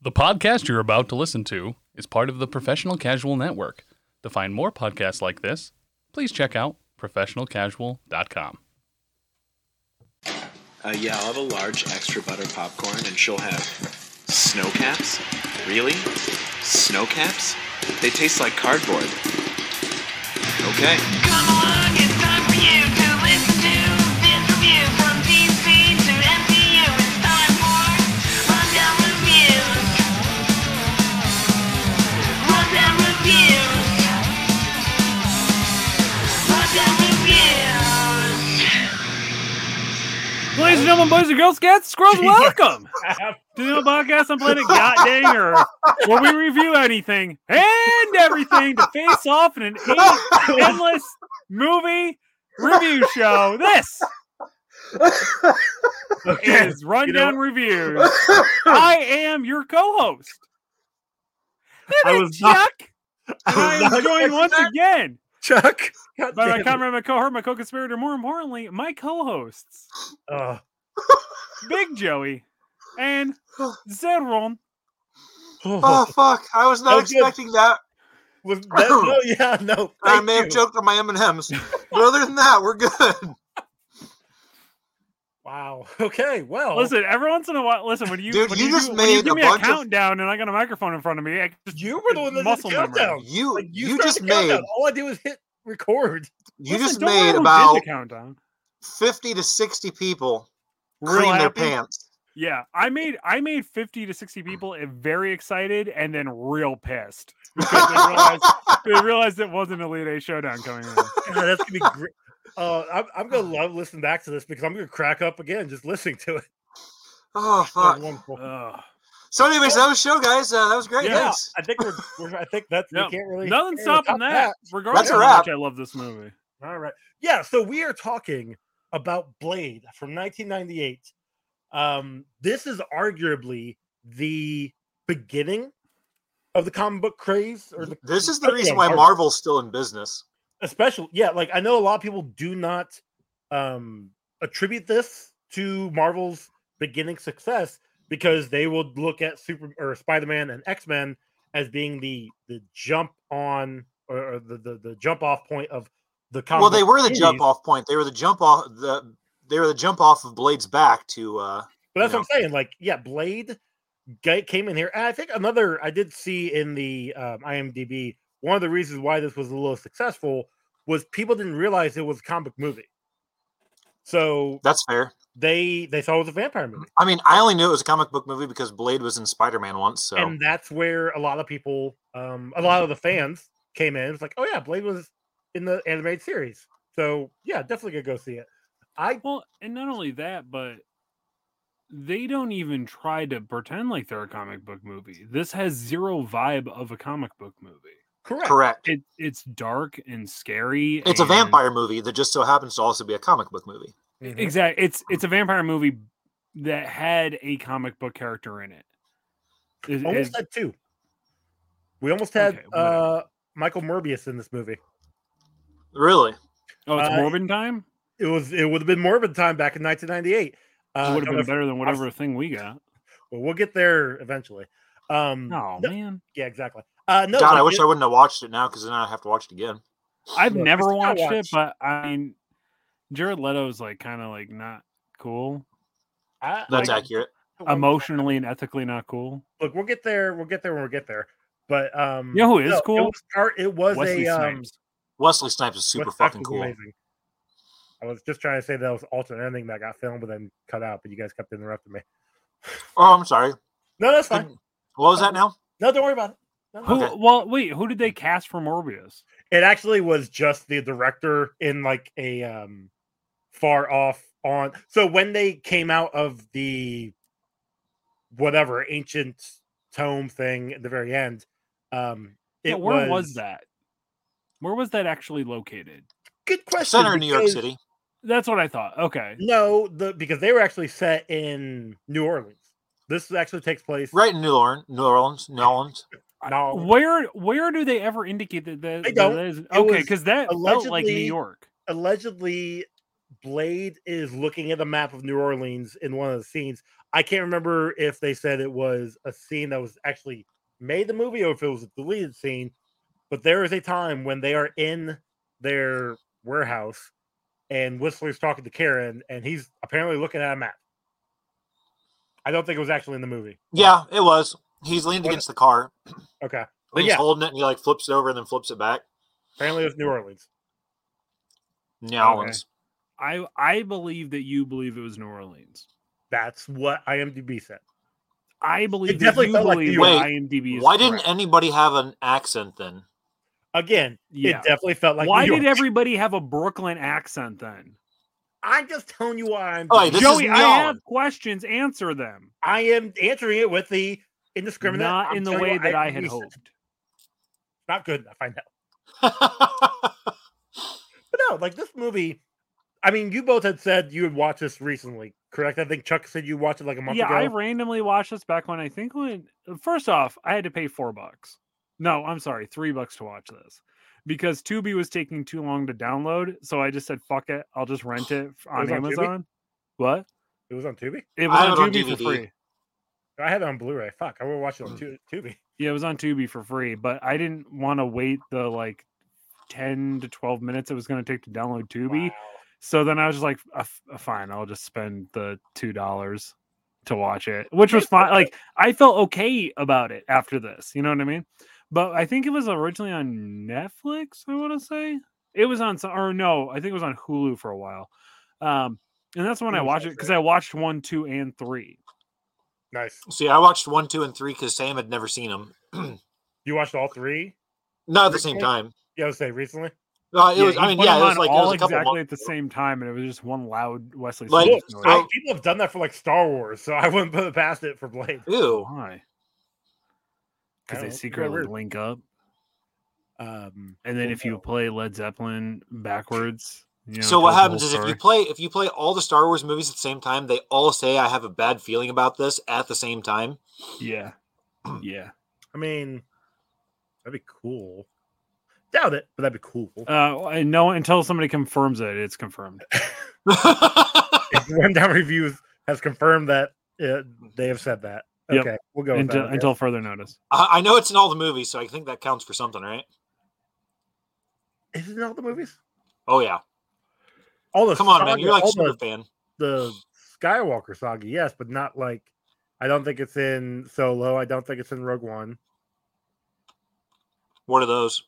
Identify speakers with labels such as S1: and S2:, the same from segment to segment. S1: The podcast you're about to listen to is part of the Professional Casual Network. To find more podcasts like this, please check out professionalcasual.com.
S2: Uh, yeah, I'll have a large extra butter popcorn, and she'll have snow caps. Really? Snow caps? They taste like cardboard. Okay.
S3: Come along, it's time for you to listen to this review from PC to MCU. It's time for Rundown Reviews. Rundown Reviews. Rundown Reviews.
S4: Ladies and gentlemen, boys and girls, scouts, squirrels, welcome to the podcast on planet Goddang Earth, where we review anything and everything to face off in an en- endless movie review show. This is Rundown Reviews. I am your co-host.
S5: I
S4: I
S5: was
S4: was
S5: not-
S4: Chuck, and I am joined once again
S5: Chuck. God
S4: by my
S5: damn it.
S4: comrade, my cohort, my co-conspirator, more importantly, my co-hosts.
S5: Ugh.
S4: Big Joey, and Zeron.
S6: Oh fuck! I was not
S5: Oh, good.
S6: expecting that.
S5: Was that- no, yeah, no.
S6: I
S5: thank
S6: may
S5: you.
S6: have joked on my M and M's, but other than that, we're good.
S5: Wow. Okay. Well,
S4: Listen, every once in a while, listen when you
S6: Dude,
S4: when
S6: you
S4: you,
S6: just
S4: do- when you
S6: made
S4: give
S6: a
S4: me
S6: bunch
S4: a
S6: of-
S4: countdown and I got a microphone in front of me. I just,
S5: you were the one that
S4: muscle
S5: muscle
S4: memory.
S5: countdown.
S6: You
S5: Like,
S6: you,
S5: started
S6: just
S5: the
S6: made
S5: countdown. All I did was hit record.
S6: you
S4: listen,
S6: just
S4: don't worry
S6: made
S4: who did
S6: about
S4: the countdown.
S6: fifty to sixty people
S4: Real
S6: clean their
S4: happy?
S6: pants.
S4: Yeah, I made I made fifty to sixty people eh, very excited and then real pissed because they realized they realized it wasn't Elite Eight Showdown coming. In.
S5: God, that's gonna be great. Uh, I'm, I'm gonna love listening back to this because I'm gonna crack up again just listening to it.
S6: oh
S5: That
S6: fuck!
S5: was wonderful.
S4: Ugh.
S6: So, anyways, that was the show, guys. Uh, that was great.
S4: Yeah.
S6: Thanks.
S5: I think we're, we're I think that's
S4: Yeah.
S5: we can't really
S4: Nothing
S5: can't really
S4: stopping
S5: top
S4: that. Regardless
S6: a
S4: of how much
S6: wrap.
S4: I love this movie,
S5: All right. Yeah, so we are talking about Blade from 1998. Um, this is arguably the beginning of the comic book craze, or the
S6: This is the
S5: especially
S6: reason
S5: on
S6: why Marvel's still in business.
S5: especially yeah. Like I know a lot of people do not um, attribute this to Marvel's beginning success because they will look at Super or Spider Man and X Men as being the the jump on or, or the, the the jump off point of the comic.
S6: well, they
S5: book
S6: were the jump
S5: series.
S6: off point. They were the jump off the. They were the jump off of Blade's back to. uh
S5: But that's
S6: you
S5: what I'm saying. Like, yeah, Blade ga- came in here. And I think another I did see in the um, IMDb one of the reasons why this was a little successful was people didn't realize it was a comic movie. So
S6: That's fair.
S5: they they thought it was a vampire movie,
S6: I mean, I only knew it was a comic book movie because Blade was in Spider Man once. So
S5: and that's where a lot of people, um, a lot of the fans came in. It's like, oh yeah, Blade was in the animated series. So yeah, definitely gonna go see it. I
S4: well, and not only that, but they don't even try to pretend like they're a comic book movie. This has zero vibe of a comic book movie.
S5: correct.
S6: correct.
S4: it it's dark and scary.
S6: It's a
S4: and-
S6: vampire movie that just so happens to also be a comic book movie.
S5: Mhm.
S4: Exactly. It's it's a vampire movie that had a comic book character in it. It-
S5: almost
S4: it-
S5: had two. We almost had
S4: Okay, whatever.
S5: uh, Michael Morbius in this movie.
S6: Really?
S4: oh, it's
S5: uh,
S4: Morbin time.
S5: It was it would have been Morbid time back in 1998.
S4: It
S5: Uh,
S4: would have
S5: don't know
S4: been
S5: if-
S4: better than whatever thing we got.
S5: well, we'll get there eventually. Um,
S4: Oh
S5: no-
S4: man,
S5: yeah, exactly. Uh, no,
S6: God,
S5: but
S6: I wish
S5: it-
S6: I wouldn't have watched it now because then I'd have to watch it again.
S4: I've
S5: look, I
S4: never
S5: still
S4: watched it,
S5: watch-
S4: but I mean, Jared Leto's like kind of like not cool
S5: I-
S6: That's
S5: I-
S6: accurate.
S4: emotionally and ethically not cool.
S5: Look, we'll get there. We'll get there when we get there. But um,
S4: You know who is
S5: no,
S4: cool?
S5: It was, our- it was
S4: Wesley
S5: a um,
S4: Snipes.
S6: Wesley Snipes is super
S5: Wes-
S6: fucking
S5: Snipes was
S6: cool.
S5: amazing. I was just trying to say that was alternate ending that got filmed but then cut out, but you guys kept interrupting me.
S6: Oh, I'm sorry.
S5: No, that's fine.
S6: Couldn't- What
S4: Uh,
S6: was that now?
S5: No, don't worry about it. No, no,
S4: Who?
S6: Okay.
S4: Well, wait. Who did they cast for Morbius?
S5: it actually was just the director in like a um far off on so when they came out of the whatever ancient tome thing at the very end um it
S4: Yeah, where was...
S5: was
S4: that? Where was that actually located?
S5: good question
S6: Center in New York
S5: because-
S6: City.
S4: That's what I thought. Okay.
S5: no the because they were actually set in new orleans this actually takes place
S6: Right in New Orleans. New Orleans. New Orleans.
S5: No.
S4: Where where do they ever indicate that? that
S5: They
S4: that
S5: don't.
S4: that is-
S5: was
S4: okay, because that felt like New
S5: allegedly-
S4: York.
S5: allegedly Blade is looking at the map of New Orleans in one of the scenes. I can't remember if they said it was a scene that was actually made the movie or if it was a deleted scene, but there is a time when they are in their warehouse and Whistler's talking to Karen and he's apparently looking at a map. I don't think it was actually in the movie.
S6: Yeah, it was. He's leaned against the car.
S5: Okay.
S6: When
S5: yeah.
S6: he's holding it and he like flips it over and then flips it back.
S5: Apparently it was New Orleans.
S6: New
S4: Okay.
S6: Orleans.
S4: I I believe that you believe it was New Orleans.
S5: That's what IMDb said.
S4: I believe that
S5: definitely
S4: you
S5: felt like
S4: believe
S5: you-
S4: that
S6: Wait,
S4: IMDb is
S6: Why didn't
S4: correct.
S6: anybody have an accent then?
S5: Again, it
S4: yeah.
S5: definitely felt like
S4: Why
S5: New
S4: did
S5: York.
S4: everybody have a Brooklyn accent then?
S5: I'm just telling you why I'm
S6: All right, this is
S4: Joey,
S6: New
S4: I have
S6: Orleans.
S4: questions. Answer them.
S5: I am answering it with the indiscriminate.
S4: Not
S5: I'm
S4: in the
S5: telling you
S4: way
S5: what
S4: that I had
S5: IMDb said.
S4: hoped.
S5: Not good enough, I know. But no, like this movie. I mean, you both had said you had watched this recently, correct? I think Chuck said you watched it like a month
S4: Yeah,
S5: ago.
S4: I randomly watched this back when I think when first off, I had to pay four bucks. No, I'm sorry, three bucks to watch this because Tubi was taking too long to download. So I just said, "Fuck it, I'll just rent it f- on
S5: was on Tubi?
S4: Amazon." What?
S5: It was on Tubi.
S4: It was
S6: I
S4: on
S6: have it on
S4: Tubi for
S6: DVD.
S4: free.
S5: I had it on Blu-ray. Fuck, I would watch it on Tu- Tubi.
S4: Yeah, it was on Tubi for free, but I didn't want to wait the like ten to twelve minutes it was going to take to download Tubi.
S5: Wow.
S4: So then I was just like, "Uh, f- uh, fine, I'll just spend the two dollars to watch it, which was fine. Like I felt okay about it after this. You know what I mean? But I think it was originally on Netflix. I want to say it was on, some, or no, I think it was on Hulu for a while. Um, and that's when I
S5: Hulu
S4: watched it
S5: sounds
S4: because
S5: right.
S4: I watched one, two, and three.
S5: Nice.
S6: See, I watched one, two, and three because Sam had never seen them.
S5: You watched all three?
S6: Not at the same time.
S5: Yeah, I would say recently.
S6: No, it
S4: Yeah,
S6: was.
S4: he
S6: I mean,
S4: put
S6: yeah, it
S4: them
S6: was
S4: on
S6: like it
S4: all
S6: was a couple
S4: exactly
S6: months
S4: at the
S6: ago.
S4: same time, and it was just one loud Wesley
S6: Like,
S4: Snipes
S5: Look,
S4: noise.
S5: I, people have done that for like Star Wars, so I wouldn't put it past it for Blade.
S6: Ew.
S4: Why?
S5: I
S4: Because
S5: don't know,
S4: they
S5: it's real
S4: secretly
S5: weird.
S4: link up,
S5: Um,
S4: and then if you play Led Zeppelin backwards, you know,
S6: so what
S4: tells the
S6: happens
S4: whole
S6: is if you
S4: story.
S6: play if you play all the Star Wars movies at the same time, they all say I have a bad feeling about this at the same time.
S4: yeah, yeah.
S5: I mean, that'd be cool. Doubt it, but that'd be cool.
S4: Uh, I know until somebody confirms it, it's confirmed.
S5: Rundown Reviews has confirmed that uh, they have said that.
S4: Yep.
S5: Okay, we'll go with
S4: until,
S5: that. I guess.
S4: until further notice.
S6: I, I know it's in all the movies, so I think that counts for something, right?
S5: Is it in all the movies?
S6: Oh yeah.
S5: All the
S6: Come on, man.
S5: saga,
S6: You're like
S5: all
S6: super
S5: the,
S6: fan.
S5: the Skywalker saga, yes, but not like I don't think it's in Solo. I don't think it's in Rogue One.
S6: One of those.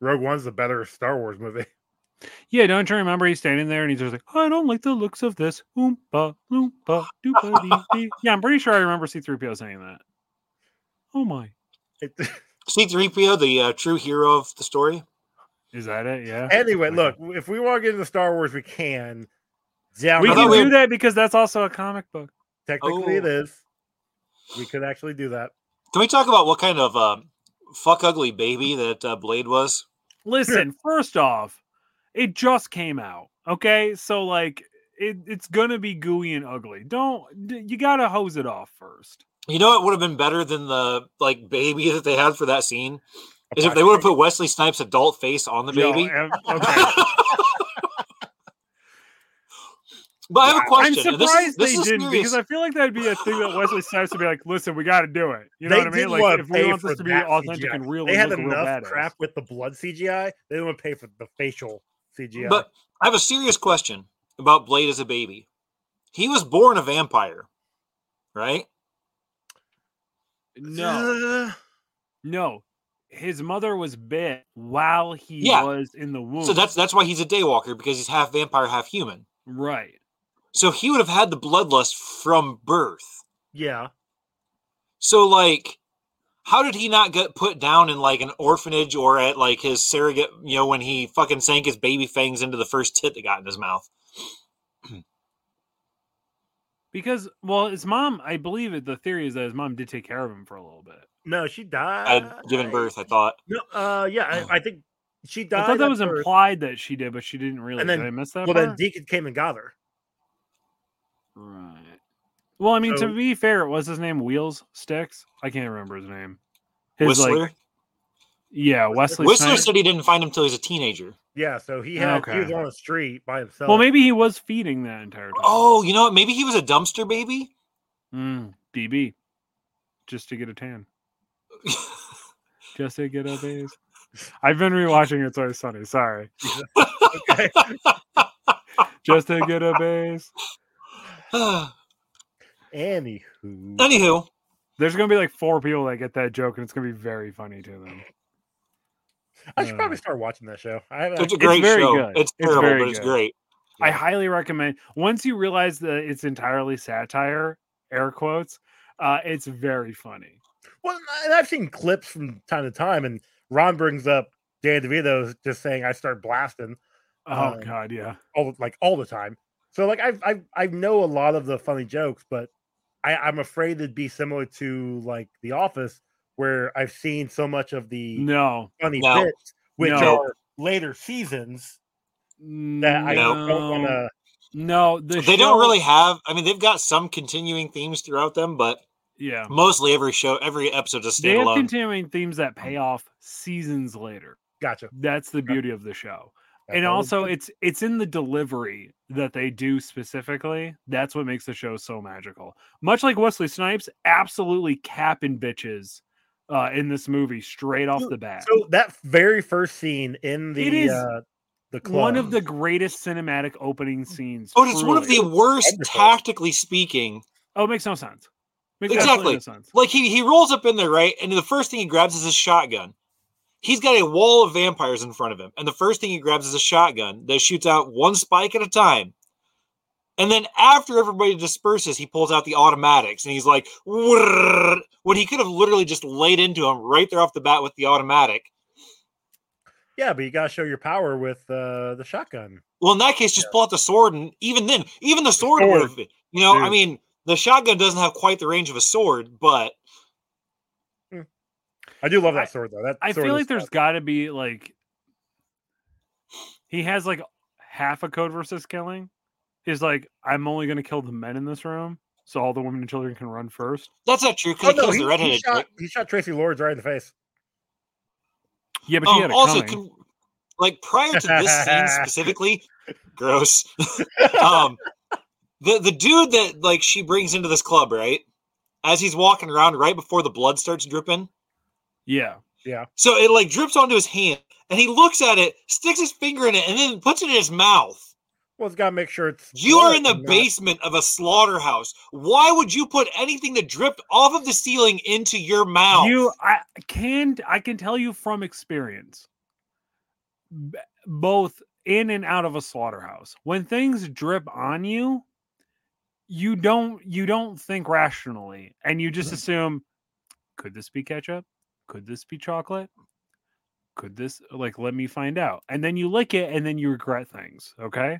S5: Rogue One's the better Star Wars movie.
S4: Yeah, don't you remember he's standing there and he's just like, I don't like the looks of this. Oompa, loompa, doopa, dee, dee. Yeah, I'm pretty sure I remember C3PO saying that. Oh my.
S5: It,
S6: C3PO, the uh, true hero of the story.
S4: Is that it? Yeah.
S5: anyway,
S4: Okay.
S5: look, if we want to get into Star Wars, we can. Down
S4: We
S5: the
S6: I
S4: can
S6: thought we
S5: road,
S4: do that because that's also a comic book.
S5: technically it
S6: Oh.
S5: is. We could actually do that.
S6: Can we talk about what kind of uh, fuck ugly baby that uh, Blade was?
S4: Listen, first off, it just came out. Okay, so like it, it's gonna be gooey and ugly. Don't d- you gotta hose it off first?
S6: You know, it would have been better than the like baby that they had for that scene is if they would have put Wesley Snipes' adult face on the
S4: Yo,
S6: baby.
S4: em- okay.
S6: but I have a
S4: I'm
S6: question.
S4: surprised
S6: and this is- this
S4: they
S6: is
S4: didn't
S6: serious.
S4: because I feel like that'd be a thing that Wesley Snipes would be like, "Listen, we got to do it." You know what
S5: They
S4: I mean?
S5: didn't
S4: Like,
S5: wanna
S4: if
S5: pay
S4: we want
S5: for
S4: this to be
S5: that
S4: authentic
S5: CGI.
S4: and real,
S5: they
S4: and
S5: had
S4: look real
S5: enough
S4: badass.
S5: crap with the blood CGI. They didn't want to pay for the facial CGI.
S6: But I have a serious question about Blade as a baby. He was born a vampire, right?
S4: No, no, his mother was bit while he
S6: Yeah.
S4: was in the womb.
S6: So that's that's why he's a daywalker because he's half vampire, half human.
S4: right.
S6: So he would have had the bloodlust from birth.
S5: yeah,
S6: So like how did he not get put down in like an orphanage or at like his surrogate, you know, when he fucking sank his baby fangs into the first tit that got in his mouth?
S4: Because well, his mom, I believe it. The theory is that his mom did take care of him for a little bit.
S5: no, she died.
S4: Uh,
S6: Had given birth, Oh. I thought.
S5: No, uh, yeah, I, I think she died.
S4: I thought that
S5: at
S4: was
S5: birth,
S4: implied that she did, but she didn't really.
S5: then-
S4: did I miss that?
S5: Well, then
S4: part?
S5: Deacon came and got her.
S4: right. Well, I mean,
S5: So-
S4: to be fair, was his name Wheels Sticks? I can't remember his name. His
S6: Whistler.
S4: like, yeah, Wesley.
S6: Whistler
S4: Snipes-
S6: said he didn't find him till he was a teenager.
S5: Yeah, so he had he was
S4: Okay.
S5: on the street by himself.
S4: Well, maybe he was feeding that entire time.
S6: Oh, you know what? Maybe he was a dumpster baby.
S4: Mm, DB, just to get a tan. Just to get a base. I've been rewatching It's Always Sunny. Sorry.
S5: Okay.
S4: Just to get a base.
S5: Anywho,
S6: Anywho,
S4: There's gonna be like four people that get that joke, and it's gonna be very funny to them.
S5: I should probably
S4: Uh,
S5: start watching that show. I haven't.
S6: it's a
S5: actually-
S6: great
S4: very
S6: show.
S4: good.
S6: It's
S4: It's
S6: terrible,
S4: very
S6: but it's
S4: good.
S6: great.
S4: I
S6: Yeah.
S4: highly recommend. Once you realize that it's entirely satire, air quotes, uh, it's very funny.
S5: Well, and I've seen clips from time to time, and Ron brings up Dan DeVito just saying, "I start blasting."
S4: Oh
S5: Um,
S4: God, yeah.
S5: all like all the time. So like I I I know a lot of the funny jokes, but I I'm afraid it'd be similar to like The Office, where I've seen so much of the
S4: No,
S5: funny
S6: No.
S5: bits, which
S4: No.
S5: are later seasons that I
S6: No.
S5: don't want to.
S4: No, the
S6: they don't
S4: show-
S6: really have. I mean, they've got some continuing themes throughout them, but
S4: Yeah,
S6: mostly every show, every episode is
S4: they have
S6: standalone.
S4: continuing themes that pay off seasons later.
S5: Gotcha.
S4: That's the beauty of the show.
S5: That's
S4: and
S5: all it
S4: also
S5: is.
S4: it's it's in the delivery that they do specifically that's what makes the show so magical much like wesley snipes absolutely capping bitches uh in this movie straight off
S5: Dude,
S4: the bat
S5: so that very first scene in the
S4: It is
S5: uh, the club.
S4: one of the greatest cinematic opening scenes
S6: but Oh, it's one of the
S4: truly.
S6: worst,
S5: Wonderful.
S6: tactically speaking.
S4: oh it makes no sense makes absolutely no sense.
S6: Like he he rolls up in there, right? And the first thing he grabs is his shotgun. He's got a wall of vampires in front of him, and the first thing he grabs is a shotgun that shoots out one spike at a time. And then after everybody disperses, he pulls out the automatics and he's like, "Whirr," when he could have literally just laid into him right there off the bat with the automatic.
S5: yeah, but you gotta show your power with uh, the shotgun.
S6: Well, in that case, just pull out the sword, and even then, even the sword,
S5: sword.
S6: would have, you know, I
S5: Dude.
S6: mean, the shotgun doesn't have quite the range of a sword, but
S5: I do love
S4: I-
S5: that sword though. That
S4: I
S5: sword
S4: feel
S5: is
S4: like there's
S5: awesome.
S4: got to be like he has like half a code versus killing. He's like, I'm only going to kill the men in this room, so all the women and children can run first.
S6: that's not true
S5: Oh,
S6: because he
S5: no,
S6: kills
S5: he,
S6: the
S5: he
S6: redheaded.
S5: shot,
S6: chick.
S5: he shot Tracy Lords right in the face.
S4: Yeah, but he had
S6: Um,
S4: it
S6: also,
S4: coming.
S6: can, like prior to this scene specifically, gross. um, the the dude that like she brings into this club, right? As he's walking around, right before the blood starts dripping,
S4: yeah,
S6: so it like drips onto his hand, and he looks at it, sticks his finger in it, and then puts it in his mouth.
S5: Well, it's gotta make sure it's
S6: You are
S5: blood
S6: in the
S5: and not-
S6: basement of a slaughterhouse. Why would you put anything that dripped off of the ceiling into your mouth?
S4: you, I can, I can tell you from experience, b- both in and out of a slaughterhouse, when things drip on you, you don't, you don't think rationally, and you just assume, could this be ketchup? Could this be chocolate? could this like let me find out and then you lick it and then you regret things okay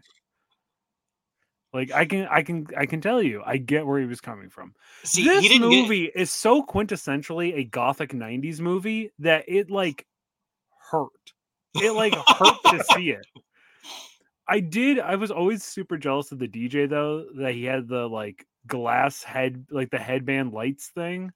S4: like i can i can i can tell you i get where he was coming from
S6: See,
S4: this
S6: he didn't get,
S4: movie is so quintessentially a gothic 90s movie that it like hurt it like hurt to see it i did i was always super jealous of the dj though that he had the like glass head like the headband lights thing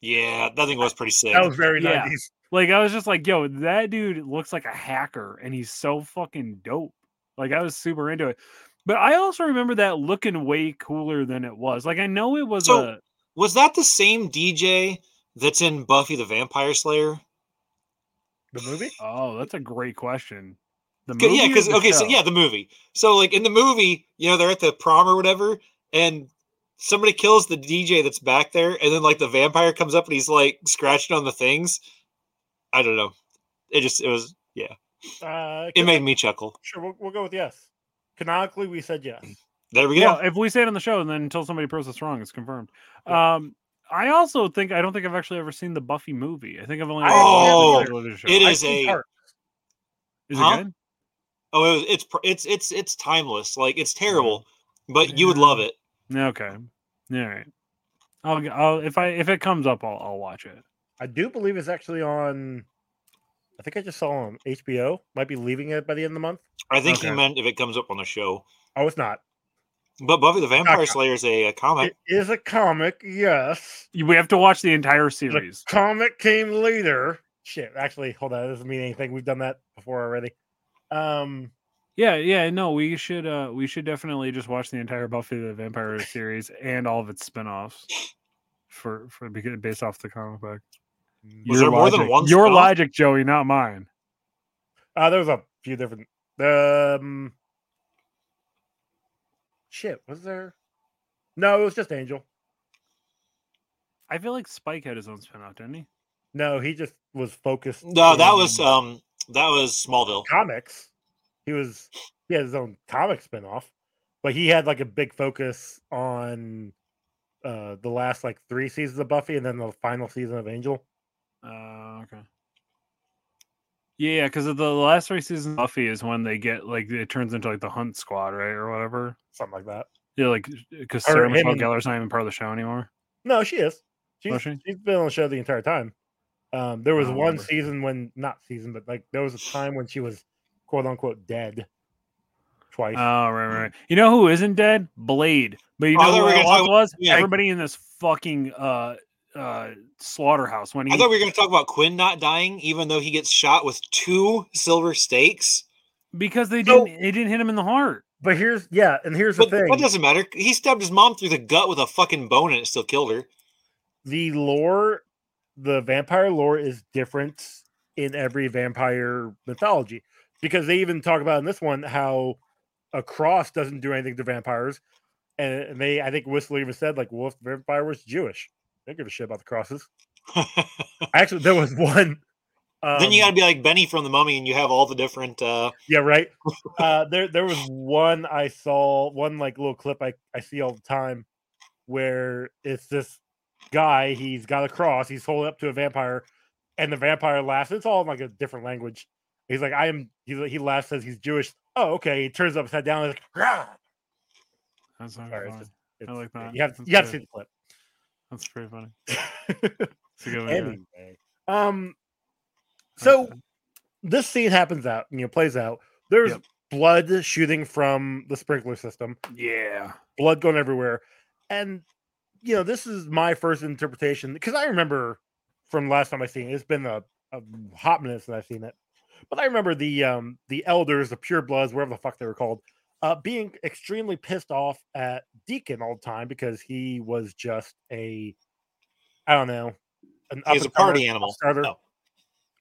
S6: yeah, that thing was pretty sick.
S5: That was very
S4: Yeah.
S5: 90s.
S4: Like I was just like, yo, that dude looks like a hacker and he's so fucking dope. Like I was super into it. But I also remember that looking way cooler than it was. Like I know it was
S6: So-
S4: a
S6: was that the same DJ that's in Buffy the Vampire Slayer?
S5: The movie?
S4: oh, that's a great question. The
S6: 'Cause- yeah,
S4: movie or
S6: because
S4: the
S6: okay, so
S4: show?
S6: yeah, the movie. So like in the movie, you know, they're at the prom or whatever, and somebody kills the DJ that's back there, and then like the vampire comes up and he's like scratching on the things. I don't know. It just it was yeah.
S5: Uh,
S6: It made me chuckle.
S5: sure, we'll, we'll go with yes. Canonically, we said yes.
S6: There we go.
S4: yeah. If we say it on the show, and then until somebody proves us wrong, it's confirmed. Um I also think I don't think I've actually ever seen the Buffy movie. I think I've only ever
S6: Oh,
S4: seen the television show.
S6: it
S5: I've
S6: is
S5: seen
S6: a-
S5: Dark.
S4: Is
S6: huh?
S4: it good?
S6: Oh, it was, it's pr- it's it's it's timeless. Like it's terrible, but you would love it.
S4: Okay. All right. I'll, g- I'll if I if it comes up, I'll I'll watch it.
S5: I do believe it's actually on. I think I just saw on HBO. Might be leaving it by the end of the month.
S6: I think he
S4: Okay.
S6: meant if it comes up on the show.
S5: Oh, it's not.
S6: But Buffy the Vampire
S5: Okay.
S6: Slayer is a, a comic.
S5: It is a comic. Yes,
S4: You- We have to watch the entire
S5: the
S4: series.
S5: comic came later. Shit, actually, hold on. That doesn't mean anything. We've done that before already. Um,
S4: Yeah, yeah, no, we should uh we should definitely just watch the entire Buffy the Vampire series and all of its spin-offs for for because based off the comic book.
S6: Was there more than one
S4: Your
S6: spin-off?
S4: logic, Joey, not mine.
S5: uh, there was a few different. Um, shit, was there? No, it was just Angel.
S4: I feel like Spike had his own spin-off, didn't he?
S5: No, he just was focused.
S6: No, that was
S5: in
S6: um that was Smallville.
S5: comics. He was he had his own comic spinoff, but he had like a big focus on uh the last like three seasons of Buffy and then the final season of Angel.
S4: Uh, okay. Yeah, because the last three seasons of Buffy is when they get like it turns into like the Hunt Squad, right, or whatever.
S5: Something like that.
S4: Yeah, like because
S5: Or
S4: Sarah
S5: him
S4: Michelle
S5: and-
S4: Gellar's not even part of the show anymore.
S5: No, she is. She's,
S4: Was Oh, she?
S5: she's been on the show the entire time. Um, there was
S4: I
S5: one
S4: don't remember.
S5: season when not season, but like there was a time when she was quote unquote dead twice.
S4: Oh, right, right. right. You know who isn't dead? Blade. But you
S6: Oh, I
S4: know
S6: thought we
S4: who
S6: were
S4: it
S6: gonna
S4: was?
S6: talk
S4: was?
S6: yeah.
S4: Everybody in this fucking uh uh slaughterhouse when
S6: I
S4: he
S6: thought we were going to talk about Quinn not dying, even though he gets shot with two silver stakes.
S4: because they
S5: So-
S4: didn't they didn't hit him in the heart.
S5: but here's yeah, and here's the
S6: But
S5: thing.
S6: that doesn't matter. He stabbed his mom through the gut with a fucking bone, and it still killed her.
S5: the lore, the vampire lore is different in every vampire mythology because they even talk about in this one how a cross doesn't do anything to vampires, and and they I think Whistler even said like, well, if the vampire was Jewish, they don't give a shit about the crosses. Actually, there was one. Um,
S6: then you got to be like Benny from the Mummy, and you have all the different. uh
S5: yeah, right. Uh, there, there was one I saw, one like little clip I, I see all the time, where it's this guy. He's got a cross. He's holding up to a vampire, and the vampire laughs. It's all in like a different language. He's like, I am. He's, like- he laughs, says he's Jewish. Oh, okay. He turns upside down. He's like, "Rah!"
S4: That's not
S5: Sorry, it's
S4: funny.
S5: just- it's,
S4: Oh, like that.
S5: You have, to,
S4: That's
S5: you have to
S4: good.
S5: see the clip.
S4: That's pretty funny. It's a good one, Oh, yeah.
S5: anyway, um, so this scene happens out. You know, plays out. There's
S4: Yep.
S5: blood shooting from the sprinkler system.
S4: yeah.
S5: blood going everywhere. And you know, this is my first interpretation because I remember from last time I seen it. It's been a, a hot minute since I've seen it, but I remember the um the elders, the pure bloods, whatever the fuck they were called, uh, being extremely pissed off at Deacon all the time because he was just a, I don't know, an
S6: He was a
S5: up-and-comer,
S6: party animal.
S5: starter.
S6: Oh.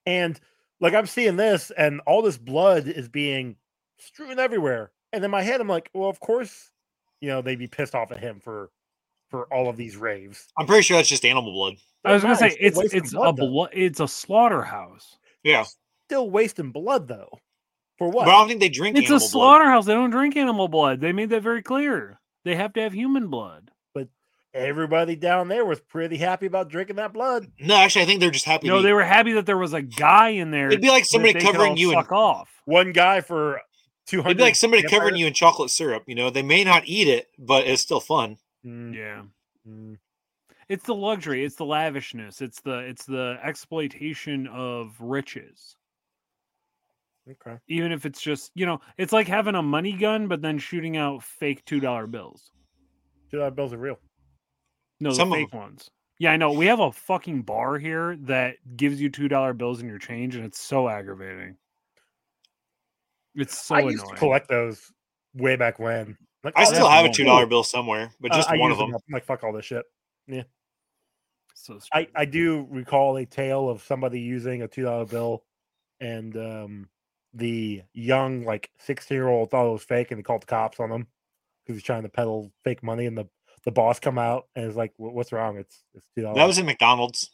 S5: And like I'm seeing this, and all this blood is being strewn everywhere. And in my head, I'm like, well, of course, you know, they'd be pissed off at him for for all of these raves.
S6: I'm pretty sure that's just animal blood.
S4: I was gonna
S5: Nice,
S4: say
S5: still
S4: it's
S5: wasting
S4: it's a
S5: blood, though.
S4: blo- it's a slaughterhouse.
S6: Yeah,
S5: still wasting blood though. For what?
S6: but I don't think they drink.
S4: It's a
S6: animal blood.
S4: slaughterhouse. They don't drink animal blood. They made that very clear. They have to have human blood.
S5: Everybody down there was pretty happy about drinking that blood.
S6: No, actually, I think they're just happy.
S4: No,
S6: to
S4: they were happy that there was a guy in there.
S6: It'd be like
S4: that
S6: somebody
S4: they could
S6: covering
S4: all
S6: you in-
S4: Fuck off.
S5: One guy for two
S6: It'd
S5: hundred.
S6: be like somebody covering you in chocolate syrup. You know, they may not eat it, but it's still fun.
S5: Mm,
S6: Mm.
S4: Yeah. It's the luxury. It's the lavishness. It's the it's the exploitation of riches.
S5: Okay.
S4: Even if it's just you know, it's like having a money gun, but then shooting out fake two dollar bills.
S5: Two dollar bills are real.
S4: No, the
S6: Some of
S4: fake ones. Yeah, I know. We have a fucking bar here that gives you two dollar bills in your change, and it's so aggravating. It's so
S5: I
S4: annoying.
S5: used to collect those way back when. Like,
S6: I
S5: "Oh,
S6: still
S5: that's
S6: have a
S5: cool."
S6: two dollar bill somewhere, but
S5: Uh,
S6: just
S5: I
S6: one
S5: use
S6: of them.
S5: up. I'm like fuck all this shit.
S4: so
S5: I,
S4: stupid.
S5: I do recall a tale of somebody using a two dollar bill, and um, the young like sixteen year old thought it was fake, and he called the cops on him because he's trying to peddle fake money. And the, the boss come out and is like, "Wha- "What's wrong? It's it's two dollars."
S6: That was at McDonald's.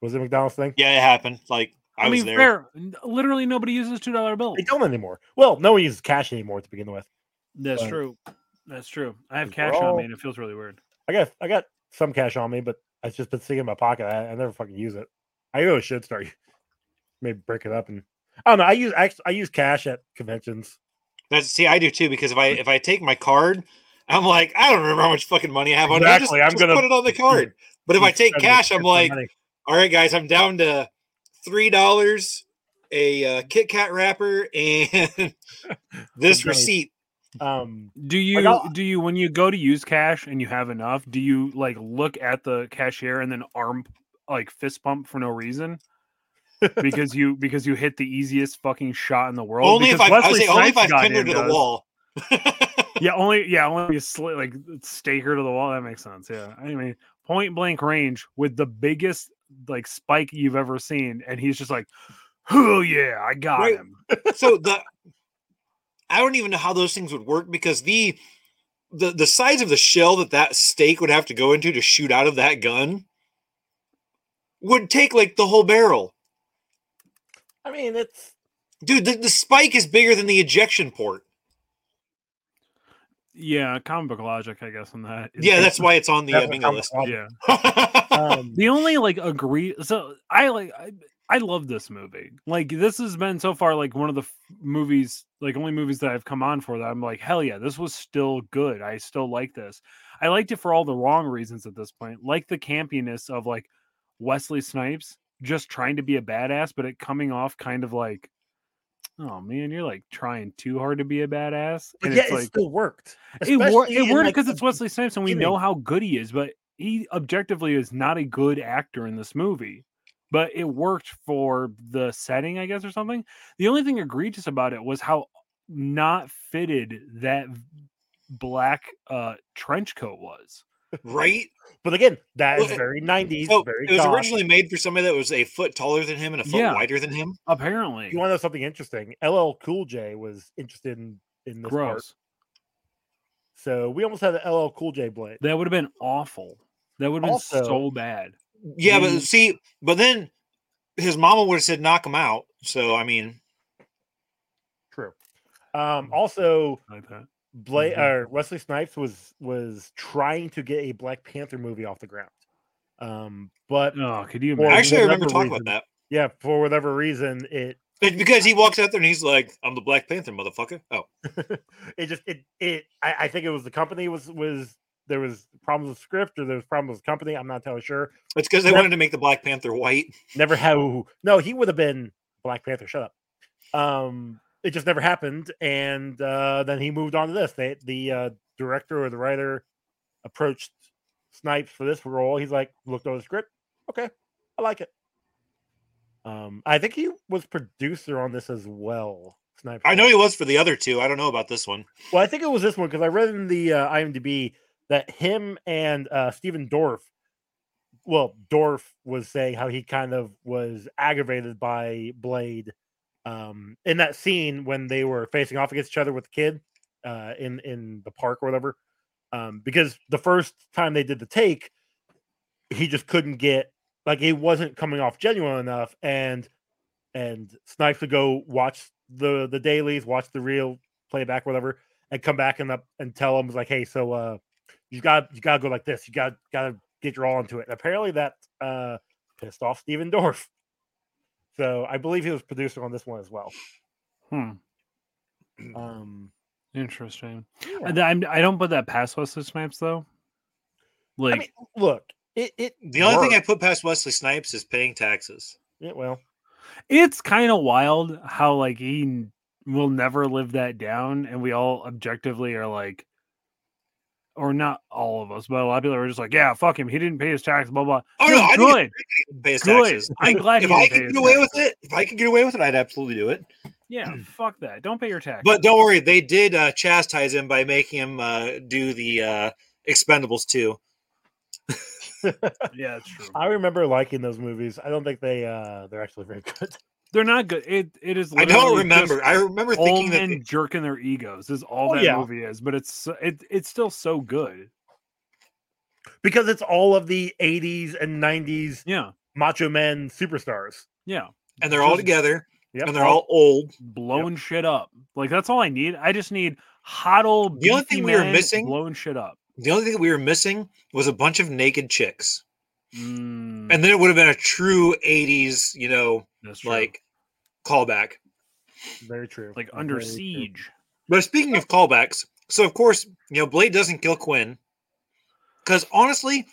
S5: was it McDonald's thing?
S6: Yeah, it happened. Like I,
S4: I
S6: was
S4: mean,
S6: there.
S4: fair. N- Literally, nobody uses two dollar bills.
S5: They don't anymore. Well, no one uses cash anymore to begin with.
S4: That's
S5: but-
S4: true. That's true. I have
S5: We're
S4: cash on
S5: all-
S4: me, and it feels really weird.
S5: I got I got some cash on me, but it's just been sitting in my pocket. I, I never fucking use it. I really should start maybe break it up and I don't know. I use I, I use cash at conventions.
S6: That's see, I do too because if I if I take my card, I'm like I don't remember how much fucking money I have on. me. Just,
S5: Exactly, I'm
S6: just
S5: gonna-
S6: put it on the card. But if I
S5: Just
S6: take
S5: spend the
S6: cash,
S5: shit
S6: I'm
S5: ton of
S6: like,
S5: money.
S6: all right, guys, I'm down to three dollars, a uh, Kit Kat wrapper, and this
S5: Some gummies.
S6: receipt.
S5: um,
S4: Do you
S5: I'll-
S4: do you when you go to use cash and you have enough? Do you like look at the cashier and then arm like fist pump for no reason? because you because you hit the easiest fucking shot in the world.
S6: only if I,
S4: because
S6: I
S4: Wesley
S6: say only if
S4: Snipes
S6: I
S4: got
S6: pinned her
S4: in
S6: to the
S4: does.
S6: wall.
S4: Yeah, only yeah, only you sli- like stake her to the wall. That makes sense. Yeah, I mean point blank range with the biggest like spike you've ever seen, and he's just like, "Oh yeah, I got
S6: Right.
S4: him."
S6: so the I don't even know how those things would work because the the the size of the shell that that stake would have to go into to shoot out of that gun would take like the whole barrel.
S5: I mean, it's
S6: Dude, the, the spike is bigger than the ejection port.
S4: Yeah, comic book logic, I guess, on that. is
S6: Yeah,
S4: just-
S6: that's why it's on the uh,
S5: that's
S6: bingo
S5: a
S6: list.
S5: problem.
S4: yeah.
S5: Um,
S4: The only like agree. So I like I, I love this movie. Like this has been so far like one of the f- movies, like only movies that I've come on for that I'm like, hell yeah, this was still good. I still like this. I liked it for all the wrong reasons at this point, like the campiness of like Wesley Snipes just trying to be a badass, but it coming off kind of like, oh man, you're like trying too hard to be a badass.
S5: but
S4: And
S5: yeah,
S4: it's
S5: it
S4: like
S5: still worked.
S4: it, wor-
S5: Especially
S4: it
S5: in,
S4: worked
S5: like,
S4: because
S5: the-
S4: it's Wesley Snipes and we know
S5: beginning.
S4: how good he is, but he objectively is not a good actor in this movie. But it worked for the setting, I guess, or something. The only thing egregious about it was how not fitted that v- black uh, trench coat was.
S6: right?
S5: But again, that is
S6: Well, it-
S5: very nineties.
S6: So
S5: very.
S6: it was
S5: goth.
S6: originally made for somebody that was a foot taller than him and a foot
S4: Yeah.
S6: wider than him.
S4: Apparently,
S5: You want to know something interesting? LL Cool J was interested in in this part,
S4: gross.
S5: so we almost had an LL Cool J blade.
S4: That would have been awful. That would have been
S5: Also-
S4: so bad.
S6: Yeah,
S5: Mm.
S6: but see, but then his mama would have said knock him out. So I mean,
S5: True. Um,
S4: Mm.
S5: also,
S4: Like that.
S5: Bla-
S4: Mhm.
S5: or Wesley Snipes was was trying to get a Black Panther movie off the ground, um, but
S4: Oh, could you
S5: Or
S4: imagine?
S6: I actually remember
S5: whatever
S6: talking
S5: reason.
S6: about that.
S5: yeah, for whatever reason, it
S6: It's because he walks out there and he's like, "I'm the Black Panther, motherfucker." Oh,
S5: it just it it I, I think it was the company was was there was problems with script or there was problems with company. I'm not entirely sure.
S6: it's because they
S5: Yep.
S6: wanted to make the Black Panther white.
S5: Never how no, he would have been Black Panther. Shut up. Um, it just never happened, and uh, then he moved on to this. They the uh, director or the writer approached Snipes for this role. He's like, looked over the script. Okay, I like it. Um, I think he was producer on this as well. Snipes.
S6: I
S5: was.
S6: know he was for the other two. I don't know about this one.
S5: Well, I think it was this one because I read in the uh, IMDb that him and uh, Stephen Dorff, well, Dorff was saying how he kind of was aggravated by Blade um, in that scene when they were facing off against each other with the kid uh, in in the park or whatever, um, because the first time they did the take, he just couldn't get like it wasn't coming off genuine enough, and and Snipes would go watch the the dailies, watch the real playback, whatever, and come back and up and tell them like, hey, so uh, you got you got to go like this. You got got to get your all into it. And apparently that uh pissed off Steven Dorff. So I believe he was producer on this one as well.
S4: Hmm,
S5: Um,
S4: interesting.
S5: yeah.
S4: And I'm, I don't put that past Wesley Snipes though. Like,
S5: mean, look, it it
S6: The only thing I
S5: worked.
S6: put past Wesley Snipes is paying taxes.
S5: yeah, well,
S4: it's kind of wild how like he n- will never live that down and we all objectively are like or not all of us but a lot of people are just like yeah fuck him he didn't pay his tax blah blah
S6: Oh
S4: You're
S6: no, I didn't
S4: good
S6: pay his
S4: good
S6: taxes.
S4: i'm glad
S6: if
S4: he
S6: I
S4: didn't pay
S6: could
S4: his
S6: get away
S4: taxes.
S6: with it, if I could get away with it, I'd absolutely do it.
S4: yeah fuck that don't pay your tax
S6: But don't worry, they did uh, chastise him by making him uh, do the uh, Expendables too.
S4: yeah it's true
S5: I remember liking those movies. I don't think they uh they're actually very good.
S4: they're not good it it is
S6: I
S4: literally
S6: don't remember.
S4: just
S6: I remember
S4: old
S6: thinking that.
S4: men jerking their egos is all
S5: Oh,
S4: that
S5: yeah.
S4: movie is but it's so- it, it's still so good
S5: because it's all of the 80s and 90s
S4: yeah
S5: macho men superstars.
S4: yeah
S6: and they're all
S4: just-
S6: together,
S5: Yep.
S6: and they're all old.
S4: blowing shit up. Like that's all I need. I just need hot old.
S6: The only
S4: beefy
S6: thing we were
S4: men
S6: missing-
S4: blowing shit up.
S6: The only thing that we were missing was a bunch of naked chicks.
S4: Mm,
S6: And then it would have been a true 80s, you know,
S4: that's true.
S6: like callback.
S5: very true.
S4: like under
S5: Very true.
S4: siege.
S6: But speaking of callbacks, so of course, you know, Blade doesn't kill Quinn. Because honestly,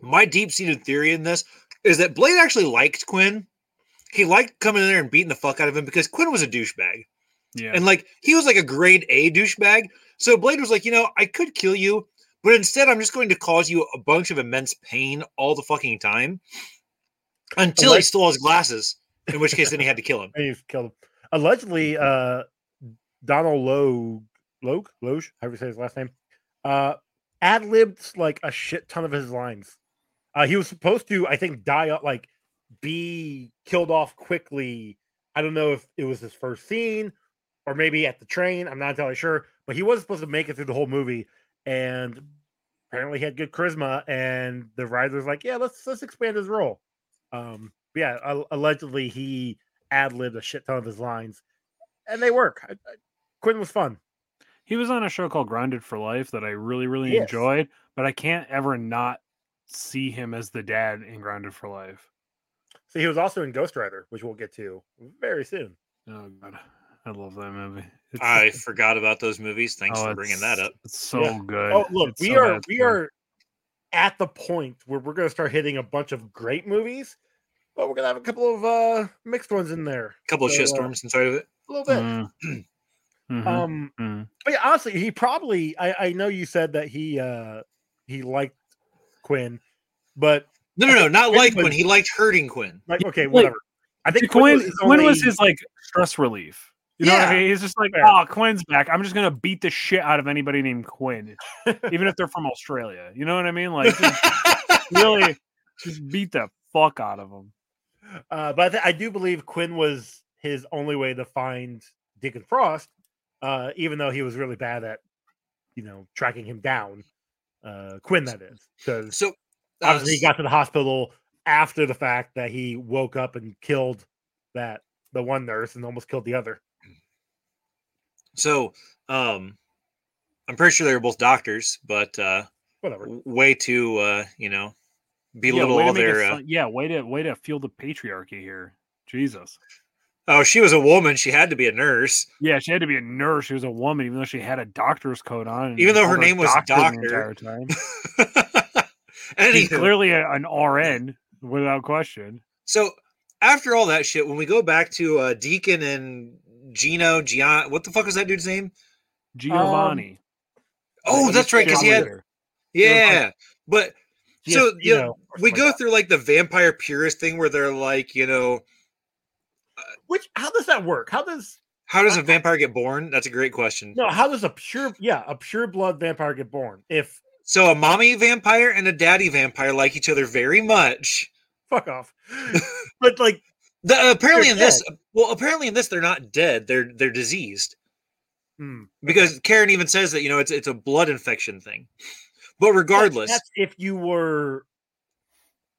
S6: my deep seated theory in this is that Blade actually liked Quinn. He liked coming in there and beating the fuck out of him because Quinn was a douchebag.
S4: Yeah,
S6: And like he was like a grade A douchebag. So Blade was like, you know, I could kill you, but instead I'm just going to cause you a bunch of immense pain all the fucking time. Until he
S5: like-
S6: stole his glasses. In which case, then he had to kill him.
S5: He's killed him. Allegedly, uh, Donald Logue, Logue, Loge, however you say his last name, uh, ad libbed like a shit ton of his lines. Uh, he was supposed to, I think, die up, like be killed off quickly. I don't know if it was his first scene or maybe at the train. I'm not entirely sure, but he was supposed to make it through the whole movie, and apparently he had good charisma. And the writer's like, "Yeah, let's let's expand his role." Um, but yeah, al- allegedly he ad libbed a shit ton of his lines, and they work. I, I, Quinn was fun.
S4: He was on a show called Grounded for Life that I really, really
S5: Yes.
S4: enjoyed, but I can't ever not see him as the dad in Grounded for Life.
S5: So he was also in Ghost Rider, which we'll get to very soon.
S4: Oh god, I love that movie. It's,
S6: I forgot about those movies. Thanks
S4: oh,
S6: for bringing that
S4: it's-
S6: up.
S4: It's so
S5: Yeah.
S4: good.
S5: Oh, look,
S4: It's
S5: we
S4: so
S5: are
S4: bad.
S5: we are at the point where we're going to start hitting a bunch of great movies, but we're going to have a couple of uh mixed ones in there,
S6: A couple of
S5: So, uh,
S6: shitstorms inside of it.
S5: a little bit.
S4: Mm. Mhm,
S5: Um,
S4: mhm.
S5: but yeah, honestly, he probably. I I know you said that he uh he liked Quinn, but
S6: No, no, no, not
S5: Quinn
S6: like Quinn.
S5: was-
S6: He liked hurting Quinn.
S5: like okay,
S4: Like,
S5: whatever. I think
S4: Quinn,
S5: his
S4: Quinn was
S5: only-
S4: his like stress relief. You know what I
S6: Yeah.
S4: mean? He's just like,
S5: Fair.
S4: oh, Quinn's back. I'm just gonna beat the shit out of anybody named Quinn, even if they're from Australia. You know what I mean? Like, just really, just beat the fuck out of them.
S5: Uh, but I, th- I do believe Quinn was his only way to find Deacon Frost, uh, even though he was really bad at, you know, tracking him down. Uh, Quinn, that is, because
S6: so, uh,
S5: obviously he got to the hospital after the fact that he woke up and killed that the one nurse and almost killed the other.
S6: so um, I'm pretty sure they were both doctors, but uh,
S5: Whatever.
S6: way to uh, you know belittle
S4: way to
S6: all
S4: make it
S6: their. Uh,
S4: sound- yeah, way to way to feel the patriarchy here. Jesus.
S6: oh, she was a woman. She had to be a nurse.
S4: Yeah, she had to be a nurse. She was a woman, even though she had a doctor's coat on. and
S6: Even though
S4: called
S6: her name was
S4: doctor. the
S6: Doctor.
S4: entire time. She's
S6: Anywho,
S4: clearly a, an RN without question.
S6: so after all that shit, when we go back to uh, Deacon and Gino, Gian, what the fuck was that dude's name?
S4: Giovanni.
S6: Oh, that's right, because he had yeah. But
S5: Yes,
S6: so you
S5: Gino,
S6: know,
S5: or
S6: we
S5: something
S6: go
S5: like that.
S6: through like the vampire purist thing where they're like, you know,
S5: Which how does that work? How does
S6: how does
S5: I-
S6: a vampire get born? That's a great question.
S5: no? How does a pure yeah a pure blood vampire get born? If
S6: So a mommy vampire and a daddy vampire like each other very much.
S5: fuck off, but like
S6: The, apparently
S5: They're
S6: in this, well, apparently in this, they're not dead. They're they're diseased
S5: hmm,
S6: because Karen even says that you know it's it's a blood infection thing. But
S5: Well,
S6: regardless,
S5: That's if you were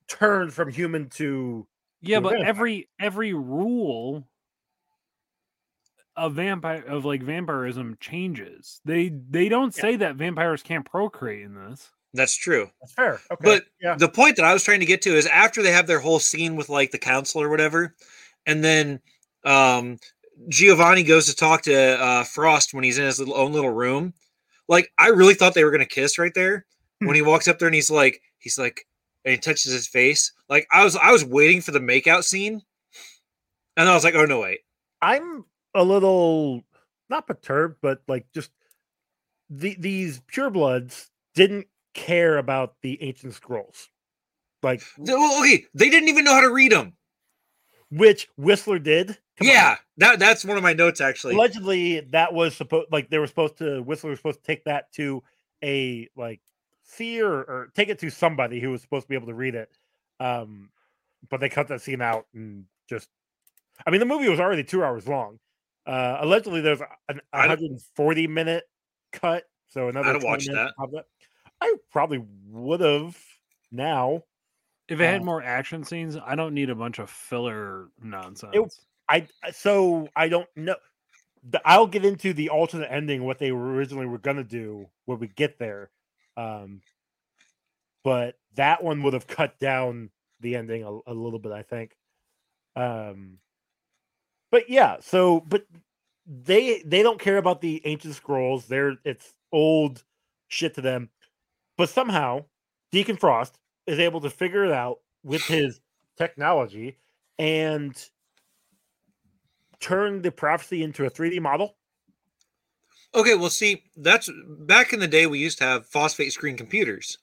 S5: turned from human to
S4: Yeah,
S5: a
S4: but
S5: vampire.
S4: every every rule of vampire of like vampirism changes. They they don't
S5: Yeah.
S4: say that vampires can't procreate in this.
S6: that's true.
S5: that's fair. Okay.
S6: But
S5: yeah.
S6: the point that I was trying to get to is after they have their whole scene with like the council or whatever, and then um, Giovanni goes to talk to uh, Frost when he's in his little, own little room. Like I really thought they were gonna kiss right there
S5: Hmm.
S6: when he walks up there and he's like he's like and he touches his face. Like I was I was waiting for the makeout scene, and I was like, oh no wait,
S5: I'm a little not perturbed, but like just the these purebloods didn't care about the ancient scrolls. Like
S6: Th- well, okay, they didn't even know how to read them.
S5: which Whistler did. Come on.
S6: yeah, that that's one of my notes actually.
S5: Allegedly that was supposed like they were supposed to Whistler was supposed to take that to a like seer or take it to somebody who was supposed to be able to read it. Um but they cut that scene out and just I mean the movie was already two hours long. Uh allegedly there's a- an a
S6: I'd-
S5: 140 minute cut. So another
S6: I'd have
S5: 20
S6: watched
S5: minutes on top of that. I probably would have now.
S4: If it had
S5: Uh,
S4: more action scenes, I don't need a bunch of filler nonsense.
S5: I I- so I don't know. The- I'll get into the alternate ending, what they were originally were gonna do when we get there. Um, but that one would have cut down the ending a, a little bit, I think. Um, but yeah, so but they they don't care about the ancient scrolls. They're it's old shit to them. But somehow Deacon Frost is able to figure it out with his technology and turn the prophecy into a 3D model.
S6: Okay, well, see, that's back in the day we used to have phosphate screen computers,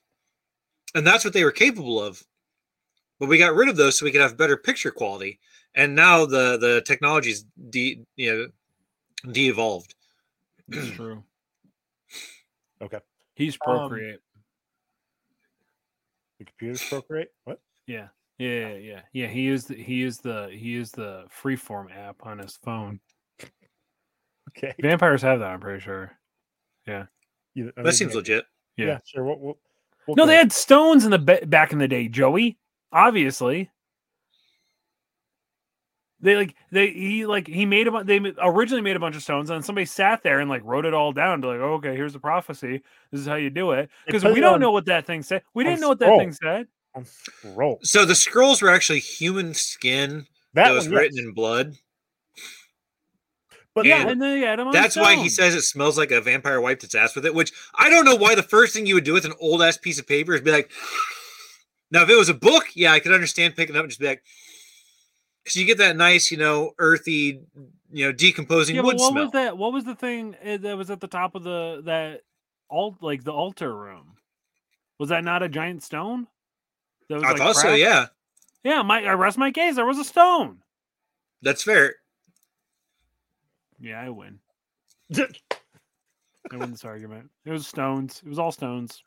S6: and that's what they were capable of. but we got rid of those so we could have better picture quality. And now the the technology's de you know de-evolved.
S4: It's true.
S5: Okay. Um
S4: He's procreate.
S5: The computers procreate. What?
S4: yeah. Yeah, yeah, yeah, yeah. He is the he is the he is the freeform app on his phone.
S5: Okay.
S4: Vampires have that, I'm pretty sure.
S5: You- I mean,
S6: That seems
S5: yeah,
S6: legit.
S5: Yeah.
S4: Yeah.
S5: sure. We'll, we'll, we'll
S4: No,
S5: go
S4: they
S5: with-
S4: had stones in the ba- back in the day, Joey. Obviously, they like they he like he made a bu- they ma- originally made a bunch of stones, and somebody sat there and like wrote it all down to like, oh, okay, here's the prophecy. This is how you do it
S5: They
S4: because
S5: put
S4: we
S5: it
S4: don't
S5: on-
S4: know what that thing said. We
S5: on
S4: didn't know what that
S5: scroll.
S4: thing said.
S5: on scroll.
S6: So the scrolls were actually human skin that,
S5: That
S6: was
S5: one,
S6: written
S5: yes.
S6: in blood.
S5: but
S6: Yeah,
S5: that-
S4: And they had 'em on
S6: That's why he
S4: stone.
S6: says it smells like a vampire wiped its ass with it, which I don't know why the first thing you would do with an old ass piece of paper is be like, now if it was a book, yeah, I could understand picking it up and just be like, because you get that nice, you know, earthy, you know, decomposing
S4: Yeah, but
S6: wood
S4: what
S6: smell.
S4: was that? What was the thing uh, that was at the top of the that alt like the altar room? Was that not a giant stone? That was,
S6: I
S4: like,
S6: thought so,
S4: cracked?
S6: yeah.
S4: Yeah, my I rest my case. There was a stone.
S6: That's fair.
S4: Yeah, I win. I win this argument. It was stones. It was all stones.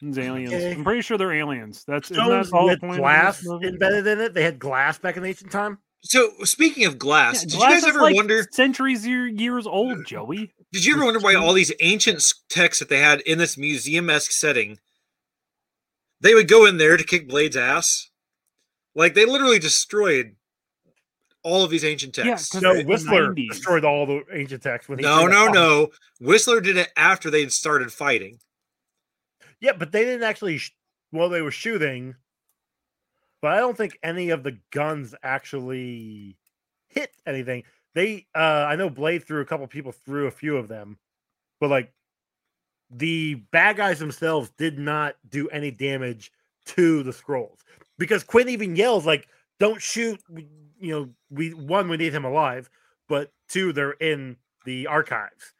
S4: It was aliens.
S5: Okay.
S4: I'm pretty sure they're aliens. That's isn't that
S5: stones
S4: all the
S5: with
S4: point of this
S5: glass
S4: movie?
S5: embedded in it. They had glass back in ancient time.
S6: So speaking of
S4: Yeah,
S6: glass, did
S4: glass
S6: you guys
S4: is,
S6: ever
S4: like,
S6: wonder
S4: centuries year, years old, Joey?
S6: Did you ever wonder why all these ancient s- texts that they had in this museum esque setting, they would go in there to kick Blade's ass? Like they literally destroyed all of these ancient
S4: Yeah,
S6: texts.
S4: 'cause-
S5: No,
S4: they're in the
S5: Whistler
S4: 90s.
S5: destroyed all the ancient texts. When he
S6: no,
S5: came
S6: no,
S5: along.
S6: no. Whistler did it after they had started fighting.
S5: Yeah, but they didn't actually. Sh- well, they were shooting, but I don't think any of the guns actually hit anything. They, uh I know Blade threw a couple people through a few of them, but like the bad guys themselves did not do any damage to the scrolls because Quinn even yells like, "Don't shoot!" we- You know, we one we need him alive, but two they're in the archives.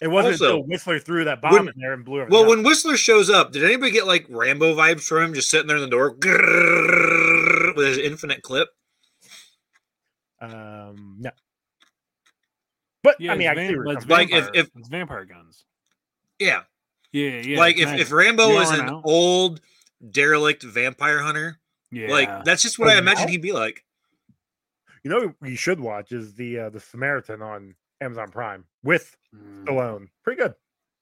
S5: It wasn't
S6: Also,
S5: until Whistler threw that bomb
S6: when-
S5: in there and blew everything
S6: Well,
S5: up.
S6: when Whistler shows up, did anybody get like Rambo vibes from him just sitting there in the door grrrr, with his infinite clip?
S5: Um, no. But
S4: Yeah,
S5: I mean,
S4: it's
S5: I can see
S4: vamp-
S5: where
S4: but
S5: it
S4: it's
S5: comes
S6: Like, if-
S4: vampire-
S6: if-
S4: it's vampire guns.
S6: Yeah.
S4: Yeah, yeah.
S6: like
S4: it's
S6: if,
S4: not-
S6: if Rambo
S4: You
S6: was
S4: are
S6: an
S4: now.
S6: old derelict vampire hunter,
S4: yeah.
S6: like that's just what
S5: But
S6: I imagine
S5: now-
S6: he'd be like.
S5: from. you know, what you should watch is the uh, the Samaritan on Amazon Prime with
S4: Mm,
S5: Stallone. Pretty good.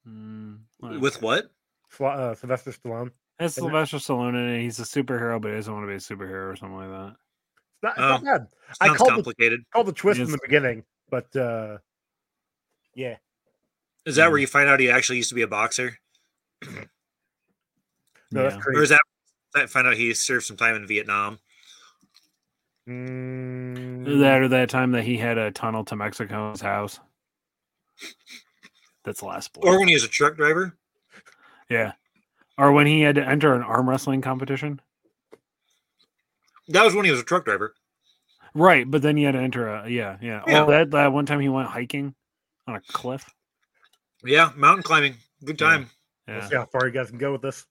S4: mm, well,
S6: With what?
S5: Sla- Uh, Sylvester Stallone. It's
S4: that's
S5: isn't it?
S4: Sylvester Stallone in it. He's a superhero, but he doesn't want to be a superhero or something like that.
S5: not, it's
S6: Oh.
S4: Um,
S5: not bad. I
S6: Sounds
S5: called it-
S6: complicated.
S5: Called the twist in
S4: Yes.
S5: the beginning, but uh, yeah,
S6: Is that where you find out he actually used to be a boxer,
S5: no,
S4: Yeah.
S5: that's
S6: or is
S5: crazy.
S6: that that find out he served some time in Vietnam?
S5: Mm,
S4: That or that time that he had a tunnel to Mexico's house. That's the last
S6: Or
S4: blood.
S6: when he was a truck driver?
S4: yeah. Or when he had to enter an arm wrestling competition.
S6: That was when he was a truck driver.
S4: Right, but then he had to enter a yeah, yeah.
S6: Yeah.
S4: Oh, that that one time he went hiking on a cliff.
S6: Yeah, mountain climbing. Good
S4: Yeah.
S6: time.
S4: Yeah.
S5: Let's see how far you guys can go with this.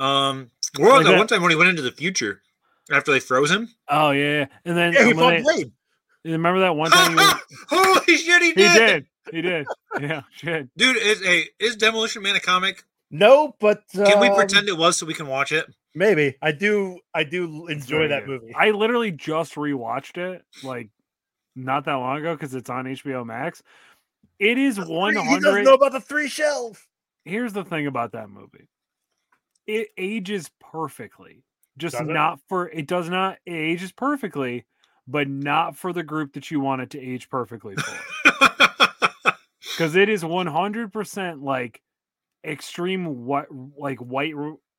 S6: Um, well,
S4: Like
S6: that
S4: that-
S6: one time when he went into the future after they froze him.
S4: Oh yeah, yeah. And then
S5: Yeah, he
S4: and when
S5: fought
S4: they-
S5: Blade.
S4: you remember that one time he, went,
S6: Holy shit, he
S4: he
S6: did!
S4: did. He did. Yeah, shit.
S6: Dude, is a is Demolition Man a comic?
S5: No, but um,
S6: Can we pretend it was so we can watch it?
S5: Maybe I do. I do
S4: It's
S5: enjoy
S4: very
S5: that
S4: good.
S5: movie.
S4: I literally just rewatched it like not that long ago because it's on HBO Max. It is one
S5: He doesn't
S4: hundred.
S5: know about the three shells.
S4: Here's the thing about that movie. It ages perfectly. Just
S5: Does it?
S4: not for it does not it ages perfectly, but not for the group that you want it to age perfectly for. Because it is one hundred percent like extreme what like white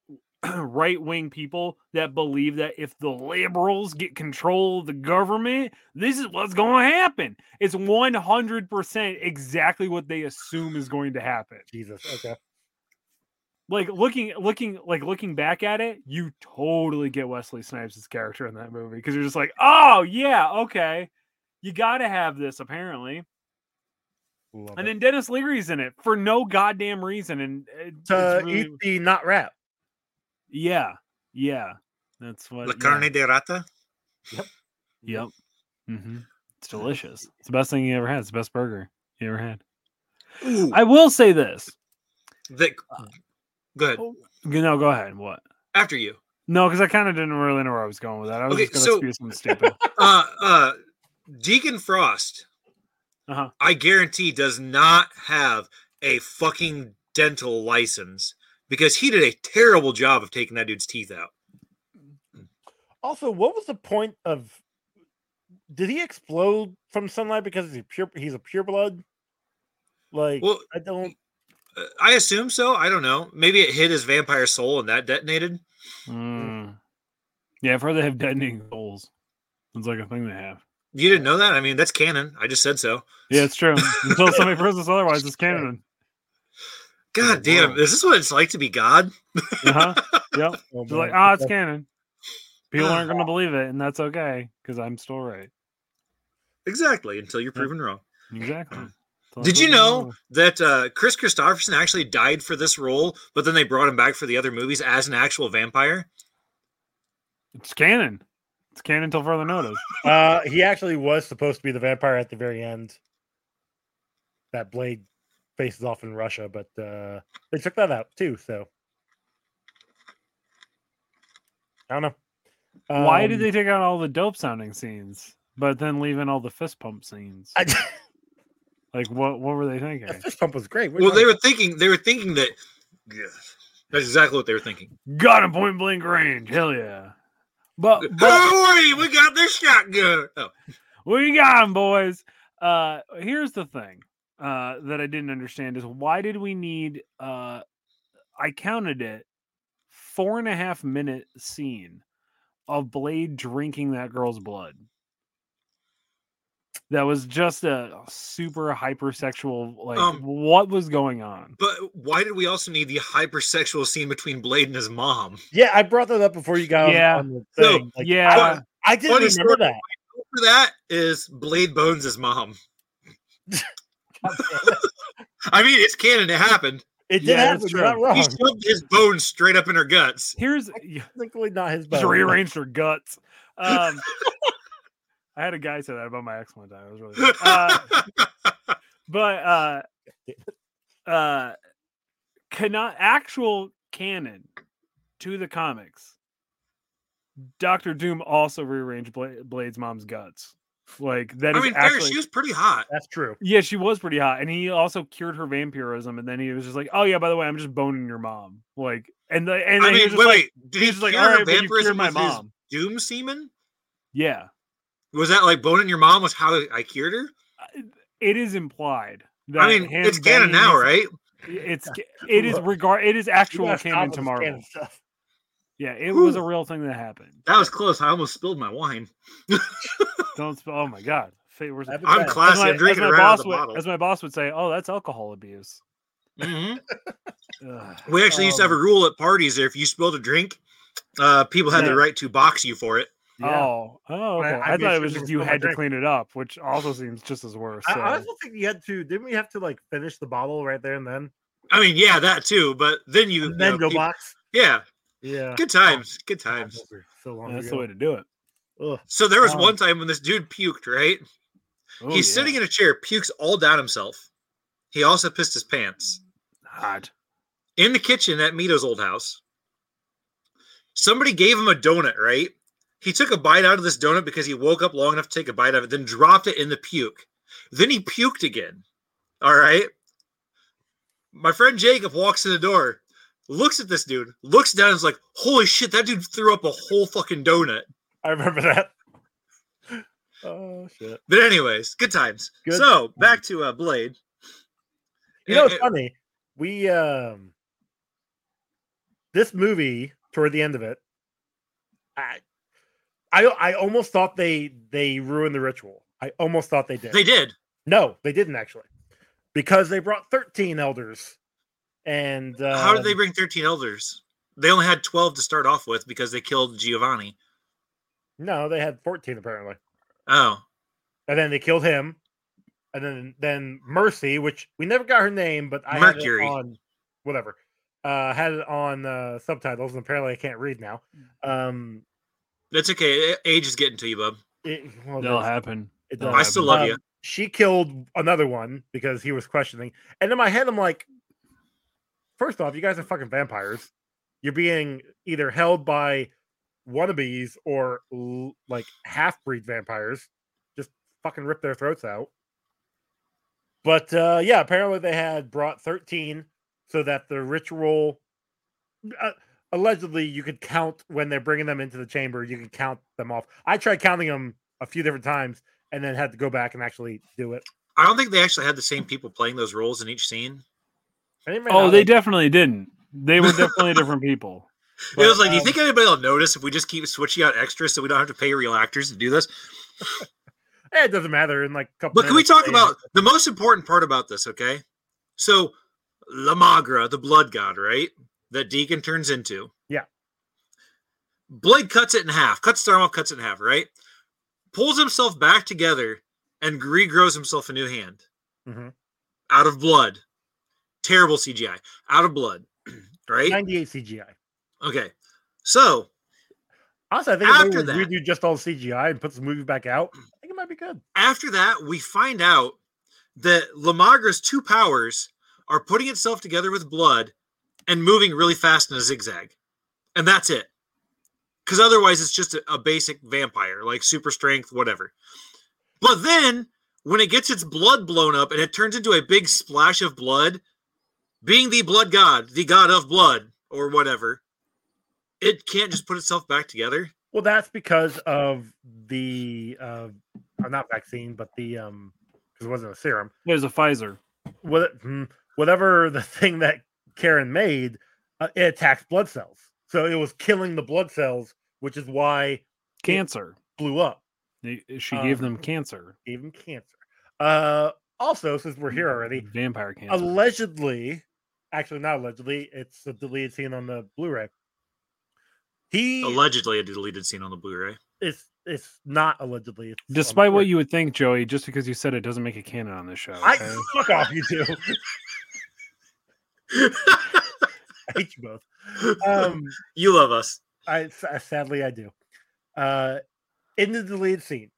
S4: right wing people that believe that if the liberals get control of the government, this is what's going to happen. It's one hundred percent exactly what they assume is going to happen.
S5: Jesus. Okay.
S4: Like looking, looking, like looking back at it, you totally get Wesley Snipes' character in that movie because you're just like, oh yeah, okay, you got to have this apparently.
S5: Love
S4: And
S5: it.
S4: then Dennis Leary's in it for no
S5: Uh,
S4: goddamn reason. And it- eh, it's
S5: to
S4: really-
S5: eat the not rap.
S4: yeah, yeah. That's what.
S6: La
S4: yeah.
S6: carne de rata.
S4: Yep. hmm It's delicious. It's the best thing you ever had. It's the best burger you ever had.
S6: Ooh,
S4: I will say this.
S6: the, good.
S4: You know, go ahead. What?
S6: After you.
S4: No, because I kind of didn't really know where I was going with that. I was
S6: Okay,
S4: just going to
S6: so-
S4: spew something stupid.
S6: Uh, uh, Deacon Frost,
S4: Uh-huh.
S6: I guarantee, does not have a fucking dental license because he did a terrible job of taking that dude's teeth out.
S5: Also, what was the point of? Did he explode from sunlight because he's pure? He's a pureblood. Like
S6: Well,
S5: I don't.
S6: uh, I assume so. I don't know. Maybe it hit his vampire soul and that detonated.
S4: Mm. Yeah, I've heard they have deadening goals. It's like a thing they have.
S6: You didn't know that? I mean, that's canon. I just said so.
S4: Yeah, it's true. Until somebody proves us otherwise, it's canon.
S6: God damn,
S5: wow.
S6: is this what it's like to be God?
S4: Uh-huh. Yep.
S5: Oh,
S4: It's like,
S5: man.
S4: ah, it's canon. People aren't going to believe it, and that's okay because I'm still right.
S6: Exactly, until you're proven wrong.
S4: Exactly. So
S6: Did
S4: it's
S6: you
S4: like,
S6: know
S4: oh,
S6: that uh, Chris Christopherson actually died for this role, but then they brought him back for the other movies as an actual vampire?
S4: It's canon. It's canon until further notice.
S5: Uh, he actually was supposed to be the vampire at the very end. That blade faces off in Russia, but uh, they took that out too. So I don't know.
S4: Why did
S5: Um,
S4: they take out all the dope sounding scenes, but then leave in all the fist pump scenes?
S5: I,
S4: Like, what what were they thinking?
S5: the fist pump was great. What are you
S6: Well, they
S5: talking
S6: were thinking they were thinking that. Yeah, that's exactly what they were thinking.
S4: Got him point blank range. Hell yeah. But, but
S6: Hurry, we got this shotgun. Oh,
S4: we got him, boys. Uh, here's the thing uh, that I didn't understand is why did we need? Uh, I counted it four and a half minute scene of Blade drinking that girl's blood. That was just a super hypersexual. Like,
S6: Um,
S4: what was going on?
S6: but why did we also need the hypersexual scene between Blade and his mom?
S5: Yeah, I brought that up before you got on-
S4: Yeah.
S5: on the
S6: So,
S5: thing. Like,
S4: yeah,
S5: I, I didn't
S6: Funny
S5: remember
S6: story.
S5: that.
S6: For that is Blade bones his mom. I mean, it's canon. It happened.
S5: It did
S4: Yeah, that's
S5: happen. You're not
S4: true.
S5: wrong.
S6: He shoved his bones straight up in her guts.
S4: here's
S5: Technically not his
S4: just
S5: bone.
S4: rearranged her guts. Um, I had a guy say that about my ex one time. It was really. Funny. Uh, but uh uh cannot actual canon to the comics dr doom also rearranged Bla- blade's mom's guts like that
S6: I
S4: is
S6: mean, fair,
S4: actually
S6: she was pretty hot.
S5: That's true.
S4: yeah she was pretty hot and he also cured her vampirism and then he was just like oh yeah by the way i'm just boning your mom like and the and
S6: I
S4: then he
S6: mean,
S4: was just
S6: wait,
S4: like,
S6: wait. Did he
S4: he's like
S6: cure
S4: all
S6: her
S4: right but you cured
S6: vampirism
S4: my
S6: with his
S4: mom
S6: Doom semen?
S4: yeah
S6: Was that like boning your mom was how I cured her?
S4: it is implied that
S6: I mean,
S4: him
S6: it's canon
S4: banging
S6: now,
S4: his-
S6: right?
S4: it's it is regard it is
S5: You
S4: actual
S5: gotta stop
S4: canon
S5: with
S4: to
S5: this
S4: marvel
S5: canon stuff.
S4: Yeah, it was a
S6: Whew.
S4: real thing that happened.
S6: That was close. I almost spilled my wine.
S4: Don't. Sp- oh my god. Fate, where's
S5: That'd be
S6: I'm
S5: bad.
S6: classy. I'm
S4: as
S6: drinking
S4: my
S6: right out of
S4: boss
S6: the
S4: would,
S6: bottle.
S4: as my boss would say, "Oh, that's alcohol abuse." Mm-hmm.
S6: Mhm.
S4: Ugh.
S6: We actually used to have
S4: Um,
S6: a rule at parties that if you spilled a drink, uh, people had
S4: Yeah.
S6: the right to box you for it.
S5: Yeah.
S4: Oh, oh,
S5: I-
S4: okay.
S5: I
S4: I,
S5: made
S4: thought
S5: sure
S4: it was just
S5: there was
S4: you
S5: no
S4: had to
S5: drink.
S4: clean it up, which also seems just as worse.
S5: I, I
S4: so-
S5: also think you had to. Didn't we have to like finish the bottle right there and then?
S6: I mean, yeah, that too. But then you,
S5: And then
S6: you know,
S5: go
S6: peop-
S5: box.
S6: yeah,
S5: Yeah.
S4: Oh.
S6: good times, good
S5: God,
S6: times.
S5: those were So long
S4: that's the way
S5: ago.
S4: to do it.
S5: Ugh.
S6: So there was
S4: Um,
S6: one time when this dude puked. Right,
S4: Oh,
S6: he's
S4: yeah.
S6: sitting in a chair, pukes all down himself. He also pissed his pants.
S4: hot.
S6: in the kitchen at Mito's old house. Somebody gave him a donut, right? He took a bite out of this donut because he woke up long enough to take a bite of it, then dropped it in the puke. Then he puked again. All right. My friend Jacob walks to the door, looks at this dude, looks down, and is like, holy shit, that dude threw up a whole fucking donut.
S5: I remember that. Oh shit.
S6: But, anyways, good times.
S5: Good
S6: so, back to uh, Blade.
S5: You know,
S6: And-
S5: it's funny. We um this movie toward the end of it, I I I almost thought they they ruined the ritual. I almost thought they did.
S6: they did.
S5: No, they didn't actually, because they brought thirteen elders, and um,
S6: How did they bring 13 elders? They only had 12 to start off with because they killed Giovanni.
S5: No, they had fourteen apparently,
S6: Oh,
S5: and then they killed him, and then then Mercy, which we never got her name, but I
S6: Mercury.
S5: had it on whatever. Uh, had it on uh, subtitles, and apparently I can't read now. Um,
S6: That's okay. Age is getting to you, bub.
S5: It, well,
S4: That'll
S5: that's-
S4: happen.
S5: it
S4: That'll
S5: does.
S6: I still love you.
S5: Um, She killed another one because he was questioning. And in my head, I'm like, first off, you guys are fucking vampires. You're being either held by wannabes or l- like half breed vampires. Just fucking rip their throats out. But uh, yeah, apparently they had brought 13 so that the ritual. Uh, allegedly, you could count when they're bringing them into the chamber, you could count them off. I tried counting them a few different times and then had to go back and actually do it.
S6: I don't think they actually had the same people playing those roles in each scene.
S5: And it may
S4: Oh,
S5: not
S4: they
S5: have-
S4: definitely didn't. They were definitely different people.
S6: it was like, do you
S5: um,
S6: think anybody will notice if we just keep switching out extras so we don't have to pay real actors to do this?
S5: eh, it doesn't matter in like a couple.
S6: But can we
S5: minutes,
S6: talk
S5: they-
S6: about the most important part about this, okay? So Lamagra, the blood god, right? That Deacon turns into.
S5: Yeah.
S6: Blade cuts it in half, cuts the arm off, cuts it in half, right? Pulls himself back together and regrows himself a new hand
S5: Mhm.
S6: out of blood. Terrible CGI. Out of blood. right?
S5: 98 CGI?
S6: Okay. So
S5: Honestly, I think if
S6: After
S5: they would
S6: that-
S5: redo just all the CGI and put some movie back out, I think it might be good.
S6: after that, we find out that Lamagra's two powers are putting itself together with blood and moving really fast in a zigzag. And that's it. Because otherwise, it's just a, a basic vampire, like super strength, whatever. But then, when it gets its blood blown up and it turns into a big splash of blood, being the blood god, the god of blood, or whatever, it can't just put itself back together.
S5: Well, that's because of the uh, uh, not vaccine, but the um, because it wasn't a serum.
S4: There's a Pfizer.
S5: What hmm, whatever the thing that Karen made, uh, it attacks blood cells, so it was killing the blood cells, which is why
S4: Cancer.
S5: blew up.
S4: They- She gave
S5: Um,
S4: them cancer.
S5: gave him cancer. Uh, also, since we're here already,
S4: Vampire cancer.
S5: allegedly, actually not allegedly, it's a deleted scene on the Blu-ray. He
S6: Allegedly, a deleted scene on the Blu ray.
S5: it's it's not allegedly. It's on
S4: Despite what
S5: Blu-ray.
S4: you would think, Joey, just because you said it doesn't make it canon on this show.
S5: I
S4: okay?
S5: fuck off, you two. I hate you both. Um,
S6: you love us.
S5: I s- sadly I do. Uh, in the deleted scene,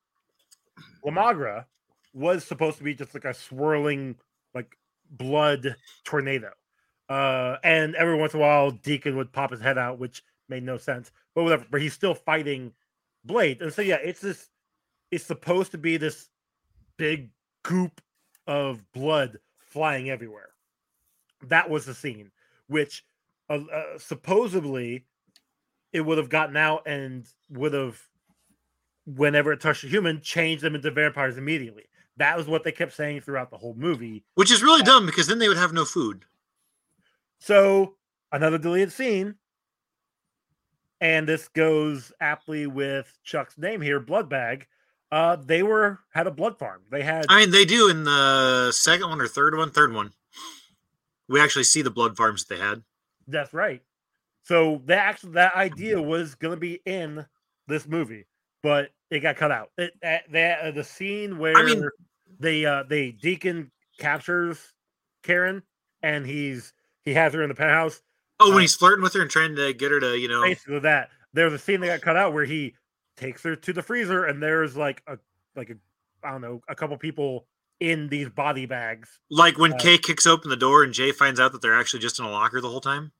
S5: Lamagra was supposed to be just like a swirling, like blood tornado. Uh, and every once in a while, Deacon would pop his head out, which made no sense, but whatever. But he's still fighting Blade, and so yeah, it's this. It's supposed to be this big goop of blood flying everywhere. That was the scene, which uh, uh, supposedly it would have gotten out and would have, whenever it touched a human, changed them into vampires immediately. That was what they kept saying throughout the whole movie.
S6: Which is really dumb because then they would have no food.
S5: So another deleted scene, and this goes aptly with Chuck's name here, Blood Bag. Uh, they were had a blood farm. They had
S6: I mean, they do in the second one or third one, third one. We actually see the blood farms that they had.
S5: that's right. So that actually that idea was gonna be in this movie, but it got cut out. It that, that uh, the scene where
S6: mean-
S5: they uh they Deacon captures Karen and he's he has her in the penthouse.
S6: Oh, when
S5: Right.
S6: he's flirting with her and trying to get her to, you know,
S5: basically that there's a scene that got cut out where he takes her to the freezer and there's like a like a i don't know a couple people in these body bags
S6: like when
S5: uh,
S6: Kay kicks open the door and Jay finds out that they're actually just in a locker the whole time.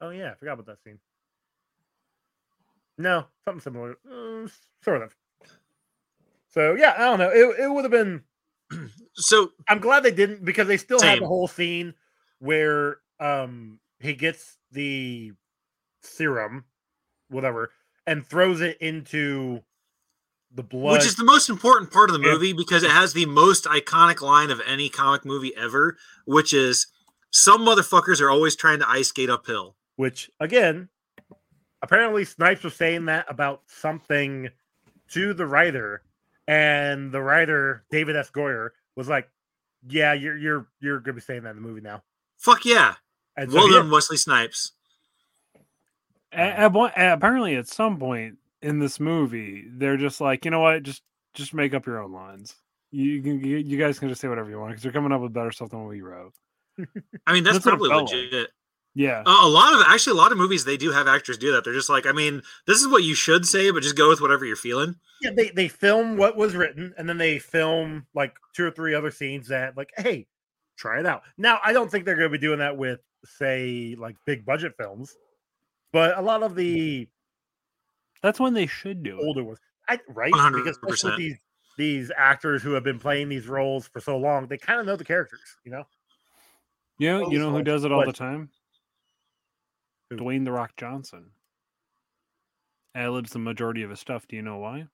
S5: oh yeah i forgot about that scene no something similar Mm, sort of so yeah i don't know it, it would have been
S6: So
S5: i'm glad they didn't because they still had
S6: Same.
S5: the whole scene where um he gets the serum whatever and throws it into the blood
S6: Which is the most important part of the
S5: Yeah.
S6: movie because it has the most iconic line of any comic movie ever, which is some motherfuckers are always trying to ice skate uphill.
S5: which again, apparently Snipes was saying that about something to the writer, and the writer David S. Goyer was like, "Yeah, you're you're you're gonna be saying that in the movie now."
S6: Fuck yeah.
S5: And so
S6: Well
S5: he-
S6: done, Wesley Snipes.
S4: A- at one- apparently, at some point in this movie, they're just like, you know what? Just just make up your own lines. You can, you, you guys can just say whatever you want because you're coming up with better stuff than what we wrote.
S6: I mean, that's
S4: That's what it
S6: probably
S4: felt like.
S6: legit.
S4: Yeah.
S6: Uh, A a lot of actually a lot of movies they do have actors do that. They're just like, I mean, this is what you should say, but just go with whatever you're feeling.
S5: Yeah, they, they film what was written and then they film like two or three other scenes that like, hey, try it out. Now I don't think they're gonna be doing that with say like big budget films, but a lot of the
S4: That's when they should do it.
S5: older ones. I right because especially
S6: 100%.
S5: with these these actors who have been playing these roles for so long, they kind of know the characters, you know?
S4: You know, you know who does it all the
S5: What?
S4: time?
S5: Who?
S4: Dwayne the Rock Johnson. Ad-libs the majority of his stuff. Do you know why?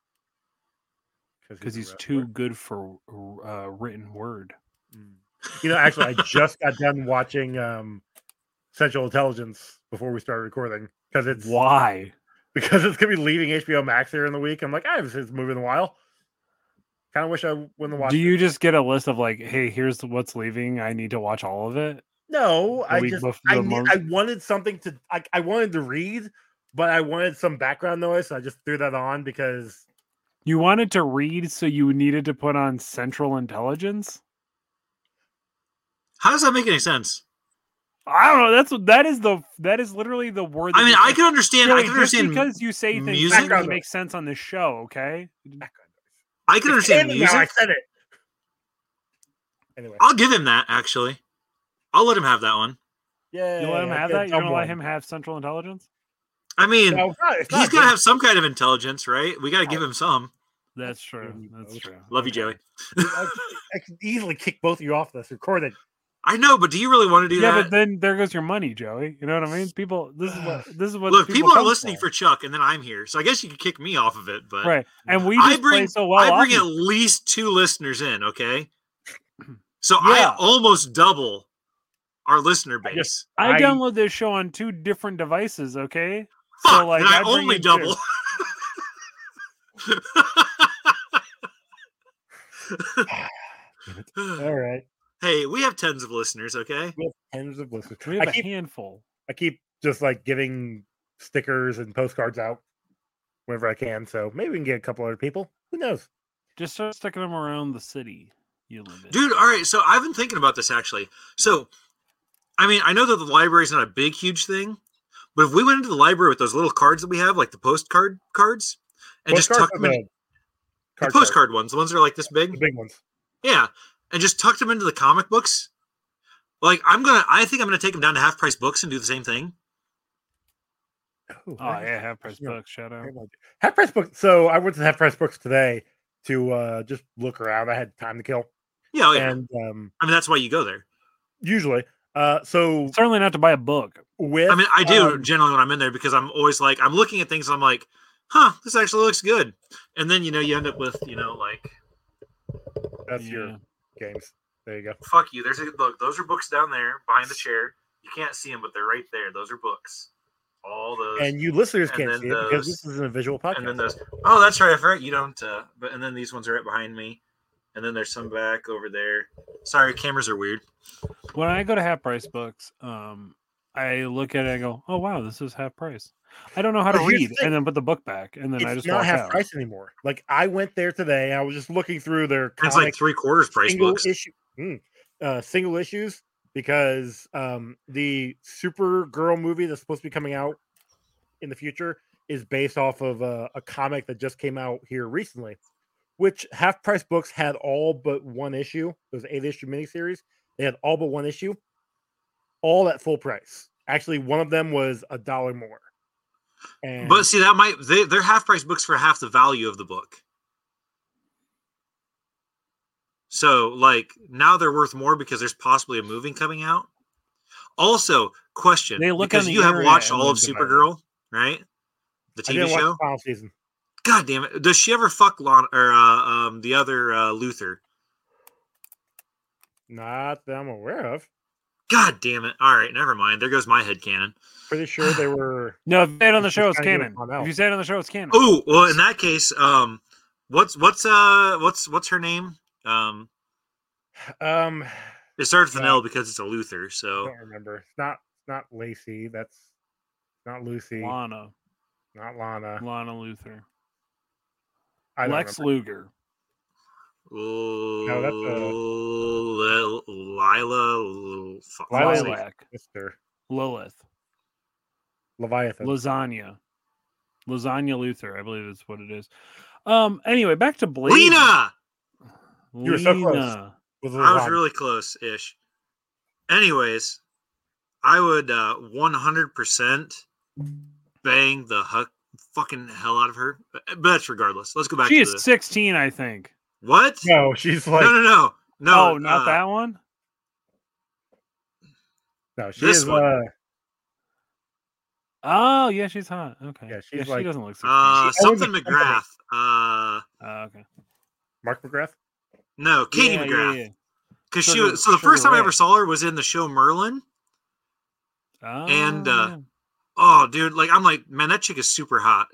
S4: Because
S5: a
S4: he's
S5: wrestler.
S4: too good for uh, written word.
S5: Mm. You know, actually, I just got done watching um Central Intelligence before we started recording because it's
S4: Why?
S5: because it's gonna be leaving HBO Max here in the week. I'm like, I haven't seen this movie in a while. Kind of wish I wouldn't watch.
S4: Do you just get a list of like, hey, here's what's leaving. I need to watch all of it.
S5: No,
S4: the
S5: I
S4: week
S5: just
S4: bef-
S5: I,
S4: the
S5: need-
S4: month?
S5: I wanted something to I, I wanted to read, but I wanted some background noise. So I just threw that on because
S4: You wanted to read, so you needed to put on Central Intelligence.
S6: How does that make any sense?
S4: I don't know. That's what that is the that is literally the word.
S6: I
S4: that
S6: mean,
S4: you
S6: I
S4: said.
S6: can understand.
S4: Joey,
S6: I can
S4: just
S6: understand.
S4: because you say things
S6: music-
S4: doesn't really make sense on this show. Okay,
S6: I can understand
S5: Anyway, I
S6: music.
S5: said it. Anyway,
S6: I'll give him that. Actually, I'll let him have that one.
S5: yeah,
S4: you let him have that. You gonna let him have Central Intelligence?
S6: I mean,
S5: No, it's not- it's
S6: he's
S5: not
S6: got to
S5: good.
S6: have some kind of intelligence, right? We got to give him some.
S4: That's true.
S5: you
S4: That's
S5: both.
S4: true.
S6: Love you, Joey.
S5: I, I could easily kick both of you off this recording.
S6: I know, but do you really want to do
S4: yeah,
S6: that?
S4: but then there goes your money, Joey. You know what I mean? People, this is what this is what
S6: Look, people, are
S4: come
S6: listening for Chuck, and then I'm here, so I guess you could kick me off of it. But
S4: right, and we
S6: I
S4: just play
S6: bring-
S4: so well.
S6: I bring
S4: off
S6: at
S4: you.
S6: least two listeners in, okay? So
S4: Yeah.
S6: I almost double our listener
S5: I
S6: base.
S5: just-
S4: I
S5: I-
S4: download this show on two different devices. Okay,
S6: Fuck,
S4: so like
S6: and I,
S4: I bring
S6: only
S4: in two.
S6: double.
S5: All right,
S6: hey, we have tens of listeners, okay?
S5: we have tens of listeners.
S4: we have
S5: I
S4: a
S5: keep
S4: handful.
S5: I keep just like giving stickers and postcards out whenever I can. So maybe we can get a couple other people. Who knows?
S4: Just start sticking them around the city you live in.
S6: Dude, all right, so I've been thinking about this actually. So, I mean, I know that the library's not a big, huge thing, but if we went into the library with those little cards that we have, like the postcard cards, and just
S5: Postcards
S6: tucked
S5: or
S6: them in
S5: the
S6: the
S5: card
S6: postcard ones, the ones that are like this
S5: cards?
S6: big.
S5: the big ones.
S6: Yeah, and just tucked them into the comic books. Like I'm gonna, I think I'm gonna take them down to half price books and do the same thing.
S5: Ooh,
S4: oh
S5: I
S4: yeah, half price
S5: Yeah.
S4: books. Shout out.
S5: Great idea. Half Price Books. So I went to Half Price Books today to uh, just look around. I had time to kill,
S6: Yeah, oh, yeah.
S5: and um,
S6: I mean that's why you go there.
S5: usually, uh, so
S4: Certainly not to buy a book.
S5: with
S6: I mean I do
S5: um,
S6: generally when I'm in there because I'm always like I'm looking at things and I'm like, huh, this actually looks good, and then you know you end up with you know like
S5: that's
S4: Yeah.
S5: your games. There you go.
S6: fuck you. There's a look. Those are books down there behind the chair. You can't see them, but they're right there. Those are books. All those.
S5: And you listeners
S6: And
S5: can't
S6: then
S5: see it because
S6: those-
S5: this isn't a visual podcast.
S6: and then those. Oh, that's right. I forgot you don't. Uh, but and then these ones are right behind me, and then there's some back over there. Sorry, cameras are weird.
S4: When I go to half price books, um, I look at it and I go, "Oh wow, this is half price." I don't know how to
S5: But here's the
S4: read,
S5: thing.
S4: and then put the book back, and then I
S5: it's
S4: just
S5: not
S4: walk
S5: half
S4: out.
S5: price anymore. Like I went there today. I was just looking through their
S6: It's
S5: comic
S6: like three quarters price
S5: single
S6: books.
S5: issue, mm, uh, single issues because um, the Supergirl movie that's supposed to be coming out in the future is based off of a, a comic that just came out here recently, which Half Price Books had all but one issue. It was an eight issue miniseries. They had all but one issue, all at full price. Actually, one of them was a dollar more. And
S6: But see, that might they, they're half price books for half the value of the book. So like now they're worth more because there's possibly a movie coming out. Also, question
S4: They look on
S6: because
S4: the
S6: you have
S4: internet
S6: watched
S4: and
S6: all of
S4: look about it.
S6: Supergirl, right? The
S5: I
S6: TV
S5: didn't watch
S6: show.
S5: the final season.
S6: God damn it! Does she ever fuck Lon or uh, um, the other uh, Luther?
S5: Not that I'm aware of.
S6: God damn it! All right, never mind. There goes my head cannon.
S5: Pretty sure they were.
S4: No, if you say it on the
S5: It's
S4: show,
S5: just
S4: it's
S5: kinda
S4: canon.
S5: going on out.
S4: If you say it on the show, it's canon.
S6: Oh well, in that case, um, what's what's uh what's what's her name? Um,
S5: Um,
S6: it starts with an
S5: Yeah.
S6: L because it's a Luther.
S5: I
S6: So
S5: don't remember. It's not it's not Lacey. That's not Lucy.
S4: Lana,
S5: Not Lana.
S4: Lana Luther,
S5: I don't
S4: Lex
S5: remember.
S4: Luger.
S5: that's, uh,
S6: Lila, Lila, fuck,
S5: Lila
S6: Lila,
S5: Lee.
S4: Lilac,
S5: Mister.
S4: Lilith,
S5: Leviathan.
S4: lasagna, lasagna Luther. I believe is what it is. Um. Anyway, back to Blade.
S6: Lena!
S5: were so close.
S4: Lena.
S5: was
S6: I was
S5: Leviathan.
S6: really close ish. Anyways, I would uh, 100% bang the huck fucking hell out of her. But but that's regardless. Let's go back
S4: She
S6: to
S4: is
S6: this.
S4: sixteen, I think.
S6: What?
S5: No, she's like
S6: no, no, no. No,
S4: oh, not
S6: uh,
S4: that one.
S5: no. She
S6: This
S5: is
S6: one.
S5: uh,
S4: Oh, yeah, she's hot. Okay.
S5: Yeah, she's like-
S4: she doesn't look. 16.
S6: Uh,
S5: She owns a
S6: something McGrath. Uh,
S4: Oh, okay.
S5: Mark McGrath.
S6: no, Katie
S4: Yeah, yeah,
S6: McGrath.
S4: yeah.
S6: Because
S4: So
S6: she
S4: the-
S6: was so the
S4: so
S6: first
S4: the
S6: time I ever
S4: rat.
S6: saw her was in the show Merlin.
S4: Oh,
S6: And, uh,
S4: yeah.
S6: Oh, dude, like I'm like, man, that chick is super hot.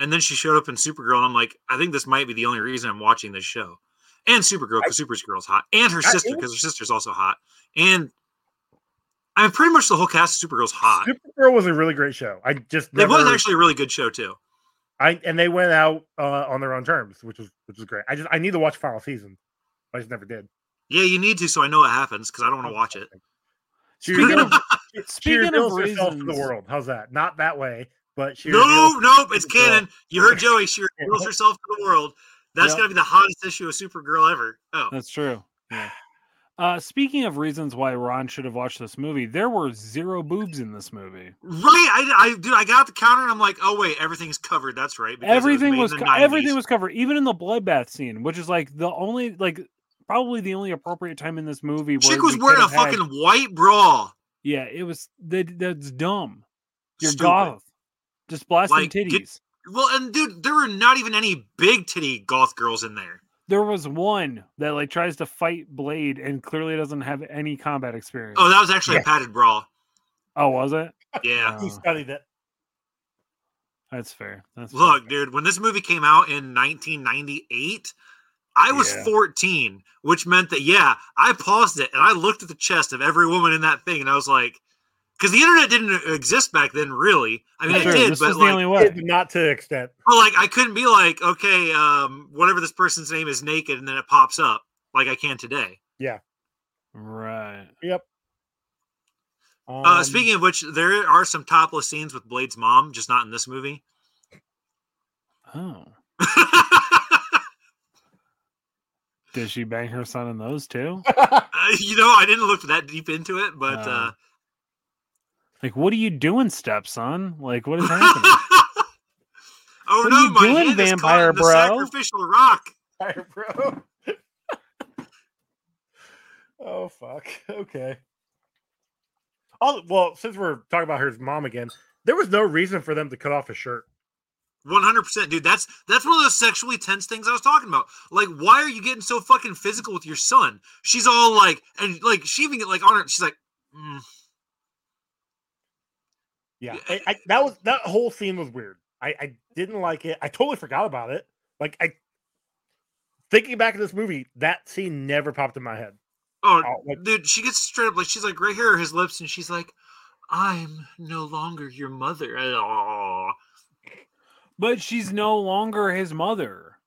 S6: And then she showed up in Supergirl, and I'm like, I think this might be the only reason I'm watching this show. And Supergirl, because Supergirl's hot, and her
S5: I
S6: sister,
S5: think-
S6: because her sister's also hot. And I mean, pretty much the whole cast of Supergirl's hot.
S5: Supergirl was a really great show. I just
S6: Ah. It
S5: never,
S6: was actually a really good show too.
S5: I and they went out uh, on their own terms, which was which was great. I just I need to watch final season. I just never did.
S6: Yeah, you need to, so I know it happens because I don't want to watch it.
S5: She
S4: Speaking
S5: reveals,
S4: of,
S5: she- she
S4: speaking of
S5: reveals herself to the
S4: reasons-
S5: world. How's that? Not that way, but she
S6: No,
S5: reveals-
S6: nope, it's
S5: Supergirl.
S6: canon. You heard Joey. She reveals herself to the world. That's
S4: Yep.
S6: gonna be the hottest issue of Supergirl ever. Oh,
S4: that's true. Yeah. Uh, speaking of reasons why Ron should have watched this movie, there were zero boobs in this movie.
S6: Right, I, I dude, I got the counter and I'm like, oh wait, everything's covered. That's right. because it
S4: everything
S6: made
S4: was
S6: in the
S4: co- everything
S6: 90s.
S4: was covered, even in the bloodbath scene, which is like the only like probably the only appropriate time in this movie. Where
S6: Chick was
S4: we
S6: wearing a
S4: could've had-
S6: fucking white bra.
S4: yeah. It was that that's dumb. You're
S6: Stupid.
S4: goth. Just blasting
S6: Like, get-
S4: titties.
S6: Well, and dude, there were not even any big titty goth girls in there.
S4: There was one that like tries to fight Blade and clearly doesn't have any combat experience.
S6: Oh, that was actually
S5: Yeah.
S6: a padded bra.
S4: Oh, was it?
S6: Yeah.
S5: He
S4: Oh,
S5: studied it.
S4: that's fair. That's fair.
S6: Look, dude, when this movie came out in 1998, I was
S4: Yeah.
S6: 14, which meant that yeah, I paused it and I looked at the chest of every woman in that thing, and I was like, because the internet didn't exist back then, really. I mean,
S4: Sure,
S6: it did,
S4: this
S6: but
S4: was
S6: like,
S4: the only
S5: It
S4: way.
S5: did not to the extent.
S6: But like I couldn't be like, okay, um, whatever this person's name is naked and then it pops up like I can today.
S4: Right.
S5: Um,
S6: Uh, speaking of which, there are some topless scenes with Blade's mom, just not in this movie.
S4: Oh. Did she bang her son in those too?
S6: you know, I didn't look that deep into it, but uh,
S4: No. Like, what are you doing, stepson? Like, what is happening?
S6: oh
S4: What are
S6: no,
S4: you
S6: my
S4: doing,
S6: hand is caught
S4: vampire
S6: in the
S4: bro?
S6: sacrificial rock.
S5: Fire, bro. oh fuck. Okay. All well, since we're talking about her mom again, there was no reason for them to cut off his shirt.
S6: One hundred percent, dude. That's that's one of those sexually tense things I was talking about. Like, why are you getting so fucking physical with your son? She's all like, and like she even get like on her. She's like, mm,
S5: Yeah, I, I, that was that whole scene was weird. I, I didn't like it. I totally forgot about it. Like I, thinking back to this movie, that scene never popped in my head.
S6: oh,
S5: Oh, like,
S6: dude, she gets straight up like she's like right here are his lips, and she's like, "I'm no longer your mother." Aw.
S4: but she's no longer his mother.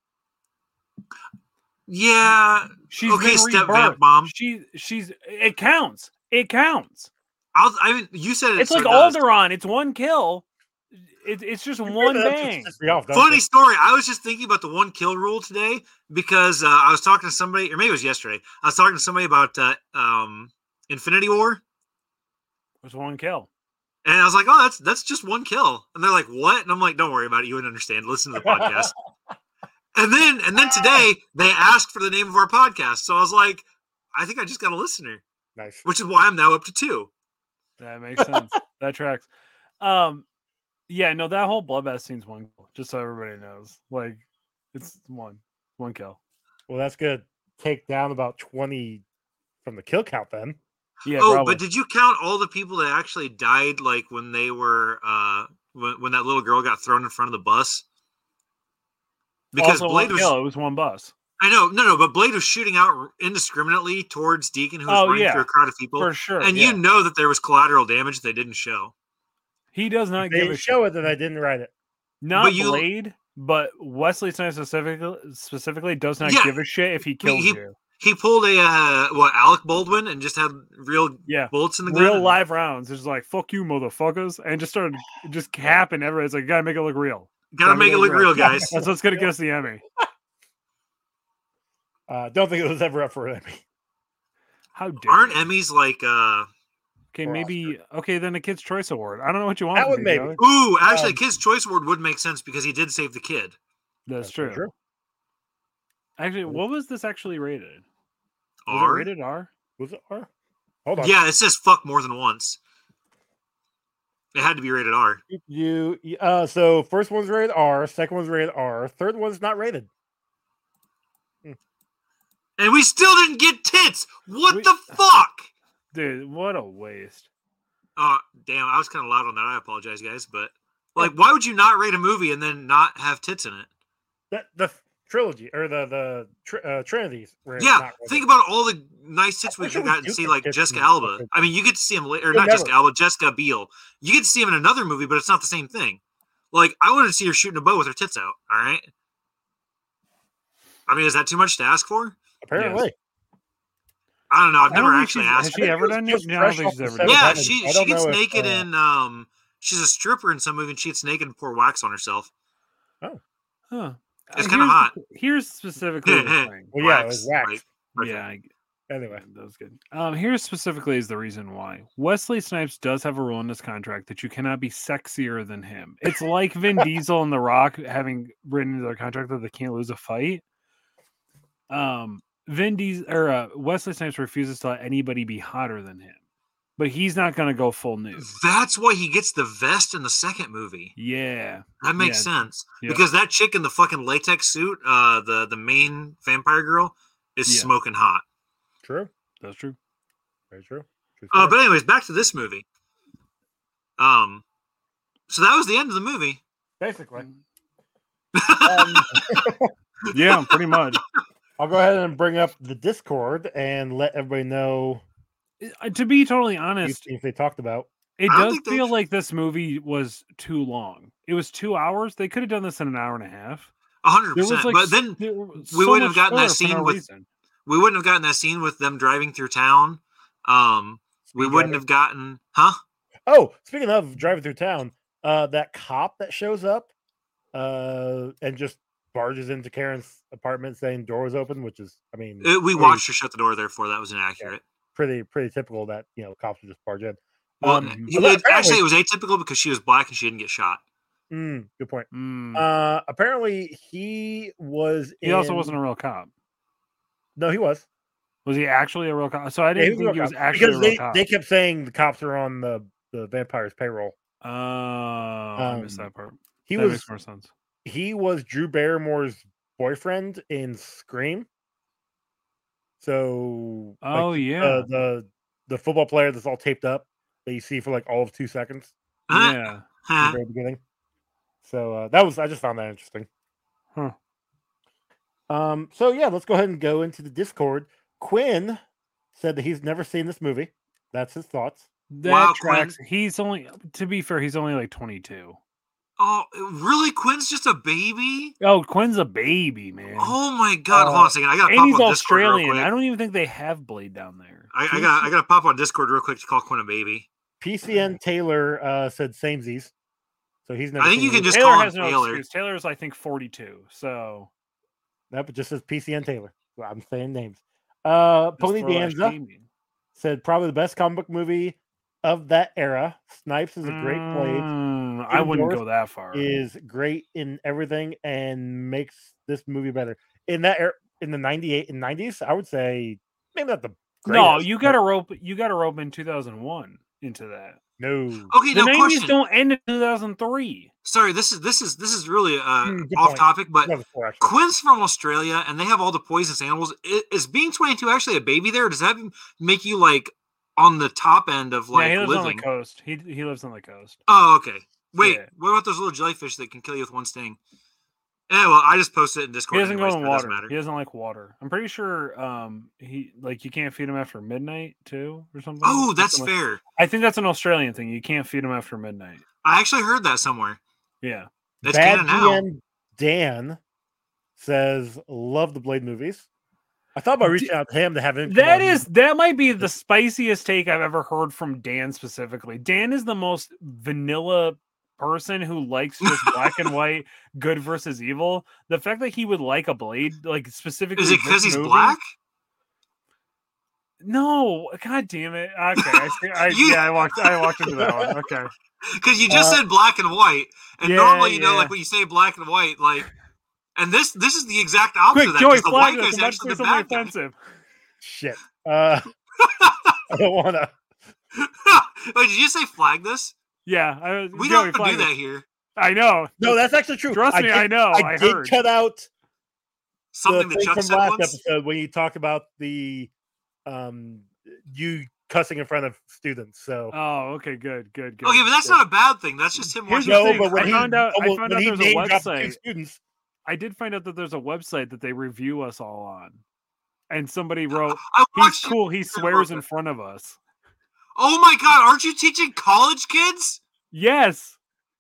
S6: Yeah,
S4: She's
S6: Okay,
S4: been
S6: step
S4: rebirthed.
S6: vampmom.
S4: She she's it counts. It counts.
S6: I'll, I mean, you said it.
S4: It's
S6: so
S4: like
S6: it does.
S4: Alderon. It's one kill. It, it's just one
S5: That just
S4: bang.
S5: pissed me off, doesn't
S6: Funny
S5: it?
S6: story. I was just thinking about the one kill rule today because uh, I was talking to somebody, or maybe it was yesterday. I was talking to somebody about uh, um, Infinity War,
S4: It's one kill.
S6: and I was like, "Oh, that's that's just one kill," and they're like, "What?" And I'm like, "Don't worry about it. You wouldn't understand. Listen to the podcast." and then and then today they asked for the name of our podcast, so I was like, "I think I just got a listener,"
S5: Nice.
S6: which is why I'm now up to two.
S4: That makes sense. that tracks. Um, yeah, no, that whole bloodbath scene's one kill, just so everybody knows. Like, it's one, one kill.
S5: Well, that's gonna take down about twenty from the kill count. Then
S4: Yeah,
S6: oh,
S4: probably.
S6: but did you count all the people that actually died, like when they were uh when, when that little girl got thrown in front of the bus? Because
S4: also
S6: Blade
S4: one
S6: was,
S4: kill. It was one bus
S6: I know, no, no, but Blade was shooting out r- indiscriminately towards Deacon, who was
S4: Oh,
S6: running
S4: yeah.
S6: through a crowd of people,
S4: for sure.
S6: and
S4: yeah.
S6: you know that there was collateral damage they didn't show.
S4: he does not
S5: If
S4: give
S5: they
S4: a
S5: show
S4: show.
S5: it, then I didn't write it.
S4: Not
S6: but you-
S4: Blade, but Wesley Snipes specifically specifically does not
S6: Yeah.
S4: give a shit if he
S6: mean,
S4: kills
S6: he-
S4: you.
S6: He pulled a uh, what Alec Baldwin and just had real
S4: Yeah.
S6: bullets in the gun.
S4: Real live rounds. It's like fuck you, motherfuckers, and just started just capping everyone. It's like gotta make it look real.
S6: Gotta make it look real, guys.
S4: That's what's gonna get us the Emmy.
S5: Uh, don't think it was ever up for Emmy.
S4: How dare
S6: Aren't
S4: you.
S6: Emmys like uh
S4: Okay,
S5: or
S4: maybe okay then a Kids Choice Award. I don't know what you want.
S5: That
S4: from
S5: would
S4: me,
S5: maybe.
S4: Joey.
S6: ooh, actually
S5: Um,
S6: Kids Choice Award would make sense because he did save the kid.
S4: That's,
S5: for
S4: true.
S5: sure.
S4: Actually, what was this actually rated? Was it
S6: Mm. R?
S4: rated R?
S5: Was it R? Hold on.
S6: Yeah, it says fuck more than once. It had to be rated R.
S5: You uh so first one's rated R, second one's rated R, third one's not rated.
S6: And we still didn't get tits. What
S4: We-
S6: the fuck?
S4: Dude, what a waste.
S6: Oh, damn. I was kind of loud on that. I apologize, guys. But, like, why would you not rate a movie and then not have tits in it?
S5: That the trilogy or the the tr- uh, trinities. Rated,
S6: Yeah.
S5: not rated.
S6: Think about all the nice tits
S5: I
S6: we've
S5: wish it was
S6: gotten to see,
S5: Duke
S6: like
S5: Nukem
S6: Jessica
S5: and
S6: Alba.
S5: fucking-
S6: I mean, you get to see him later. Or
S5: Dude,
S6: not
S5: never.
S6: Jessica Alba, Jessica Biel. You get to see him in another movie, but it's not the same thing. Like, I wanted to see her shooting a bow with her tits out. All right. I mean, is that too much to ask for?
S5: apparently.
S6: I don't know. I've
S4: I don't
S6: never
S4: think
S6: actually
S4: she's- has
S6: asked.
S4: she
S5: I think
S4: ever
S5: it was
S4: done
S5: just
S4: it? No, I don't
S5: fresh
S4: think
S5: off
S4: she's
S5: the
S4: ever
S5: set
S4: done
S5: of
S4: it.
S6: Yeah,
S5: Heaven.
S6: she
S5: I
S6: she
S5: don't
S6: gets
S5: know if,
S6: naked
S5: uh,
S6: and um she's a stripper in some movie and she gets naked and pour wax on herself.
S4: Huh.
S6: It's
S4: Uh,
S6: kinda
S4: here's-
S6: hot.
S4: Here's specifically the thing.
S5: Well, yeah, it was wax.
S6: like, perfect.
S4: Yeah, I-
S5: Anyway,
S4: that was good. Um, here specifically is the reason why Wesley Snipes does have a rule in this contract that you cannot be sexier than him. It's like Vin Diesel and The Rock having written into their contract that they can't lose a fight. Um, Vin Diesel or uh, Wesley Snipes refuses to let anybody be hotter than him, but he's not going to go full nude.
S6: That's why he gets the vest in the second movie.
S4: Yeah,
S6: That makes
S4: Yeah,
S6: sense
S4: yeah.
S6: because that chick in the fucking latex suit, uh, the the main vampire girl, is
S4: Yeah.
S6: smoking hot.
S5: true.
S4: that's true.
S5: Very true. True
S6: Uh,
S5: story.
S6: but anyways, back to this movie. Um, so that was the end of the movie.
S5: basically,
S6: I
S4: Mm.
S5: um,
S4: Yeah, pretty much.
S5: I'll go ahead and bring up the Discord and let everybody know
S4: Uh, to be totally
S5: these
S4: honest,
S5: things they talked about.
S4: It
S6: I don't
S4: does
S6: think they
S4: feel
S6: sh-
S4: like this movie was too long. It was two hours. They could have done this in an hour and a half.
S6: hundred
S4: There was
S6: percent.
S4: like,
S6: But then
S4: there was
S6: we
S4: so
S6: wouldn't have
S4: much
S6: gotten that
S4: filler for no
S6: scene with-
S4: reason.
S6: we wouldn't have gotten that scene with them driving through town. Um, we
S5: Speed
S6: wouldn't
S5: Racer.
S6: have gotten, huh?
S5: Oh, speaking of driving through town, uh, that cop that shows up uh, and just barges into Karen's apartment saying door was open, which is, I mean,
S6: Uh, we
S5: Please.
S6: watched her shut the door. Therefore, that was inaccurate.
S5: pretty pretty typical that you know cops would just barge in.
S6: Well,
S5: Um,
S6: it-
S5: apparently-
S6: it- actually, it was atypical because she was black and she didn't get shot.
S5: Mm, good point.
S6: Hmm.
S4: Mm.
S5: Uh, apparently he was.
S4: he also
S5: in-
S4: wasn't a real cop.
S5: No, he was.
S4: Was he actually a real cop? So I
S5: Yeah,
S4: didn't
S5: a
S4: think he
S5: real
S4: was
S5: cop.
S4: actually a
S5: because
S4: real
S5: they,
S4: cop.
S5: they kept saying the cops are on the the vampires payroll.
S4: Oh, I missed
S5: Um,
S4: that part.
S5: He
S4: that
S5: was
S4: makes more sense.
S5: he was Drew Barrymore's boyfriend in Scream. So like,
S4: Oh yeah,
S5: uh, the the football player that's all taped up that you see for like all of two seconds
S6: Huh?
S4: yeah.
S5: at
S6: Huh?
S5: the very beginning. So uh, that was I just found that interesting.
S4: Huh.
S5: Um. So yeah, let's go ahead and go into the Discord. Quinn said that he's never seen this movie. That's his thoughts.
S4: That
S6: Wow,
S4: tracks. He's only to be fair. He's only like twenty two.
S6: Oh, really? Quinn's just a baby?
S4: Oh, Quinn's a baby, man.
S6: Oh my god!
S5: Uh,
S6: Hold on a second. I gotta
S4: and
S6: pop
S4: he's
S6: on Discord real
S4: Australian.
S6: quick.
S4: I don't even think they have Blade down there.
S6: I, I got I gotta pop on Discord real quick to call Quinn a baby.
S5: PCN Taylor uh, said samesies. So he's never.
S6: I think
S5: seen
S6: you can
S5: it.
S6: just
S4: Taylor
S6: call him
S4: has no
S6: Taylor.
S4: excuse. Taylor's, I think, 42. So
S5: Nope, it just says PCN Taylor. So I'm saying names. Uh,
S4: just
S5: Pony
S4: throw Ash
S5: Danza
S4: Damien.
S5: said probably the best comic book movie of that era. Snipes is a great blade.
S4: Mm, I wouldn't
S5: Indoors
S4: go that far.
S5: Is great in everything and makes this movie better. In that era, in the '98 and '90s, I would say maybe not the. Greatest,
S4: no, you
S5: but
S4: got to rope. You got to rope in 2001 into that.
S5: no.
S6: Okay,
S4: the
S6: now
S4: 90s
S6: question.
S4: don't end in 2003.
S6: Sorry, this is this is this is really uh,
S5: Hmm, good
S6: off
S5: point.
S6: topic, but
S5: That was four, actually.
S6: Quinn's from Australia, and they have all the poisonous animals. I- Is being 22 actually a baby there? Does that make you like on the top end of like
S4: yeah, he lives on
S6: living?
S4: the coast. He he lives on the coast.
S6: Oh, okay. Wait,
S4: Yeah.
S6: what about those little jellyfish that can kill you with one sting? Yeah, well, I just posted it in Discord.
S4: He doesn't
S6: anyways,
S4: go in
S6: so it
S4: water.
S6: Doesn't matter.
S4: He doesn't like water. I'm pretty sure. Um, he like you can't feed him after midnight too or something.
S6: Oh,
S4: Or
S6: that's
S4: something like-
S6: fair.
S4: I think that's an Australian thing. You can't feed him after midnight.
S6: I actually heard that somewhere.
S4: Yeah.
S6: That's
S5: Bad
S6: canon now.
S5: GM Dan says, "Love the Blade movies." I thought about reaching out to him to have him. come
S4: That
S5: on.
S4: is that might be the spiciest take I've ever heard from Dan specifically. Dan is the most vanilla person who likes just black and white, good versus evil. The fact that he would like a blade, like specifically,
S6: Is it
S4: this
S6: because he's
S4: movie-
S6: black?
S4: No, god damn it. Okay, I, see- I
S6: You-
S4: yeah, I walked I walked into that one. Okay,
S6: Because you just said black and white, and
S4: Uh, yeah,
S6: normally you know,
S4: yeah.
S6: like when you say black and white, like, and this this is the exact opposite
S4: quick,
S6: of that.
S4: Joey,
S6: 'cause the
S4: flag
S6: white
S4: this.
S6: guy's
S4: I'm about to
S6: actually
S4: say
S6: the
S4: something
S6: bad guy.
S4: offensive.
S5: shit. Uh, I don't want to.
S6: Wait, did you say flag this?
S4: Yeah, I, was-
S6: We
S4: Joey,
S6: don't do
S4: flag this.
S6: that here.
S4: I know.
S5: No, that's actually true.
S4: Trust me,
S5: did,
S4: I know. I,
S5: I did
S4: heard.
S5: cut out the
S6: Something that
S5: thing
S6: Chuck
S5: from
S6: said
S5: last
S6: once.
S5: episode when you talked about the um you cussing in front of students. So
S4: Oh, okay, good, good, good.
S6: Okay, but that's
S4: good.
S6: not a bad thing. That's just him
S4: Here's
S6: watching.
S4: the
S5: no,
S4: thing,
S5: but when
S4: I
S5: he
S4: found out- I
S5: double-
S4: found
S5: when
S4: out
S5: he
S4: there was a
S5: name dropped two
S4: website.
S5: students.
S4: I did find out that there's a website that they review us all on. And somebody wrote,
S6: I
S4: He's
S6: watched. you-
S4: cool, he swears in front of us.
S6: Oh my god, aren't you teaching college kids?
S4: Yes.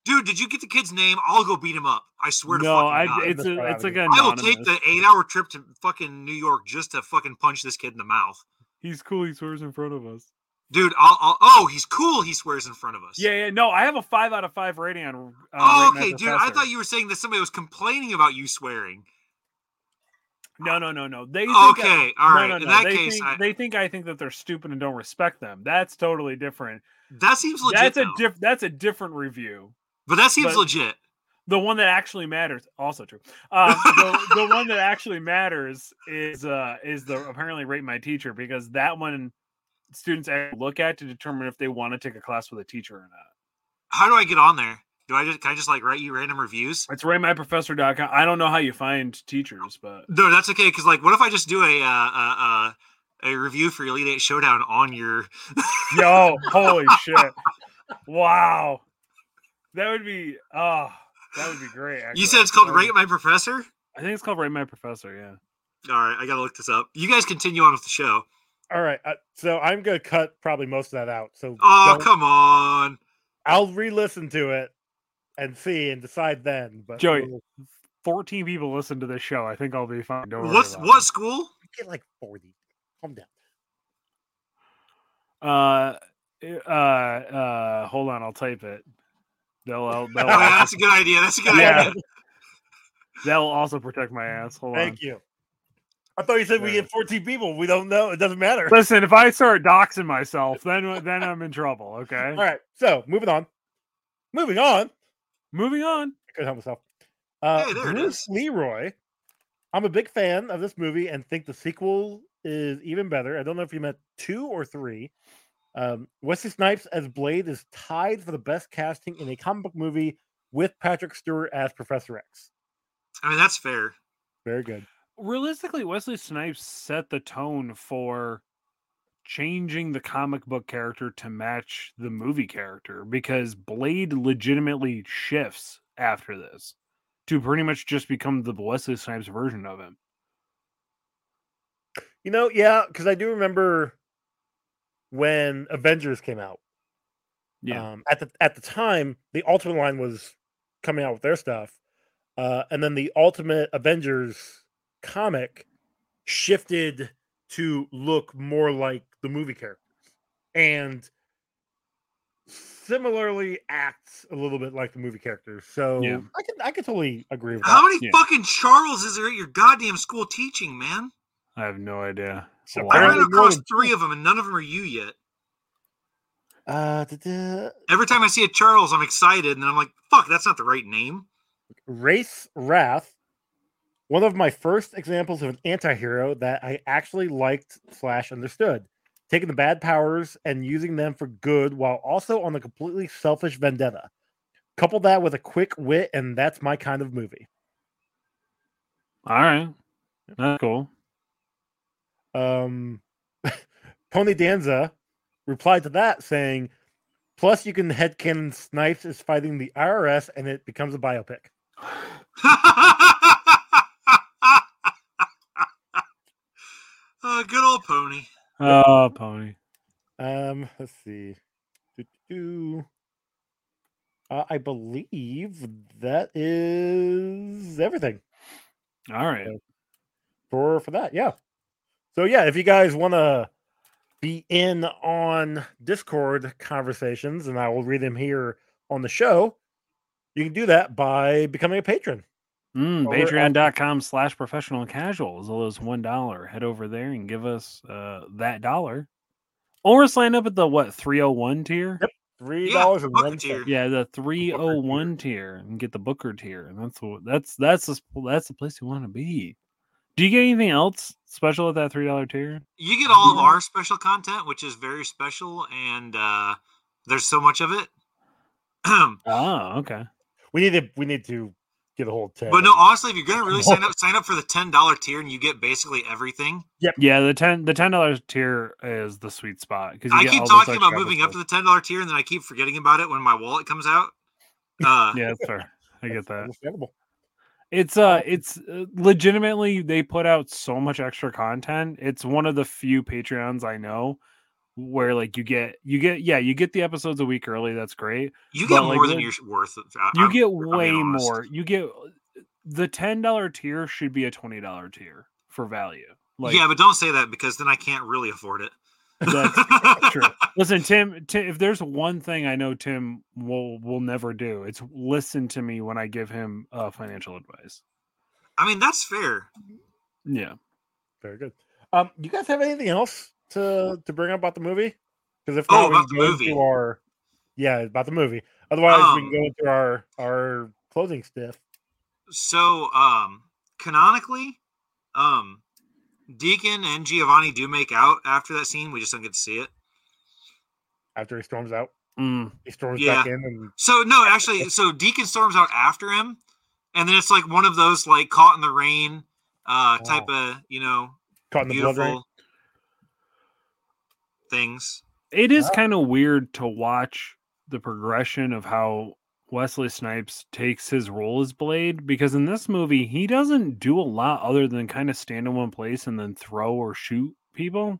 S6: Dude, did you get the kid's name? I'll go beat him up. I swear to
S4: No,
S6: fucking
S4: I,
S6: God.
S4: it's, a, it's like
S6: I will take
S4: anonymous.
S6: the eight-hour trip to fucking New York just to fucking punch this kid in the mouth,
S4: He's cool, he swears in front of us.
S6: dude. I'll, I'll, oh, he's cool. He swears in front of us.
S4: Yeah, yeah, no, I have a five out of five rating on. Uh,
S6: Oh,
S4: Rate My
S6: okay, dude. I
S4: Professor.
S6: thought you were saying that somebody was complaining about you swearing.
S4: No, no, no, no. They think I,
S6: Okay, all
S4: no,
S6: right.
S4: no, no.
S6: In that
S4: they,
S6: case,
S4: think,
S6: I,
S4: they think I think that they're stupid and don't respect them. That's totally different.
S6: that seems legit.
S4: that's a
S6: though.
S4: diff. That's a different review.
S6: but that seems
S4: but-
S6: legit.
S4: the one that actually matters also true um, the, the one that actually matters is uh is the apparently rate my teacher because that one students actually look at to determine if they want to take a class with a teacher or not
S6: How do I get on there? Do I just can I just like write you random reviews?
S4: it's ratemyprofessor.com i don't know how you find teachers but
S6: No, that's okay. Because like, what if I just do a uh, uh, uh, a review for Elite Eight Showdown on your?
S4: yo holy shit wow that would be oh that would be great actually.
S6: You said it's called
S4: That would be-
S6: Rate My Professor.
S4: i think it's called rate my professor yeah
S6: All right, I gotta look this up. You guys continue on with the show.
S5: All right, uh, so I'm gonna cut probably most of that out. So
S6: Oh
S5: don't-
S6: come on!
S5: I'll re-listen to it and see and decide then. But
S4: Joey,
S5: we'll
S4: 14 people listen to this show i think i'll be fine don't worry
S6: What's
S4: about it.
S6: what school?
S5: get like forty. Calm down.
S4: uh, uh, uh, hold on, I'll type it. They'll, uh, they'll,
S6: Oh, yeah,
S4: also,
S6: that's a good idea. That's a good
S4: Yeah.
S6: idea.
S4: they'll also protect my ass. Hold on.
S5: Thank you. I thought you said we
S4: Yeah.
S5: get 14 people. We don't know. It doesn't matter.
S4: Listen, if I start doxing myself, then then I'm in trouble. Okay.
S5: All right. So moving on. Moving on.
S4: Moving on.
S5: I couldn't help myself. Uh,
S6: Hey, there it
S5: Bruce
S6: is.
S5: Leroy. I'm a big fan of this movie and think the sequel is even better. I don't know if you meant two or three. Um, Wesley Snipes as Blade is tied for the best casting in a comic book movie with Patrick Stewart as Professor X.
S6: I mean, that's fair.
S5: Very good.
S4: Realistically, Wesley Snipes set the tone for changing the comic book character to match the movie character because Blade legitimately shifts after this to pretty much just become the Wesley Snipes version of him.
S5: You know, yeah, because I do remember when Avengers came out.
S4: Yeah.
S5: Um, at the at the time, the Ultimate line was coming out with their stuff, uh, and then the Ultimate Avengers comic shifted to look more like the movie characters, and similarly acts a little bit like the movie characters. So
S4: Yeah.
S5: I can I can totally agree with
S6: How
S5: that.
S6: many
S4: Yeah.
S6: fucking Charles is there at your goddamn school teaching, man?
S4: I have no idea.
S5: So
S4: A
S5: I
S6: I
S4: lot.
S5: don't-
S6: ran
S5: Apparently
S6: across
S5: more
S6: three of them, and none of them are you yet.
S5: Uh, da-da.
S6: Every time I see a Charles, I'm excited, and then I'm like, "Fuck, that's not the right name."
S5: Race Wrath, one of my first examples of an anti-hero that I actually liked slash understood. Taking the bad powers and using them for good while also on a completely selfish vendetta. Couple that with a quick wit, and that's my kind of movie.
S4: All right. That's cool.
S5: Um, Pony Danza replied to that saying, Plus, you can headcanon Snipes is fighting the IRS and it becomes a biopic.
S6: oh, Uh, good old pony.
S4: Oh, pony.
S5: Um, let's see. Doo-doo-doo. Uh, I believe that is everything
S4: All right.
S5: for for that. Yeah. So yeah, if you guys want to be in on Discord conversations, and I will read them here on the show, you can do that by becoming a patron.
S4: Mm,
S5: Over at-
S4: Patreon.com slash professional and casual as low as one dollar. Head over there and give us uh, that dollar. Or sign up at the what 301 tier?
S5: Three dollars and
S6: Booker
S5: one
S6: tier.
S5: cent.
S4: Yeah, the 301 tier and get the Booker tier. And that's what that's that's the, sp- that's the place you want to be. Do you get anything else special at that three dollar tier?
S6: You get all of our special content, which is very special, and uh, there's so much of it. but
S4: Oh, okay.
S5: We need to we need to get a whole ten.
S6: no, honestly, if you're gonna really sign up, sign up for the ten dollar tier, and you get basically everything.
S4: Yeah, the ten the ten dollars tier is the sweet spot because
S6: I keep talking about moving up to the ten dollar tier, and then I keep forgetting about it when my wallet comes out. Uh,
S4: Yeah, that's fair. I get that.
S5: Understandable.
S4: It's uh it's uh, legitimately they put out so much extra content. It's one of the few Patreons I know where like you get you get yeah, you get the episodes a week early, that's great.
S6: You
S4: But,
S6: get
S4: like,
S6: more than
S4: the-
S6: you're worth. I-
S4: You
S6: I'm-
S4: get
S6: being
S4: way
S6: honest.
S4: more. You get the $10 tier should be a $20 tier for value. Like
S6: yeah, but don't say that because then I can't really afford it.
S4: That's true. Listen, Tim, Ti- If there's one thing I know Tim will will never do, it's listen to me when I give him uh, financial advice.
S6: I mean, that's fair.
S4: Yeah,
S5: Very good. Um, you guys have anything else to to bring up about the movie? Because if not,
S6: Oh,
S5: we
S6: about the
S5: can go
S6: movie.
S5: into our yeah about the movie. Otherwise, we
S6: Um,
S5: can go into our our closing stuff.
S6: So, um, canonically, um, Deacon and Giovanni do make out after that scene. We just don't get to see it.
S5: After he storms out,
S4: Mm,
S5: he storms back in, and
S6: So no, actually, so Deacon storms out after him, and then it's like one of those like caught in the rain, uh, type of you know
S5: caught in the blood rain.
S6: beautiful things.
S4: it is kind of weird to watch the progression of how Wesley Snipes takes his role as Blade because in this movie he doesn't do a lot other than kind of stand in one place and then throw or shoot people,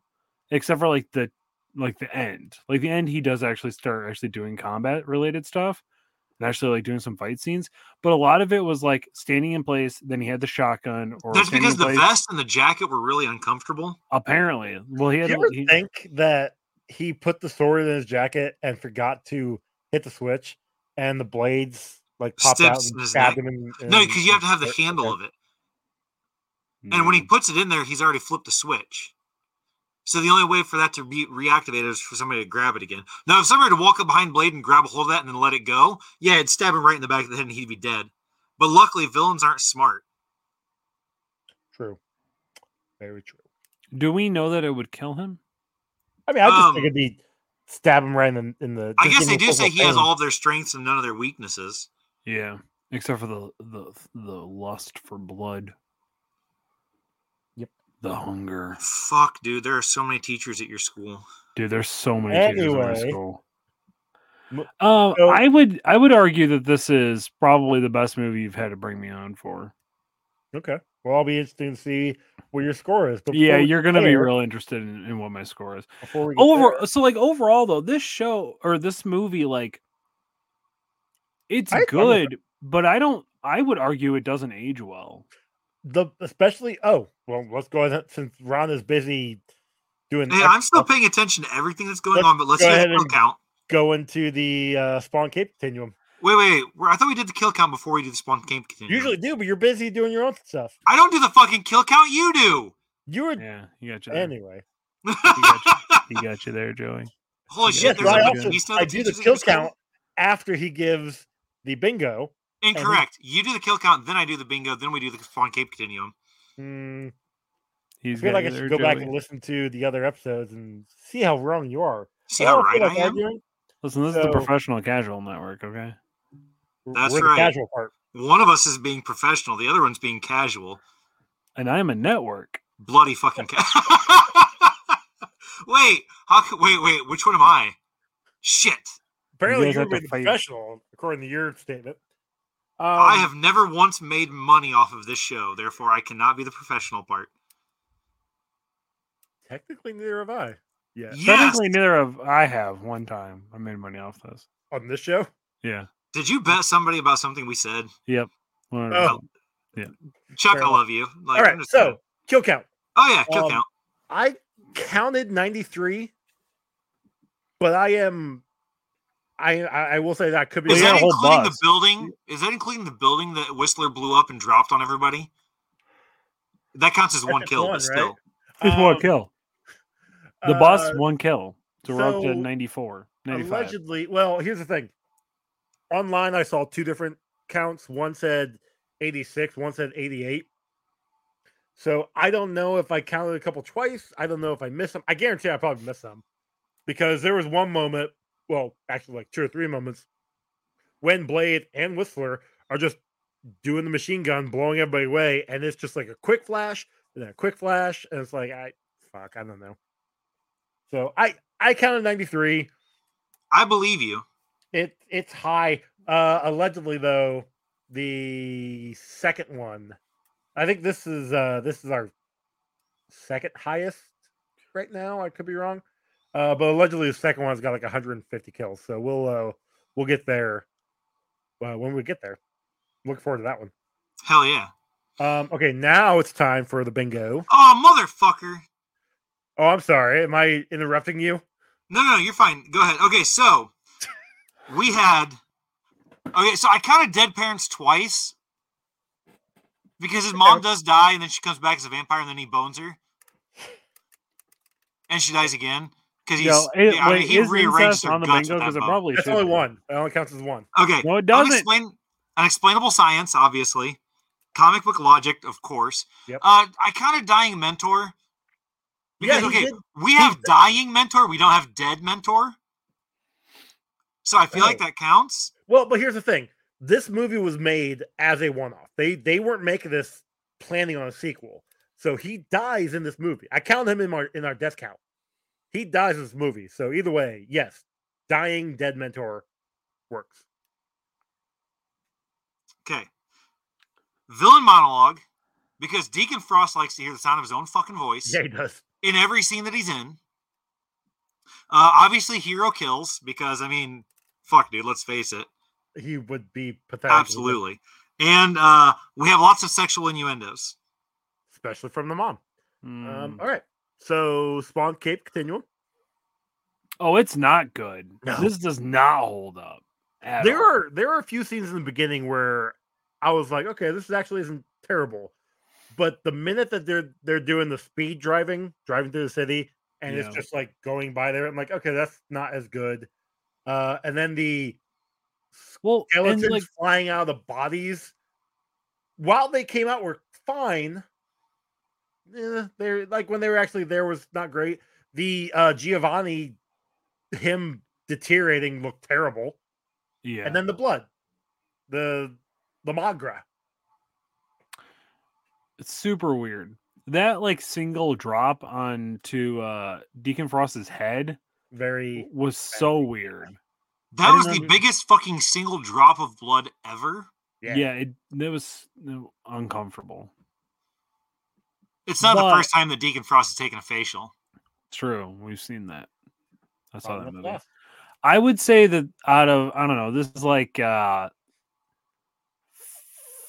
S4: except for like the like the end. Like the end, he does actually start actually doing combat related stuff and actually like doing some fight scenes. But a lot of it was like standing in place. Then he had the shotgun or
S6: That's
S4: standing
S6: because
S4: in
S6: the
S4: place.
S6: vest and the jacket were really uncomfortable.
S4: Apparently, well, he
S5: Do
S4: had
S5: you ever
S4: he-
S5: think that he put the sword in his jacket and forgot to hit the switch, and the blades like popped out
S6: Stabs in
S5: and
S6: his
S5: stabbed
S6: neck.
S5: him? In,
S6: No, because you have to have the handle of it. And
S5: Mm.
S6: when he puts it in there, he's already flipped the switch. So the only way for that to be reactivated is for somebody to grab it again. Now, if somebody were to walk up behind Blade and grab a hold of that and then let it go, yeah, it'd stab him right in the back of the head and he'd be dead. But luckily, villains aren't smart.
S5: True, very true.
S4: do we know that it would kill him?
S5: I mean, I just think
S6: Um,
S5: it'd be stab him right in the in the.
S6: I
S5: just
S6: guess they
S5: give him
S6: do
S5: a
S6: say
S5: purple
S6: he has
S5: pain.
S6: all of their strengths and none of their weaknesses.
S4: Yeah, except for the the the lust for blood.
S5: Yep.
S4: The hunger,
S6: Fuck, dude, there are so many teachers at your school.
S4: dude. There's so many teachers in our
S5: Anyway.
S4: school.
S5: M-
S4: Um,
S5: so-
S4: I would I would argue that this is probably the best movie you've had to bring me on for.
S5: Okay. Well, I'll be interested to see what your score is. But
S4: yeah,
S5: before we
S4: you're
S5: get
S4: gonna be
S5: there-
S4: real interested in, in what my score is.
S5: Before we get
S4: Over
S5: there-
S4: so like overall though, this show or this movie like it's
S5: I had fun with it.
S4: good, but I don't. I would argue it doesn't age well.
S5: the especially oh well, let's go ahead since Ron is busy doing.
S6: Hey,
S5: extra
S6: I'm still
S5: stuff,
S6: paying attention to everything that's going
S5: Let's
S6: on, but let's
S5: go
S6: hear
S5: ahead
S6: the kill
S5: and-
S6: count.
S5: go into the uh, spawn cape continuum.
S6: Wait, wait, wait. I thought we did the kill count before we do the spawn game continuum.
S5: Usually do, but you're busy doing your own stuff.
S6: I don't do the fucking kill count, you do.
S5: You were
S4: Yeah, you got you. There.
S5: anyway.
S4: He got you there, Joey.
S6: Holy
S4: Yeah,
S6: shit!
S5: Yes,
S6: there's
S5: I
S6: a
S4: what
S5: also
S6: piece of
S5: I do the
S6: teachers at
S5: kill
S6: your school?
S5: count after he gives the bingo. he-
S6: Incorrect. You do the kill count, then I do the bingo, then we do the spawn cape continuum.
S5: Mm, I
S4: He's
S5: feel
S4: got
S5: like
S4: you
S5: I should
S4: there,
S5: go back
S4: Joey.
S5: and listen to the other episodes and see how wrong you are.
S6: See
S5: I
S6: how
S4: Oh,
S5: don't feel
S6: right I
S5: like
S6: am?
S5: arguing.
S4: Listen, this is the
S5: So-
S4: professional casual network, okay?
S5: We're-
S6: That's
S5: we're the
S6: right.
S5: Casual part.
S6: One of us is being professional, the other one's being casual.
S4: And I'm a network.
S6: Bloody fucking ca- Wait, how c- wait, wait, which one am I? Shit.
S5: Apparently,
S4: guys
S5: you're
S4: have to
S5: the
S4: fight.
S5: professional, according to your statement. Um,
S6: Oh, I have never once made money off of this show, therefore I cannot be the professional part.
S5: technically neither have I. Yeah,
S6: Yes.
S4: Technically, neither of I have one time. I made money off this.
S5: on this show.
S4: Yeah.
S6: Did you bet somebody about something we said?
S4: One
S5: Oh,
S4: of-
S6: Chuck,
S5: Fair
S6: I
S5: enough.
S6: love you. Like,
S5: All
S6: I'm
S5: right,
S6: just
S5: so
S6: kidding.
S5: kill count.
S6: oh yeah, kill
S5: um,
S6: count.
S5: I counted 93, but I am. I, I I will say that I could be.
S6: Is
S4: We got
S6: that
S4: a whole
S6: including the
S4: bus.
S6: building? Is that including the building that Whistler blew up and dropped on everybody? That counts as
S5: That's
S6: one
S5: just
S6: kill,
S5: one,
S6: but still.
S5: right?
S4: Just
S5: Um,
S4: one kill. The bus,
S5: uh,
S4: one kill. So we're up
S5: so,
S4: to 94, 95.
S5: allegedly. Well, here's the thing. Online, I saw two different counts. One said 86. One said 88. So I don't know if I counted a couple twice. I don't know if I missed them. I guarantee I probably missed some because there was one moment. Well, actually, like two or three moments when Blade and Whistler are just doing the machine gun, blowing everybody away, and it's just like a quick flash and then a quick flash, and it's like I fuck, I don't know. So I I counted ninety three.
S6: I believe you.
S5: It it's high. Uh allegedly though, the second one. I think this is uh this is our second highest right now. I could be wrong. Uh but allegedly the second one's got like 150 kills. So we'll uh we'll get there uh, when we get there. Look forward to that one.
S6: Hell yeah.
S5: Um okay, now it's time for the bingo.
S6: Oh, motherfucker.
S5: Oh, I'm sorry. Am I interrupting you?
S6: No, no, you're fine. Go ahead. Okay, so we had. Okay, so I counted dead parents twice because his mom does die, and then she comes back as a vampire, and then he bones her, and she dies again because he's.
S4: Yo, it,
S6: yeah, I mean,
S4: wait,
S6: he
S4: is
S6: rearranged
S4: incest
S6: her
S4: on the
S6: guts
S4: bingo?
S6: with that
S4: Because it
S6: bone.
S4: probably
S5: That's
S4: should
S5: only
S4: be.
S5: one. That only counts as one.
S6: Okay,
S4: No, it doesn't.
S6: Unexplain, unexplainable science, obviously. Comic book logic, of course.
S5: Yep.
S6: Uh, I counted dying mentor. Because,
S5: Yeah, he
S6: okay,
S5: did-
S6: we have dying mentor. We don't have dead mentor. So I feel like
S5: Oh.
S6: that counts.
S5: Well, but here's the thing: this movie was made as a one-off. They they weren't making this planning on a sequel. So he dies in this movie. I count him in our in our death count. He dies in this movie. So either way, yes, dying dead mentor works.
S6: Okay. Villain monologue. Because Deacon Frost likes to hear the sound of his own fucking voice
S5: Yeah, he does.
S6: in every scene that he's in. Uh, obviously, hero kills because, I mean, fuck, dude, let's face it.
S5: He would be pathetic, with it,
S6: Absolutely. And uh, we have lots of sexual innuendos.
S5: especially from the mom. Um,
S4: Mm.
S5: all right. So Spawn Cape Continuum.
S4: Oh, it's not good.
S5: No.
S4: This does not hold up. at
S5: there
S4: all.
S5: are there are a few scenes in the beginning where I was like, okay, this is actually isn't terrible. But the minute that they're they're doing the speed driving, driving through the city, and it's
S4: Yeah.
S5: just like going by there, I'm like, okay, that's not as good. Uh, and then the
S4: well, and
S5: skeletons
S4: like
S5: flying out of the bodies, while they came out were fine. eh, they're like when they were actually there was not great. The uh, Giovanni, him deteriorating looked terrible
S4: yeah.
S5: and then the blood, the the magra.
S4: it's super weird. That like single drop onto uh Deacon Frost's head
S5: Very
S4: was so weird.
S6: That
S5: didn't
S6: was the
S5: know-
S6: biggest fucking single drop of blood ever.
S5: Yeah.
S4: Yeah, it, it was uh, uncomfortable.
S6: It's not the
S4: But-
S6: first time that Deacon Frost has taken a facial.
S4: True, we've seen that. I saw
S5: Bottom
S4: that
S5: up
S4: movie.
S5: left.
S4: I would say that out of I don't know, this is like uh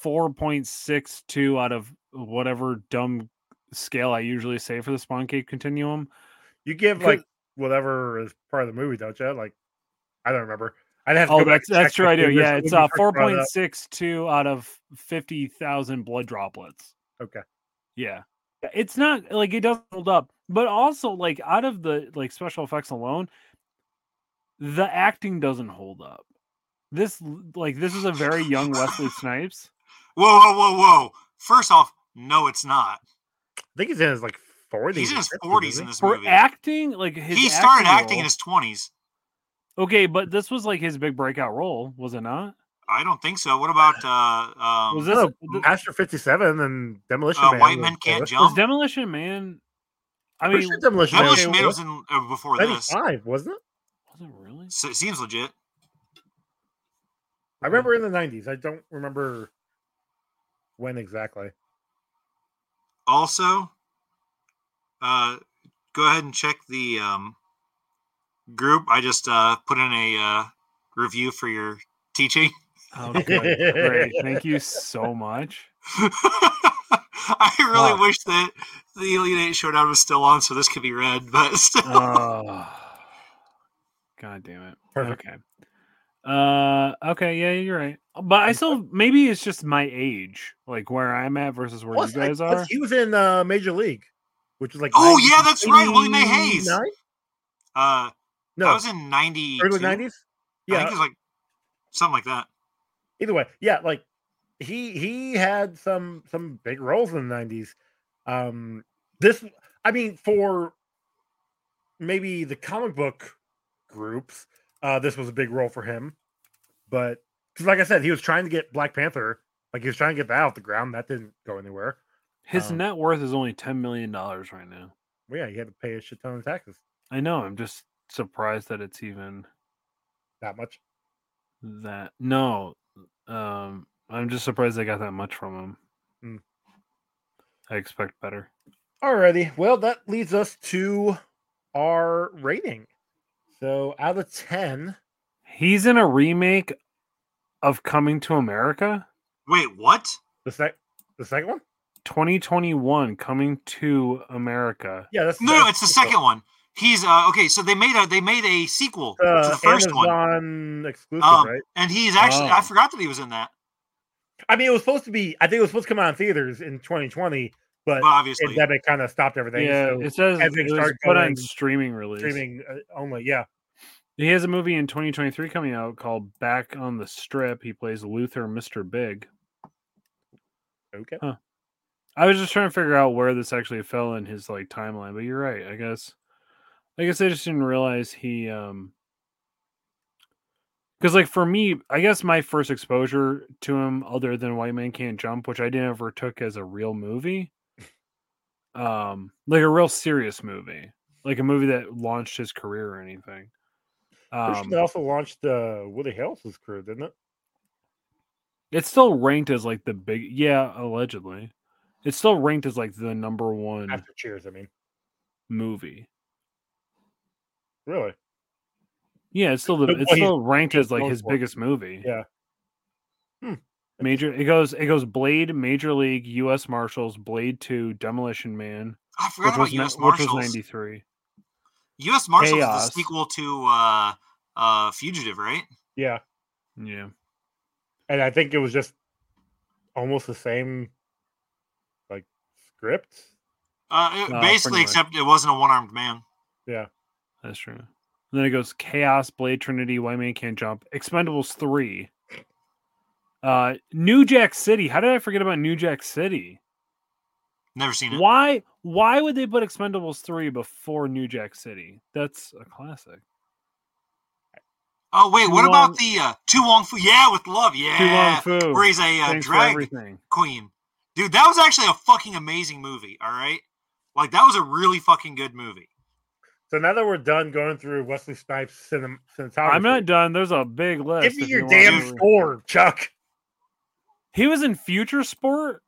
S4: 4.62 out of whatever dumb scale I usually say for the spawn cave continuum.
S5: You give
S4: Could-
S5: like whatever is part of the movie, don't you? Like, I don't remember. I'd have to.
S4: Oh,
S5: go back
S4: that's
S5: and check
S4: that's true.
S5: my
S4: I do.
S5: fingers
S4: Yeah,
S5: when
S4: it's
S5: you
S4: uh,
S5: first
S4: four
S5: brought it
S4: point
S5: up.
S4: six two out of fifty thousand blood droplets.
S5: Okay.
S4: Yeah, it's not like it doesn't hold up, but also like out of the like special effects alone, the acting doesn't hold up. This l- like this is a very young Wesley Snipes.
S6: Whoa, whoa, whoa, whoa. First off, no, it's not.
S5: I think he's in his like forties.
S6: He's in his 40s in this
S4: For
S6: movie.
S4: acting, like his
S6: He started acting
S4: role-
S6: in his 20s.
S4: okay, but this was like his big breakout role, was it not?
S6: I don't think so. What about uh, um,
S4: Was this
S5: No,
S4: th-
S5: Master Fifty Seven and Demolition
S6: uh,
S5: Man.
S6: White
S5: was
S6: Men Can't
S5: before this.
S4: was
S6: Jump?
S4: Demolition Man? I
S5: Pretty
S4: mean,
S5: sure Demolition Man.
S6: Demolition Man
S5: was
S6: was in, uh, before this.
S5: ninety-five, wasn't it?
S4: was it really?
S6: So it seems legit.
S5: I remember in the nineties. I don't remember when exactly.
S6: Also, uh, go ahead and check the um, group. I just uh, put in a uh, review for your teaching.
S4: Oh, good. Great. Thank you so much.
S6: I really
S4: Fuck.
S6: wish that the Elite Eight showdown was still on, so this could be read. But still,
S5: Uh,
S4: Oh. God damn it.
S5: Perfect.
S4: Okay. Uh okay, yeah, you're right. But I still maybe it's just my age, like where I'm at versus where
S5: Plus,
S4: you guys
S5: like,
S4: are.
S5: plus he was in uh, Major League, which is like
S6: oh yeah, that's right, Willie May Hayes.
S5: 89?
S6: Uh, I
S5: No,
S6: was in ninety
S5: early nineties.
S6: I think
S5: Yeah,
S6: it was like something like that.
S5: either way, yeah, like he he had some some big roles in the nineties. Um, this, I mean, for maybe the comic book groups, uh, this was a big role for him. But because, like I said, he was trying to get Black Panther, like he was trying to get that off the ground. That didn't go anywhere.
S4: His
S5: um,
S4: net worth is only ten million dollars right now.
S5: Well, yeah, he had to pay a shit ton of taxes.
S4: I know, I'm just surprised that it's even
S5: Not much.
S4: that no. Um I'm just surprised they got that much from him.
S5: Mm.
S4: I expect better.
S5: Alrighty. Well, that leads us to our rating. So out of 10,
S4: He's in a remake of Coming to America.
S6: Wait, what?
S5: the sec the second one?
S4: 2021 coming to America.
S5: Yeah, that's
S6: No, no, it's the second one. He's uh, okay. So they made a they made a sequel to
S5: Uh,
S6: the first
S5: Amazon
S6: one,
S5: exclusive,
S6: Um,
S5: right?
S6: and he's actually
S4: Oh.
S6: I forgot that he was in that.
S5: I mean, it was supposed to be. I think it was supposed to come out in theaters in 2020, but
S6: Well, obviously,
S5: pandemic kind of stopped everything.
S4: yeah,
S5: so
S4: it says
S5: as they
S4: it was
S5: start
S4: put
S5: going
S4: on streaming release.
S5: streaming uh, only. Yeah,
S4: He has a movie in 2023 coming out called Back on the Strip. He plays Luther Mr. Big.
S5: okay.
S4: I was just trying to figure out where this actually fell in his like timeline, but you're right. I guess I guess I just didn't realize he um because like for me, I guess my first exposure to him other than White Man Can't Jump, which I never took as a real movie. Um like a real serious movie. Like a movie that launched his career or anything.
S5: Um,
S4: Um,
S5: it also launched uh, Woody Harrelson's crew, didn't it?
S4: it's still ranked as like the big yeah, allegedly. It's still ranked as like the number one
S5: After Cheers, I mean,
S4: movie.
S5: really.
S4: Yeah, it's still the
S5: But
S4: it's
S5: what he's-
S4: still ranked
S5: he's
S4: as like
S5: known
S4: his
S5: for.
S4: biggest movie.
S5: Yeah. Hmm.
S4: Major it goes it goes Blade, Major League, US Marshals, Blade 2, Demolition Man,
S6: I
S4: which
S6: forgot
S4: was
S6: about
S4: ni-
S6: U.S.
S4: which was
S6: Marshals.
S4: 93.
S6: U.S. Marshals is the
S4: Chaos.
S6: sequel to uh, uh, Fugitive, right?
S5: Yeah,
S4: Yeah.
S5: and I think it was just almost the same, like script.
S6: Uh, it-
S4: No,
S6: basically,
S4: pretty much.
S6: except it wasn't a one-armed man.
S4: That's true. And then it goes Chaos, Blade Trinity, Why Man Can't Jump, Expendables 3. Uh New Jack City. How did I forget about New Jack City?
S6: Never seen it.
S4: Why why would they put Expendables 3 before New Jack City? That's a classic.
S6: Oh wait,
S4: Tu
S6: what
S4: Wong-
S6: about the uh, Tu Wong Fu? Yeah, with love. Yeah,
S4: Tu Wong Fu.
S6: where he's a uh,
S4: Thanks for
S6: drag
S4: everything.
S6: queen. Dude, that was actually a fucking amazing movie. All right, like that was a really fucking good movie.
S5: So now that we're done going through Wesley Snipes' cinem- cinematography,
S4: I'm not done. There's a big list.
S5: Give me
S4: if
S5: your
S4: you want
S5: damn
S4: to-
S5: score, Chuck.
S4: He was in Future Sport.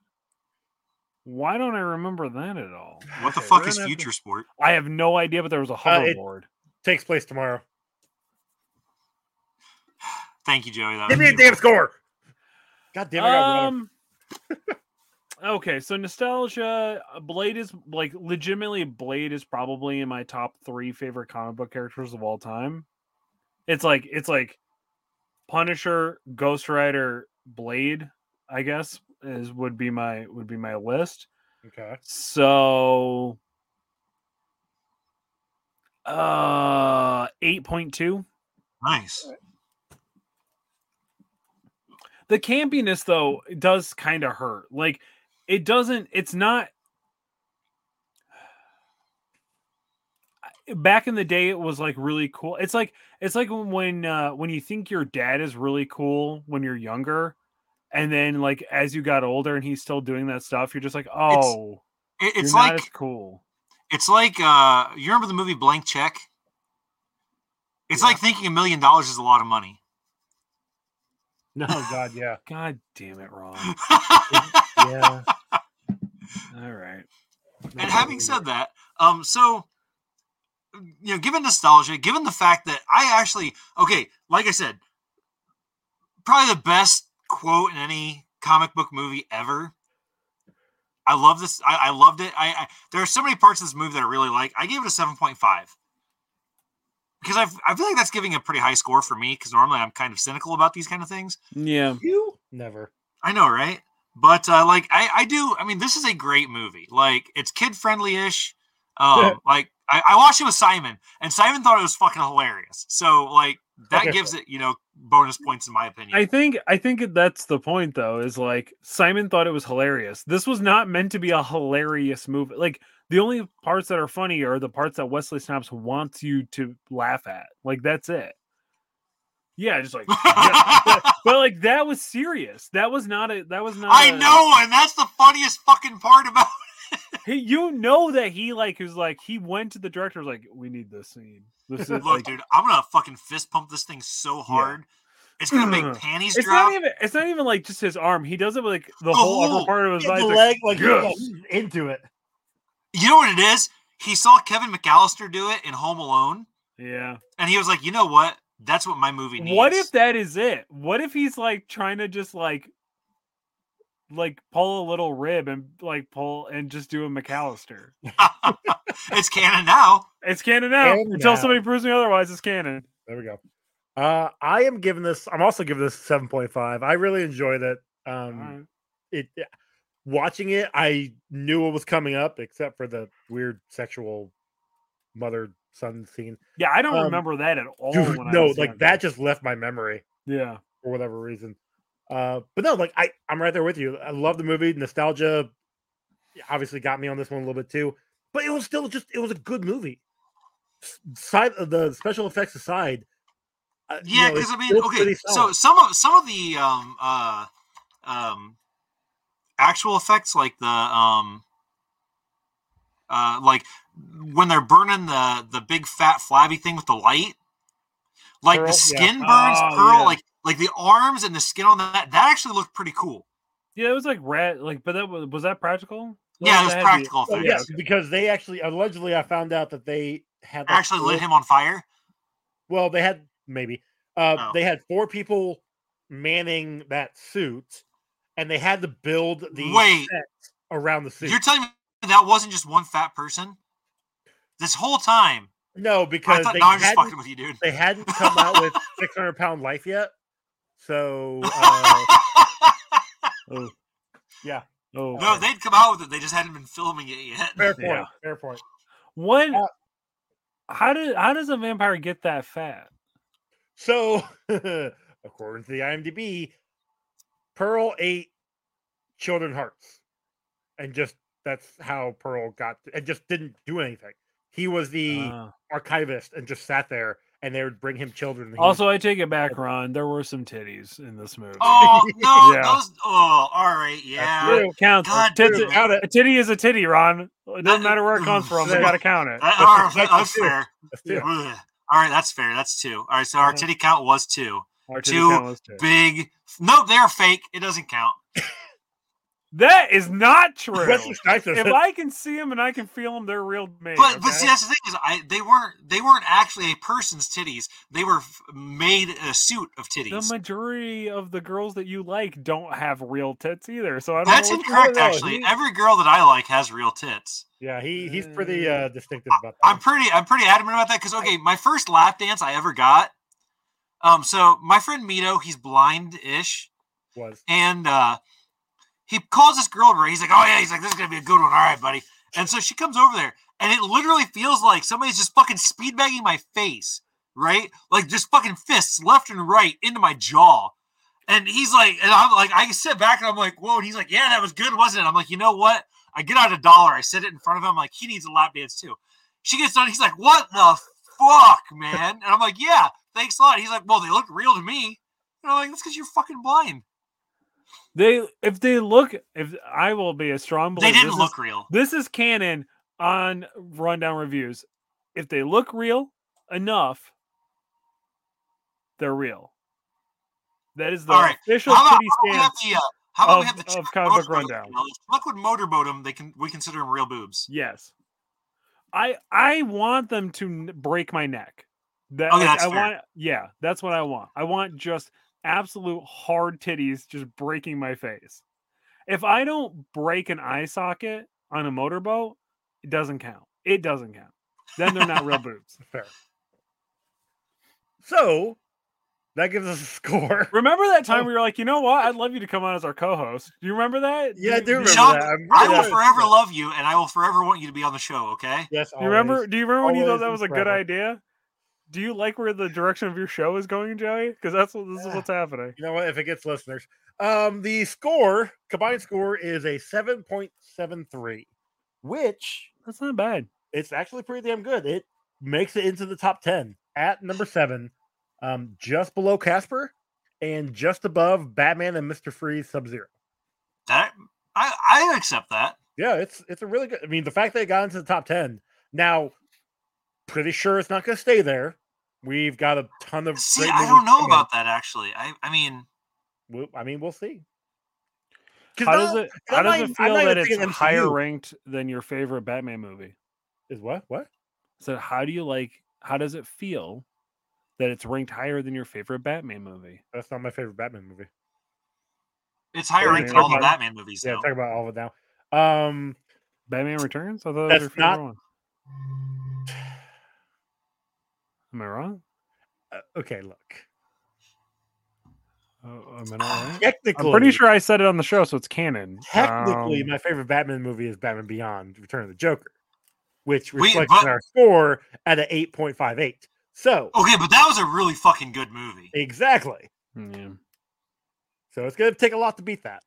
S4: Why don't I remember that at all?
S6: What the
S5: Okay,
S6: fuck
S5: we're
S6: is
S5: gonna have to-
S6: Future Sport?
S4: I have no idea, but there was a
S5: Uh, it-
S4: hoverboard.
S5: Takes place tomorrow.
S6: Thank you, Joey. That
S5: Give
S6: was
S5: me a
S6: you.
S5: damn score. God damn it! I got one.
S4: um. okay, so nostalgia. uh, Blade is like legitimately Blade is probably in my top three favorite comic book characters of all time. It's like it's like Punisher, Ghost Rider, Blade. I guess is would be my would be my list.
S5: Okay.
S4: So uh 8.2.
S6: Nice.
S4: The campiness though it does kind of hurt. Like it doesn't it's not back in the day it was like really cool. It's like it's like when uh when you think your dad is really cool when you're younger and then like as you got older and he's still doing that stuff you're just like, "Oh,
S6: It,
S4: it's
S6: it's
S4: you're
S6: like
S4: not as cool."
S6: It's like uh you remember the movie Blank Check? It's
S5: Yeah.
S6: like thinking a million dollars is a lot of money.
S5: No, God, yeah,
S4: God damn it, Ron.
S5: yeah.
S4: All right.
S6: and having said that, um so you know, given nostalgia, given the fact that I actually okay, like I said, probably the best quote in any comic book movie ever I love this. I, I loved it. I, I there are so many parts of this movie that I really like. I gave it a seven point five because I I feel like that's giving a pretty high score for me because normally I'm kind of cynical about these kind of things.
S4: Yeah.
S5: You never.
S6: I know, right? But uh, like I, I do. I mean, this is a great movie. Like it's kid friendly ish. Um, like I, I watched it with Simon, and Simon thought it was fucking hilarious. So like that gives it, you know, bonus points in my opinion.
S4: I think I think that's the point though is like Simon thought it was hilarious. This was not meant to be a hilarious movie. Like the only parts that are funny are the parts that Wesley Snipes wants you to laugh at. Like that's it. Yeah, just like yeah. but, but, like that was serious. That was not a that was not
S6: I
S4: a-
S6: know, and that's the funniest fucking part about.
S4: He, you know that he like was like he went to the director was like we need this scene. This is
S6: Look,
S4: like
S6: dude, I'm gonna fucking fist pump this thing so hard, it's gonna make
S4: Ugh.
S6: panties
S4: it's
S6: drop.
S4: not even it's not even like just his arm. He does it with like the,
S6: The
S4: whole,
S6: whole-
S4: upper part of his
S5: Yeah,
S4: body.
S5: the
S4: It's like,
S5: leg, like
S4: yes.
S5: yeah, he's into it.
S6: you know what it is? He saw Kevin McAllister do it in Home Alone,
S4: yeah.
S6: and he was like, you know what? That's what my movie needs.
S4: What if that is it? What if he's like trying to just like like pull a little rib and like pull and just do a McAllister?
S6: it's canon now?
S4: It's canon now.
S5: Canon
S4: Until
S5: now.
S4: somebody proves me otherwise, it's canon.
S5: There we go. Uh, I am giving this. I'm also giving this seven point five. I really enjoyed it. Um,
S4: Alright.
S5: it yeah, watching it, I knew what was coming up, except for the weird sexual mother son scene.
S4: Yeah, I don't
S5: Um,
S4: remember that at all.
S5: Dude,
S4: when I
S5: no,
S4: was
S5: like
S4: younger.
S5: that just left my memory
S4: Yeah.
S5: for whatever reason. Uh, but no, like I, I'm right there with you. I love the movie. Nostalgia obviously got me on this one a little bit too. But it was still just it was a good movie. S- Side uh, the special effects aside. uh, you
S6: Yeah,
S5: know,
S6: because
S5: it's
S6: I mean,
S5: still
S6: okay,
S5: pretty
S6: so
S5: solid.
S6: some of some of the um uh um actual effects, like the um uh like when they're burning the the big fat flabby thing with the light, like
S5: Pearl,
S6: the
S5: yeah.
S6: skin burns
S4: Oh,
S6: pearl,
S4: yeah.
S6: like like the arms and the skin on that that actually looked pretty cool.
S5: Oh,
S4: Yeah, it was like rat like but that was was that practical? That
S6: yeah, it was
S4: that had to be-
S6: practical
S5: Well,
S6: effects.
S5: yes, because they actually allegedly I found out that they had like,
S6: Actually
S5: four-
S6: lit him on fire.
S5: Well, they had maybe uh,
S6: Oh.
S5: they had four people manning that suit, and they had to build the
S6: Wait,
S5: sets around the suit.
S6: you're telling me that wasn't just one fat person? This whole time,
S5: no, because
S6: I thought
S5: they
S6: no, I'm just
S5: hadn't,
S6: fucking with you, dude.
S5: they hadn't come out with six hundred pound life yet. So uh,
S4: Oh
S6: No, they'd come out with it. They just hadn't been filming it yet.
S5: fair point.
S4: Yeah.
S5: Fair point.
S4: what
S5: Uh,
S4: how did how does a vampire get that fat?
S5: So according to the IMDb, Pearl ate children hearts, and just that's how Pearl got and just didn't do anything. He was the
S4: Uh,
S5: archivist and just sat there and they would bring him children. and he would-
S4: also I take it back, Ron. There were some titties in this movie.
S6: Oh no,
S4: Yeah.
S6: those. Oh, all right, yeah.
S5: true.
S4: counts.
S6: God
S4: Tits-
S6: damn oh,
S5: Count it.
S4: A titty is a titty, Ron. It doesn't
S6: That-
S4: matter where it comes from. We
S5: Fair.
S4: gotta count it.
S6: That- all right,
S5: That's
S6: that's
S5: two.
S6: fair.
S5: That's Uh-huh. two.
S6: Ugh. All right, that's fair. That's two. All right, so our
S4: Mhm.
S6: titty count was two.
S4: Our titty
S6: Two
S4: count was two.
S6: Big. No, they're fake. It doesn't count.
S4: That is not true.
S5: Wesley Snipes is-
S4: if I can see them and I can feel them, they're real to me.
S6: But but
S4: okay?
S6: see, that's the thing is, I they weren't they weren't actually a person's titties. They were f- made in a suit of
S4: the
S6: titties.
S4: majority of the girls that you like don't have real tits either. So I don't
S6: That's
S4: know. what-
S6: incorrect.
S5: no, no,
S6: Actually,
S5: he-
S6: every girl that I like has real tits.
S5: Yeah, he he's pretty uh, distinctive about that.
S6: I'm pretty I'm pretty adamant about that because okay, my first lap dance I ever got. Um, so my friend Mito, he's blind ish,
S5: was
S6: and uh, he calls this girl over. He's like, "Oh yeah," he's like, "This is gonna be a good one, all right, buddy." And so she comes over there, and it literally feels like somebody's just fucking speed bagging my face, right? Like just fucking fists left and right into my jaw. And he's like, and I'm like, I sit back and I'm like, "Whoa!" And he's like, "Yeah, that was good, wasn't it?" I'm like, "You know what?" I get out a dollar. I set it in front of him. I'm like, "He needs a lap dance too." She gets done. He's like, "What the fuck, man?" And I'm like, "Yeah, thanks a lot." He's like, "Well, they look real to me." And I'm like, "That's because you're fucking blind."
S4: they if they look if I will be a strong believer.
S6: They didn't
S4: this
S6: look real.
S4: Is, this is canon on rundown reviews. If they look real enough, they're real. That is the
S6: All right.
S4: official
S6: How about,
S4: titty
S6: how about we have
S4: stance.
S6: the, uh, how about we
S4: of-
S6: have the
S4: of
S6: Czech
S4: comic book
S6: motorboat
S4: rundown.
S6: email? If Liquid motorboat 'em, They can we consider them real boobs.
S4: Yes. I I want them to n- break my neck. That
S6: Okay,
S4: like,
S6: that's
S4: I
S6: fair.
S4: want yeah, that's what I want. I want just absolute hard titties just breaking my face. If I don't break an eye socket on a motorboat, it doesn't count. It doesn't count. Then they're not real boobs.
S5: Fair. So that gives us a score.
S4: Remember that time we were like, you know what? I'd love you to come on as our co-host. Do you remember that?
S5: Yeah, I do remember
S6: Sean,
S5: that. I'm
S6: I will
S5: really-
S6: forever love you, and I will forever want you to be on the show. Okay.
S5: Yes,
S4: Do you remember?
S5: always.
S4: Do you remember when you thought
S5: Always
S4: that
S5: and
S4: was a good
S5: forever.
S4: idea? Do you like where the direction of your show is going, Joey? Because that's what this is
S5: Yeah.
S4: what's happening.
S5: You know what? If it gets listeners, um, the score combined score is a seven point seven three, which
S4: That's not bad.
S5: it's actually pretty damn good. It makes it into the top 10 at number seven, um, just below Casper and just above Batman and Mr. Freeze Sub Zero.
S6: That I I accept that.
S5: Yeah, it's it's a really good. I mean, the fact that it got into the top 10 now, pretty sure it's not going to stay there. We've got a ton of.
S6: See,
S5: great
S6: I
S5: movies
S6: don't know
S5: coming.
S6: about that actually. I I mean,
S5: We'll, I mean, we'll see. 'Cause
S4: How
S5: not-
S4: does it?
S5: I'm
S4: How
S5: not
S4: does
S5: even-
S4: it
S5: I'm
S4: feel
S5: not even
S4: that it's
S5: thinking
S4: higher
S5: MCU.
S4: ranked than your favorite Batman movie?
S5: Is what? What?
S4: So how do you like? How does it feel that it's ranked higher than your favorite Batman movie?
S5: That's not my favorite Batman movie.
S6: it's higher
S4: Yeah,
S6: ranked than
S4: yeah.
S6: all the Batman movies.
S5: Yeah,
S6: though.
S5: talk about all of it now. Um,
S4: Batman Returns. I thought that was your
S5: That's
S4: favorite
S5: not-
S4: one. Am I wrong?
S5: uh, okay, look.
S4: Oh, am I
S5: Ah.
S4: not right?
S5: Technically,
S4: I'm pretty sure I said it on the show, so it's canon.
S5: technically
S4: Um,
S5: my favorite Batman movie is Batman Beyond: Return of the Joker, which
S6: Wait,
S5: reflects
S6: but- Oh.
S5: in our score at an eight point five eight. So
S6: Okay, but that was a really fucking good movie.
S5: exactly.
S4: Um, yeah.
S5: So it's gonna take a lot to beat that.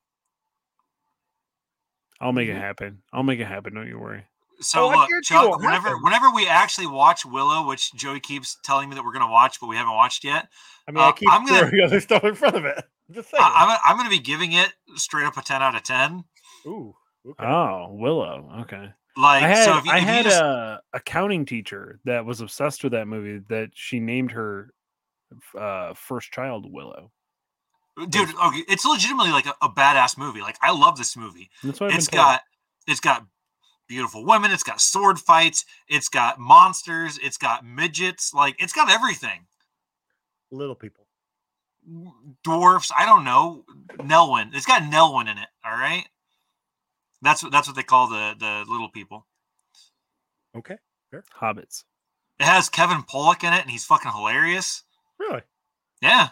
S4: I'll make
S6: Mm-hmm.
S4: it happen. I'll make it happen. Don't you worry.
S6: So
S5: Oh, I
S6: look,
S5: guarantee it
S6: Chuck,
S5: won't
S6: whenever
S5: happen.
S6: whenever we actually watch Willow, which Joey keeps telling me that we're gonna watch, but we haven't watched yet,
S5: I mean,
S6: Uh,
S5: I keep
S6: I'm gonna-
S5: throwing other stuff in front of it. Just saying.
S6: I, I'm I'm gonna be giving it straight up a ten out of ten.
S5: Ooh, okay.
S4: Oh, Willow. Okay.
S6: Like
S4: I had
S6: so, if you,
S4: I
S6: if you
S4: had
S6: just,
S4: a accounting teacher that was obsessed with that movie that she named her uh, first child Willow.
S6: dude, okay, it's legitimately like a, a badass movie. Like I love this movie.
S4: That's what I've
S6: It's
S4: been told.
S6: got it's got beautiful women. It's got sword fights. It's got monsters. It's got midgets. Like it's got everything.
S5: little people.
S6: Dwarfs. I don't know. Nelwyn. It's got Nelwyn in it. All right. That's what that's what they call the the little people.
S5: Okay,
S4: hobbits.
S6: It has Kevin Pollock in it, and he's fucking hilarious.
S5: really?
S6: Yeah.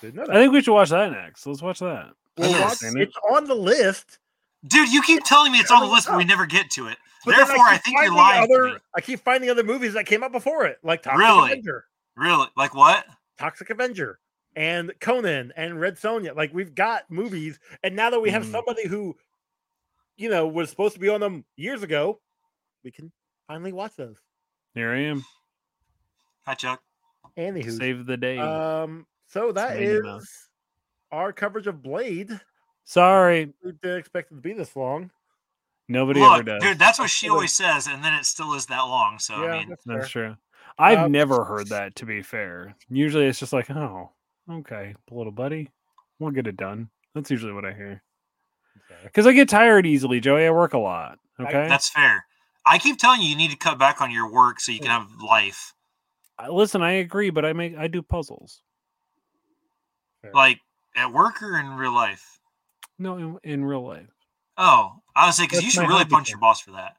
S5: Didn't know
S4: I
S5: that.
S4: think we should watch that next. Let's watch that.
S5: Well,
S6: never
S5: watch-
S4: seen it.
S5: it's on the list.
S6: Dude, you keep telling me it's on the list, but we never get to it.
S5: but then
S6: Therefore, I,
S5: keep
S6: think you're
S5: finding
S6: lying. to me.
S5: Other, I keep finding other movies that came out before it, like Toxic
S6: Really?
S5: Avenger.
S6: Really? Like what?
S5: Toxic Avenger and Conan and Red Sonja. Like we've got movies, and now that we have
S6: Hmm.
S4: Mhm.
S5: somebody who, you know, was supposed to be on them years ago, we can finally watch those.
S4: Here I am.
S6: Hi, Chuck.
S5: Anywho,
S4: Save the day.
S6: uh,
S5: um, so that
S4: Randy
S5: is
S4: Mouse.
S5: our coverage of Blade.
S4: Sorry,
S5: We didn't expect it to be this long.
S4: nobody ever
S6: Look,
S4: does.
S6: dude, that's what she
S5: Absolutely.
S6: always says, and then it still is that long. So
S5: yeah,
S6: I mean,
S5: that's fair.
S4: That's true. I've
S6: Uh,
S5: Um,
S4: never heard that. To be fair, usually it's just like, oh, okay, little buddy, we'll get it done. That's usually what I hear.
S5: Okay.
S4: Because I get tired easily, Joey. I work a lot. Okay,
S6: that's fair. I keep telling you, you need to cut back on your work so you can
S5: Yeah.
S6: have life.
S4: I- listen, I agree, but I make I do puzzles.
S5: Yeah.
S6: Like at work or in real life.
S4: No, in, in real life.
S6: Oh, I was saying because you
S5: That's
S6: should
S5: my
S6: really
S5: hobby
S6: punch your
S5: thing.
S6: boss for that.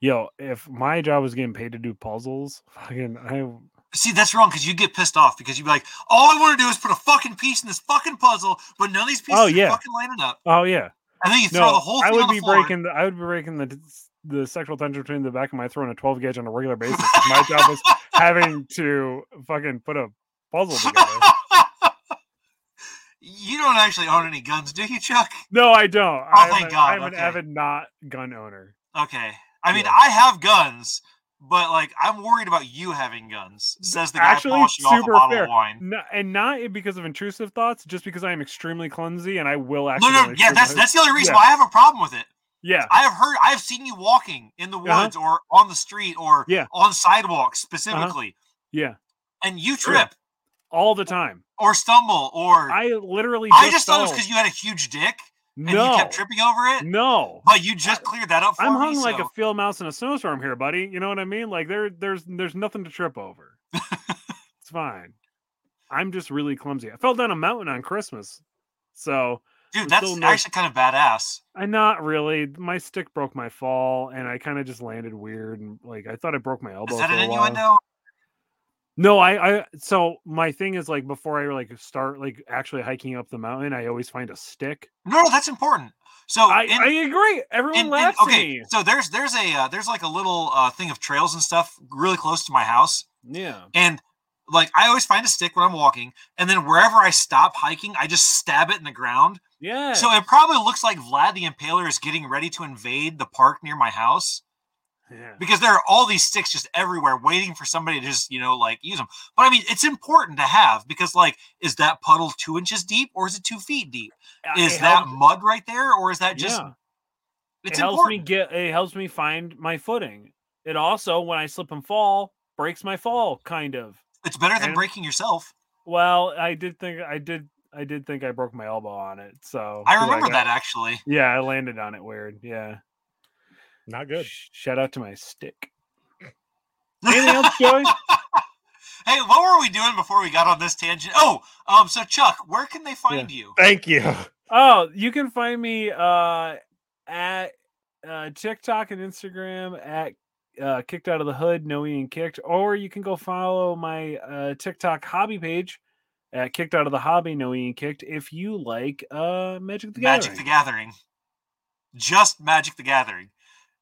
S4: Yo, if my job was getting paid to do puzzles, fucking, I
S6: See, that's wrong because you get pissed off because you'd be like, all I want to do is put a fucking piece in this fucking puzzle, but none of these pieces
S4: Oh, yeah.
S6: are fucking lining up.
S4: oh yeah,
S6: And then you throw
S4: no,
S6: the whole thing
S4: I would
S6: on the
S4: be
S6: floor.
S4: breaking. The, I would be breaking the the sexual tension between the back of my throat and a twelve gauge on a regular basis. if my job was having to fucking put a puzzle together.
S6: you don't actually own any guns, do you, Chuck?
S4: No, I don't. I'm,
S6: thank
S4: a-
S6: Oh God,
S4: I'm an
S6: okay.
S4: avid not gun owner.
S6: Okay. I mean,
S4: Yeah.
S6: I have guns, but like, I'm worried about you having guns. Says the guy
S4: Actually,
S6: polishing off a
S4: super
S6: bottle
S4: fair.
S6: of wine.
S4: No, and not i- because of intrusive thoughts, just because I am extremely clumsy and I will
S6: No,
S4: Mm, actually.
S6: no, yeah, that's that's the only reason why I have a problem with it.
S4: Yeah,
S6: I have heard, I've seen you walking in the
S4: Uh-huh.
S6: woods or on the street or
S4: Yeah.
S6: on sidewalks specifically,
S4: yeah,
S6: and you
S4: Sure.
S6: trip
S4: all the time.
S6: or stumble or
S4: I
S6: I,
S4: literally.
S6: just thought it was
S4: fell.
S6: because you had a huge dick and
S4: no,
S6: you kept tripping over it,
S4: no.
S6: but you just cleared that up for
S4: I'm
S6: me.
S4: hung like
S6: so-
S4: a field mouse in a snowstorm here, buddy. You know what I mean? Like there, there's, there's nothing to trip over. it's fine. I'm just really clumsy. I fell down a mountain on Christmas, so
S6: Dude,
S4: I'm
S6: that's
S4: still nervous.
S6: actually kind of badass.
S4: I not really. My stick broke my fall, and I kind of just landed weird, and like I thought I broke my elbow.
S6: Is that
S4: for
S6: an
S4: a while.
S6: innuendo?
S4: No, I, I. So my thing is like before I like start like actually hiking up the mountain, I always find a stick.
S6: No, no, that's important. So
S4: I,
S6: in-
S4: I agree. Everyone
S6: Oh, And- and-
S4: laughs
S6: okay,
S4: at
S6: so there's there's a uh, there's like a little uh, thing of trails and stuff really close to my house,
S4: me. Yeah.
S6: and like I always find a stick when I'm walking, and then wherever I stop hiking, I just stab it in the ground.
S4: Yeah.
S6: So it probably looks like Vlad the Impaler is getting ready to invade the park near my house
S4: yeah.
S6: because there are all these sticks just everywhere, waiting for somebody to just you know like use them. But I mean, it's important to have because like, is that puddle two inches deep or is it two feet deep?
S4: I-
S6: Is
S4: Uh, it
S6: that
S4: helped-
S6: mud right there or is that just?
S4: yeah.
S6: It's
S4: it helps
S6: important.
S4: me get. It helps me find my footing. It also, when I slip and fall, breaks my fall. Kind of.
S6: It's better than
S4: and-
S6: breaking yourself.
S4: Well, I did think I did. I did think I broke my elbow on it. So 'cause
S6: I remember
S4: got-
S6: that actually.
S4: Yeah, I landed on it weird. Yeah.
S5: Not good.
S4: Sh- Shout out to my stick. Anything else, Joey?
S6: Hey, what were we doing before we got on this tangent? Oh, um, so Chuck, where can they find you?
S5: Thank you.
S4: Oh, you can find me uh at uh TikTok and Instagram at uh kicked out of the hood, no Ian kicked, or you can go follow my uh TikTok hobby page at kicked out of the hobby, no Ian kicked, if you like uh Magic the
S6: Magic
S4: Gathering.
S6: the Gathering. Just Magic the Gathering.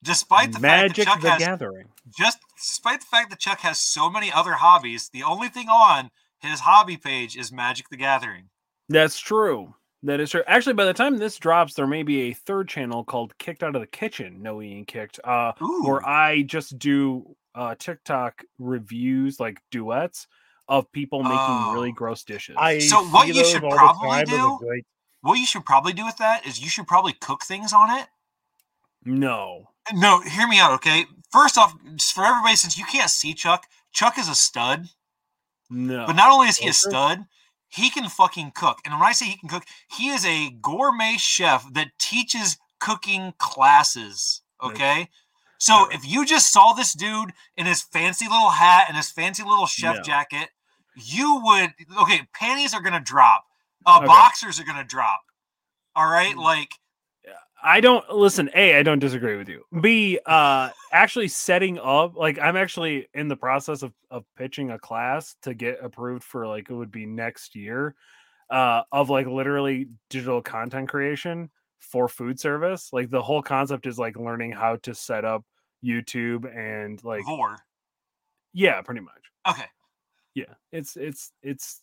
S6: Despite the
S4: Magic
S6: fact that
S4: the
S6: Chuck has
S4: Gathering.
S6: just despite the fact that Chuck has so many other hobbies, the only thing on his hobby page is Magic the Gathering.
S4: That's true. That is true. Actually, by the time this drops, there may be a third channel called Kicked Out of the Kitchen, No Ian Kicked, uh,
S6: Ooh.
S4: where I just do uh, TikTok reviews, like duets of people making really
S6: Oh.
S4: gross dishes.
S5: I
S6: So what
S5: see
S6: you
S5: those
S6: should
S5: all the
S6: probably
S5: time as a
S6: do-
S5: great-
S6: what you should probably do with that is you should probably cook things on it.
S4: No.
S6: No, hear me out, okay? First off, just for everybody, since you can't see Chuck, Chuck is a stud.
S4: No.
S6: But not only is he a
S5: Okay.
S6: stud, he can fucking cook. And when I say he can cook, he is a gourmet chef that teaches cooking classes.
S4: Nice.
S6: Okay. So if you just saw this dude in his fancy little hat and his fancy little chef
S4: No.
S6: jacket, you would okay, panties are gonna drop. Uh
S4: Okay. Mm.
S6: boxers are gonna drop. All right, like
S4: I don't listen. A, I don't disagree with you. B, uh, actually setting up like I'm actually in the process of, of pitching a class to get approved for like it would be next year, uh, of like literally digital content creation for food service. Like the whole concept is like learning how to set up YouTube and like
S6: vor.
S4: yeah, pretty much
S6: Okay.
S4: yeah it's it's it's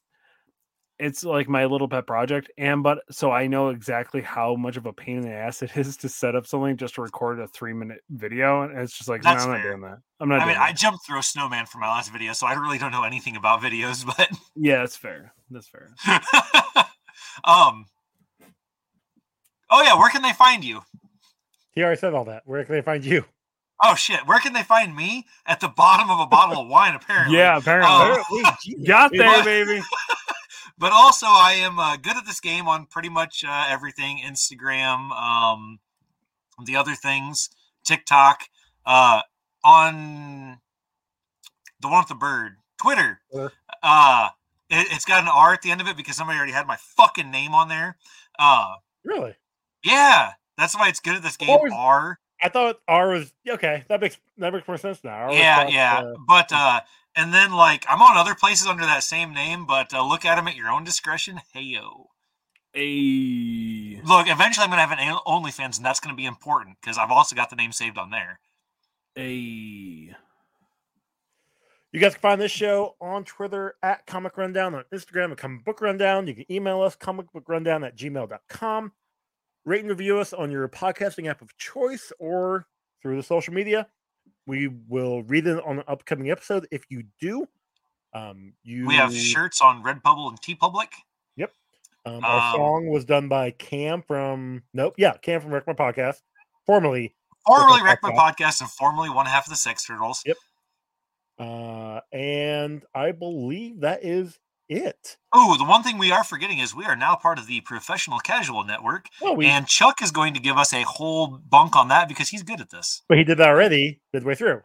S4: it's like my little pet project and but so i know exactly how much of a pain in the ass it is to set up something just to record a three minute video and it's just like no,
S6: That's
S4: i'm not
S6: fair.
S4: doing that i'm not
S6: I
S4: doing
S6: mean, I
S4: that.
S6: jumped through a snowman for my last video, so I really don't know anything about videos, but
S4: yeah that's fair that's fair
S6: um oh yeah where can they find you
S5: He already said all that. Where can they find you?
S6: oh shit where can they find me at the bottom of a bottle of wine apparently
S4: yeah apparently
S6: Oh.
S4: got
S5: Dude,
S4: there
S6: what?
S4: baby
S6: but also i am uh, good at this game on pretty much uh, everything instagram um the other things tiktok uh on the one with the bird twitter
S5: Twitter.
S6: uh it, it's got an r at the end of it because somebody already had my fucking name on there uh
S5: Really?
S6: yeah that's why it's good at this game
S5: Always-
S6: r
S5: I thought R was okay. That makes that makes more sense now. I always
S6: yeah
S5: thought,
S6: yeah
S5: uh,
S6: but uh and then like i'm on other places under that same name but uh, look at them at your own discretion heyo
S4: a
S6: look eventually i'm gonna have an An- onlyfans and that's gonna be important because i've also got the name saved on there
S4: a
S5: You guys can find this show on Twitter at Comic Rundown, on Instagram at Comic Book Rundown. You can email us, comicbookrundown at gmail.com. Rate and review us on your podcasting app of choice or through the social media. We will read it on an upcoming episode if you do. Um, you
S6: we have shirts on redbubble and tpublic
S5: Um, our
S6: um,
S5: song was done by Cam from Nope, yeah, Cam from Rick My Podcast, formerly
S6: formerly
S5: Wreck
S6: wreck
S5: My
S6: my podcast and formerly one half of the sex turtles
S5: Yep. Uh, and I believe that is it.
S6: oh the one thing we are forgetting is we are now part of the professional casual network
S5: Well, we
S6: and chuck is going to give us a whole bunk on that because he's good at this
S5: but he did that already midway through.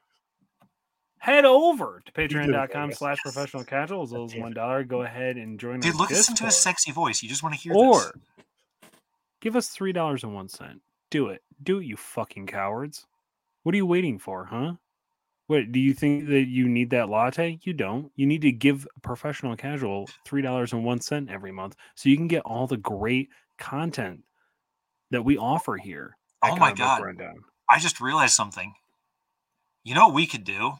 S4: head over to
S5: do,
S4: patreon.com
S5: yes,
S4: slash
S5: yes.
S4: professional casuals those
S5: Damn it.
S4: one dollar go ahead and join
S6: dude
S4: our
S6: look listen to his
S4: Discord.
S6: sexy voice you just want to hear this
S4: or Give us three dollars and one cent. Do it. Do it, you fucking cowards. What are you waiting for, huh? What do you think that you need that latte? You don't. You need to give a professional casual three dollars and one cent every month so you can get all the great content that we offer here. at
S6: Oh my
S4: Comic Book
S6: God.
S4: Rundown.
S6: I just realized something. You know what we could do?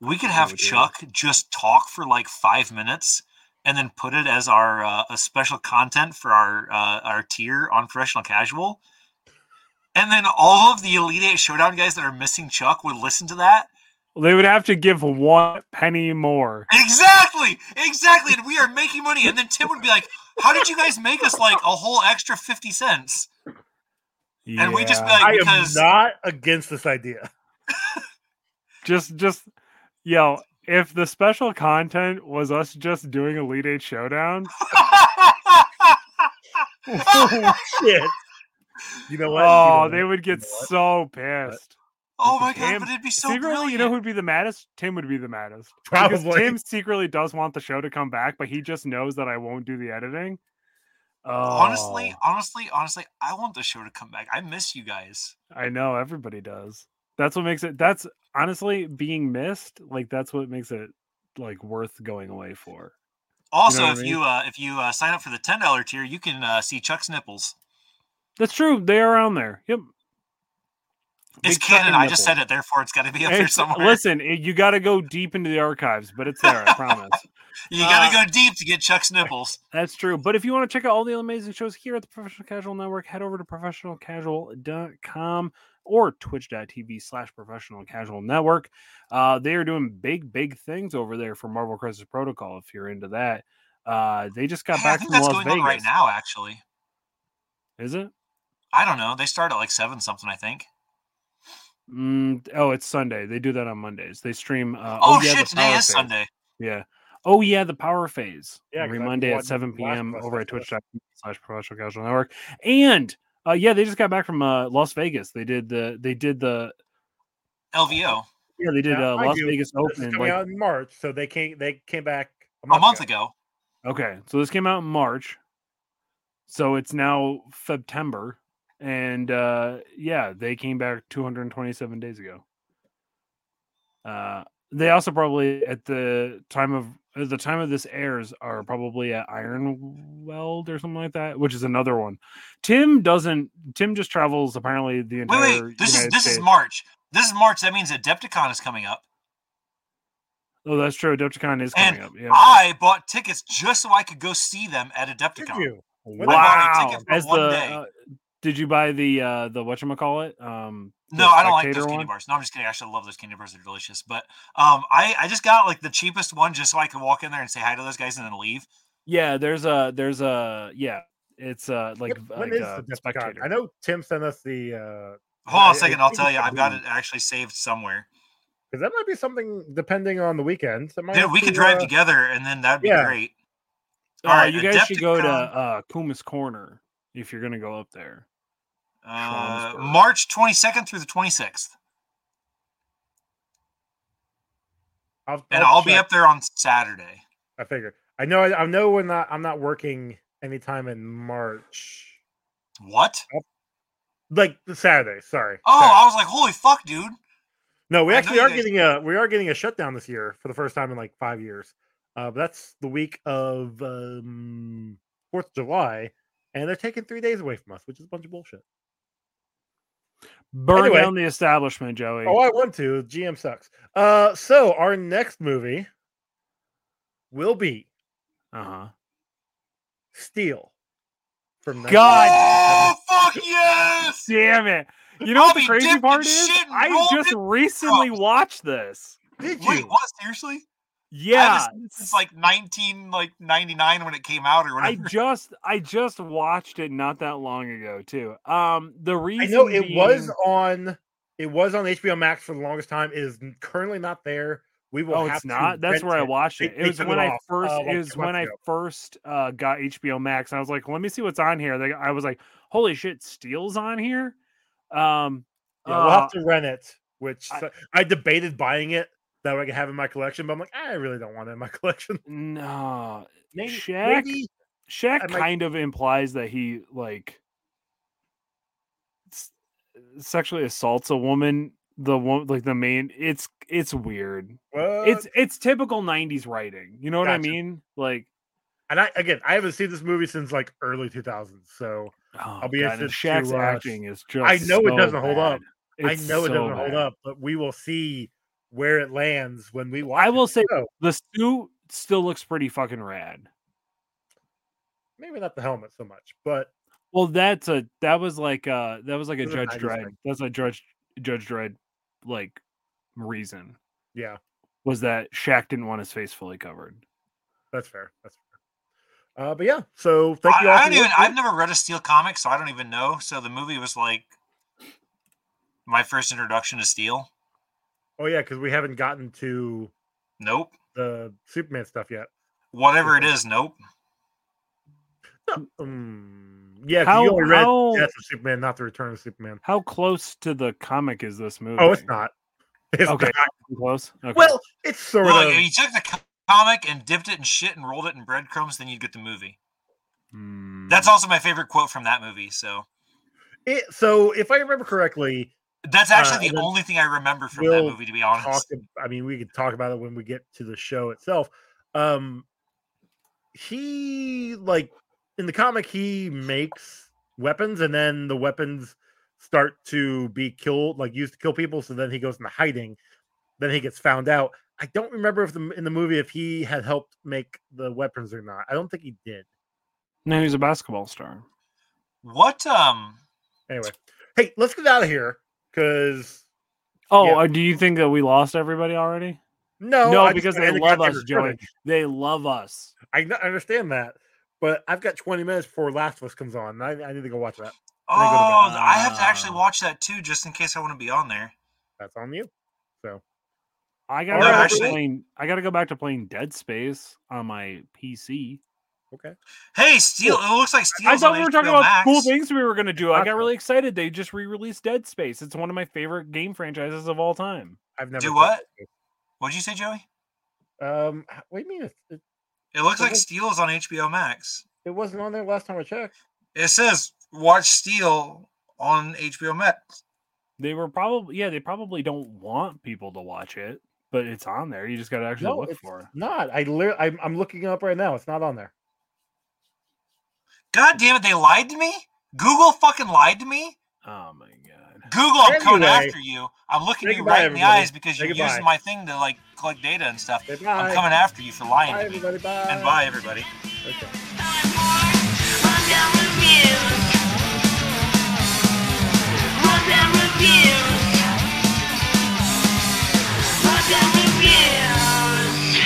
S6: We could
S4: What
S6: have
S4: would you
S6: Chuck just talk for like five minutes and then put it as our uh, a special content for our uh, our tier on professional casual. And then all of the Elite Eight Showdown guys that are missing Chuck would listen to that.
S4: Well, they would have to give one penny more.
S6: Exactly, exactly. And we are making money. And then Tim would be like, "How did you guys make us like a whole extra fifty cents?" And we just be
S4: Yeah.
S6: like,
S5: I am
S6: "Because
S5: not against this idea.
S4: just just yo, if the special content was us just doing Elite Eight Showdown,
S6: Oh,
S5: Holy shit. You know what? You
S4: oh,
S5: know
S4: they
S5: what?
S4: would get
S5: You know what?
S4: so pissed.
S6: oh my
S4: Damn.
S6: god, but it'd be so
S4: secretly,
S6: brilliant."
S4: you know who'd be the maddest? Tim would be the maddest. Because
S5: Probably.
S4: Tim secretly does want the show to come back, but he just knows that I won't do the editing. Oh,
S6: Honestly, honestly, honestly, I want the show to come back. I miss you guys.
S4: Oh, I know everybody does. That's what makes it. That's honestly being missed. Like that's what makes it like worth going away for.
S6: Also,
S4: what I
S6: if
S4: mean?
S6: you uh, if you uh, sign up for the ten dollar tier, you can uh, see Chuck's nipples.
S4: That's true. They are on there. Yep.
S6: It's
S4: Big fucking
S6: canon. I just
S4: nipple.
S6: said it, therefore it's got to be up there
S4: It's-
S6: somewhere.
S4: Listen, it- you got to go deep into the archives, but it's there. I promise.
S6: you got
S4: uh,
S6: to go deep to get Chuck's nipples.
S4: That's true. But if you want to check out all the amazing shows here at the Professional Casual Network, head over to professionalcasual.com or twitch.tv slash professional casual network. Uh, they are doing big, big things over there for Marvel Crisis Protocol if you're into that. Uh, they just got
S6: Hey, I
S4: back
S6: think
S4: from Las
S6: that's going
S4: Vegas.
S6: on right now. Actually,
S4: Is it?
S6: I don't know. They start at like seven something. I think.
S4: Mm, oh, it's Sunday. They do that on Mondays. They stream. Uh,
S6: oh
S4: yeah, the
S6: shit! Today
S4: Power Phase.
S6: is Sunday.
S4: Yeah. Oh yeah, the power phase.
S5: Yeah, 'cause
S4: every
S5: I've been
S4: Monday at
S5: watching
S4: 7
S5: Last
S4: p.m.
S5: of Us
S4: over at
S5: after this.
S4: twitch.tv slash professional casual network. And uh yeah, they just got back from uh Las Vegas. They did the they did the
S6: LVO
S4: yeah, they did
S5: Yeah,
S4: uh,
S5: I
S4: Las
S5: do.
S4: Vegas
S5: This is
S4: Open.
S5: coming
S4: Like,
S5: out in March, so they came they came back
S6: a month ago.
S4: okay, so this came out in March. So it's now September. And uh yeah, they came back 227 days ago. Uh they also probably at the time of at the time of this airs are probably at Iron Weld or something like that, which is another one. Tim doesn't. Tim just travels apparently the
S6: Wait,
S4: entire.
S6: wait. This is
S4: United
S6: this
S4: States.
S6: is March. This is March. That means Adepticon is coming up.
S4: Oh, that's true. Adepticon is coming
S6: And
S4: up. Yeah.
S6: I bought tickets just so I could go see them at
S5: Did
S6: Adepticon.
S5: you? When
S6: I bought a
S4: Wow.
S6: ticket for
S4: As the
S6: one day.
S4: uh, did you buy the uh the what call it? Um the
S6: No, I don't like those
S4: spectator
S6: candy
S4: one?
S6: bars. No, I'm just kidding. I actually love those candy bars. They're delicious. But um, I, I just got like the cheapest one just so I could walk in there and say hi to those guys and then leave.
S4: Yeah, there's a there's a yeah. It's uh like,
S5: Yep,
S4: like
S5: when is
S4: uh,
S5: the Death Con?
S4: spectator.
S5: I know Tim sent us the uh
S6: Hold on
S5: Yeah,
S6: a second.
S5: it-
S6: I'll
S5: it
S6: tell
S5: is
S6: you.
S5: a
S6: I've got
S5: boom.
S6: it actually saved somewhere.
S5: because that might be something depending on the weekend. That might
S6: Dude, we
S5: be,
S6: could drive
S5: uh,
S6: together and then that'd be
S5: yeah.
S6: great.
S4: Uh,
S6: Alright,
S4: you guys should go to
S6: Adepticon.
S4: uh Kuma's Corner if you're gonna go up there.
S6: Uh,
S4: Schomsburg.
S6: March 22nd through the 26th. And I'll, be
S5: check,
S6: up there on Saturday.
S5: I figure. I know. I, I know. We're not. I'm not working anytime in March.
S6: What?
S5: Like the Saturday. Sorry.
S6: Oh,
S5: Saturday.
S6: I was like, holy fuck, dude.
S5: no. We
S6: I know
S5: actually
S6: you
S5: are
S6: guys-
S5: getting a. We are getting a shutdown this year for the first time in like five years. Uh, but that's the week of um Fourth of July, and they're taking three days away from us, which is a bunch of bullshit.
S4: Burn
S5: Anyway.
S4: down the establishment, Joey.
S5: Oh, I want to. GM sucks. Uh, so our next movie will be
S4: Uh-huh.
S5: Steel from
S4: God.
S6: Oh, fuck yes.
S4: Damn it. You know what the
S6: Bobby
S4: crazy
S6: dipped
S4: part
S6: in
S4: is?
S6: shit and
S4: I
S6: rolled
S4: just
S6: in
S4: recently
S6: cups.
S4: watched this.
S5: Did you?
S6: Wait, what? Seriously?
S4: Yeah.
S6: It's like 19 like 99 when it came out or
S4: I
S6: whatever.
S4: just I just watched it not that long ago too. Um the reason
S5: I know it was
S4: being-
S5: on. It was on HBO Max for the longest time. It is n- currently not there. We will.
S4: Oh,
S5: have
S4: it's
S5: to
S4: not. That's
S5: rent
S4: where I watched
S5: They-
S4: it.
S5: they
S4: It was
S5: took
S4: when
S5: it
S4: I
S5: off, uh,
S4: first.
S5: like,
S4: it
S5: two
S4: was when
S5: months
S4: I
S5: ago.
S4: first uh, got HBO Max. And I was like, let me see what's on here. They, I was like, holy shit, Steel's on here. Um,
S5: Yeah, we'll
S4: uh,
S5: have to rent it. Which
S4: I-
S5: I, I debated buying it that way I could have in my collection, but I'm like, I really don't want it in my collection.
S4: no,
S5: Maybe,
S4: Check.
S5: maybe,
S4: Shaq
S5: I might-
S4: kind of implies that he like s- sexually assaults a woman. The one like the main. It's it's weird.
S5: What?
S4: It's it's typical '90s writing. You know what I
S5: Uh, Gotcha.
S4: mean? Like,
S5: and I again, I haven't seen this movie since like early 2000s. So
S4: oh,
S5: I'll be
S4: God, and
S5: interested
S4: Shaq's
S5: to, uh,
S4: acting is just.
S5: I know it
S4: so
S5: doesn't hold
S4: bad.
S5: up. I
S4: It's
S5: know it
S4: so
S5: doesn't hold
S4: bad.
S5: up, but we will see where it lands when we watch.
S4: I will
S5: it.
S4: say
S5: So,
S4: the suit still looks pretty fucking rad.
S5: maybe not the helmet so much, but
S4: Well, that's a that was like uh that was like a
S5: Those are
S4: Judge
S5: 90s
S4: Dredd.
S5: things.
S4: That's a Judge Judge Dredd like reason
S5: yeah,
S4: was that Shaq didn't want his face fully covered.
S5: that's fair. That's fair. Uh, but yeah, so thank
S6: I,
S5: you all.
S6: I
S5: for
S6: don't even.
S5: listening.
S6: I've never read a Steel comic, so I don't even know. So the movie was like my first introduction to Steel.
S5: Oh yeah, because we haven't gotten to
S6: Nope.
S5: the Superman stuff yet.
S6: Whatever it is, nope.
S5: Um, yeah, 'cause
S4: How-
S5: you only read
S4: how-
S5: Death of Superman, not the Return of Superman.
S4: How close to the comic is this movie?
S5: Oh, it's not. It's
S4: Okay.
S5: not.
S4: close. Okay.
S5: Well, it's sort
S6: Look,
S5: of.
S6: if you took the co- comic and dipped it in shit and rolled it in breadcrumbs, then you'd get the movie.
S4: Hmm.
S6: That's also my favorite quote from that movie. So
S5: It, so if I remember correctly,
S6: that's
S5: Uh,
S6: actually
S5: and
S6: the
S5: then
S6: only thing I remember from that
S5: we'll
S6: movie, to be honest.
S5: talk. I mean, we could talk about it when we get to the show itself. Um, he like in the comic, he makes weapons, and then the weapons start to be killed, like used to kill people. So then he goes into hiding. Then he gets found out. I don't remember if the in the movie if he had helped make the weapons or not. I don't think he did.
S4: no, he's a basketball star.
S6: What? Um.
S5: Anyway, hey, let's get out of here because
S4: Oh,
S5: Yeah.
S4: uh, do you think that we lost everybody already?
S5: no,
S4: no,
S5: I just
S4: because
S5: got
S4: they
S5: in the
S4: love
S5: goddamn
S4: us, Joey.
S5: recording.
S4: They love us.
S5: I kn- I understand that, but I've got 20 minutes before Last of Us comes on. and I, I need to go watch that.
S6: Oh,
S5: I go to bed.
S6: I have to actually
S4: Ah.
S6: watch that too, just in case I want to be on there.
S5: That's on you. So
S4: I gotta
S5: No,
S4: go back
S6: actually-
S4: to playing. I gotta go back to playing Dead Space on my PC.
S5: okay,
S6: Hey, Steel! It looks like Steel's
S4: I thought
S6: on
S4: we were talking
S6: HBO
S4: about cool
S6: Max.
S4: things we were going to do. I got
S5: Awesome.
S4: really excited. They just re-released Dead Space. It's one of my favorite game franchises of all time.
S5: I've never
S6: Do
S5: played
S6: what?
S5: it.
S6: What'd you say, Joey?
S5: Um, h- what do you mean? It, it,
S6: It looks like
S5: Okay.
S6: Steel is on HBO Max.
S5: it wasn't on there last time I checked.
S6: It says watch Steel on HBO Max.
S4: They were probably yeah, they probably don't want people to watch it, but it's on there. You just got to actually
S5: No,
S4: look
S5: it's
S4: for it.
S5: not. I lit- I'm, I'm looking it up right now. It's not on there.
S6: God damn it! They lied to me. Google fucking lied to me.
S4: Oh my god.
S6: Google, I'm coming
S5: Anyway,
S6: after you. I'm looking
S5: say
S6: you
S5: goodbye,
S6: right in the
S5: everybody.
S6: eyes because
S5: Say
S6: you're
S5: goodbye.
S6: using my thing to like collect data and stuff.
S5: Say
S6: I'm
S5: bye.
S6: coming after you for lying
S5: Bye,
S6: to me.
S5: everybody. Bye.
S6: And bye, everybody.
S5: Okay.
S3: Reviews.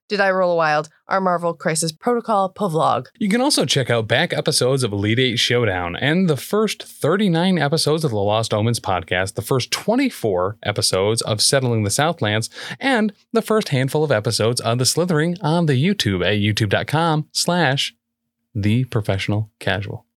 S7: Did I Roll a Wild? Our Marvel Crisis Protocol Povlog.
S1: You can also check out back episodes of Elite Eight Showdown and the first 39 episodes of the Lost Omens podcast, the first 24 episodes of Settling the Southlands, and the first handful of episodes of The Slithering on the YouTube at youtube.com slash the professional casual.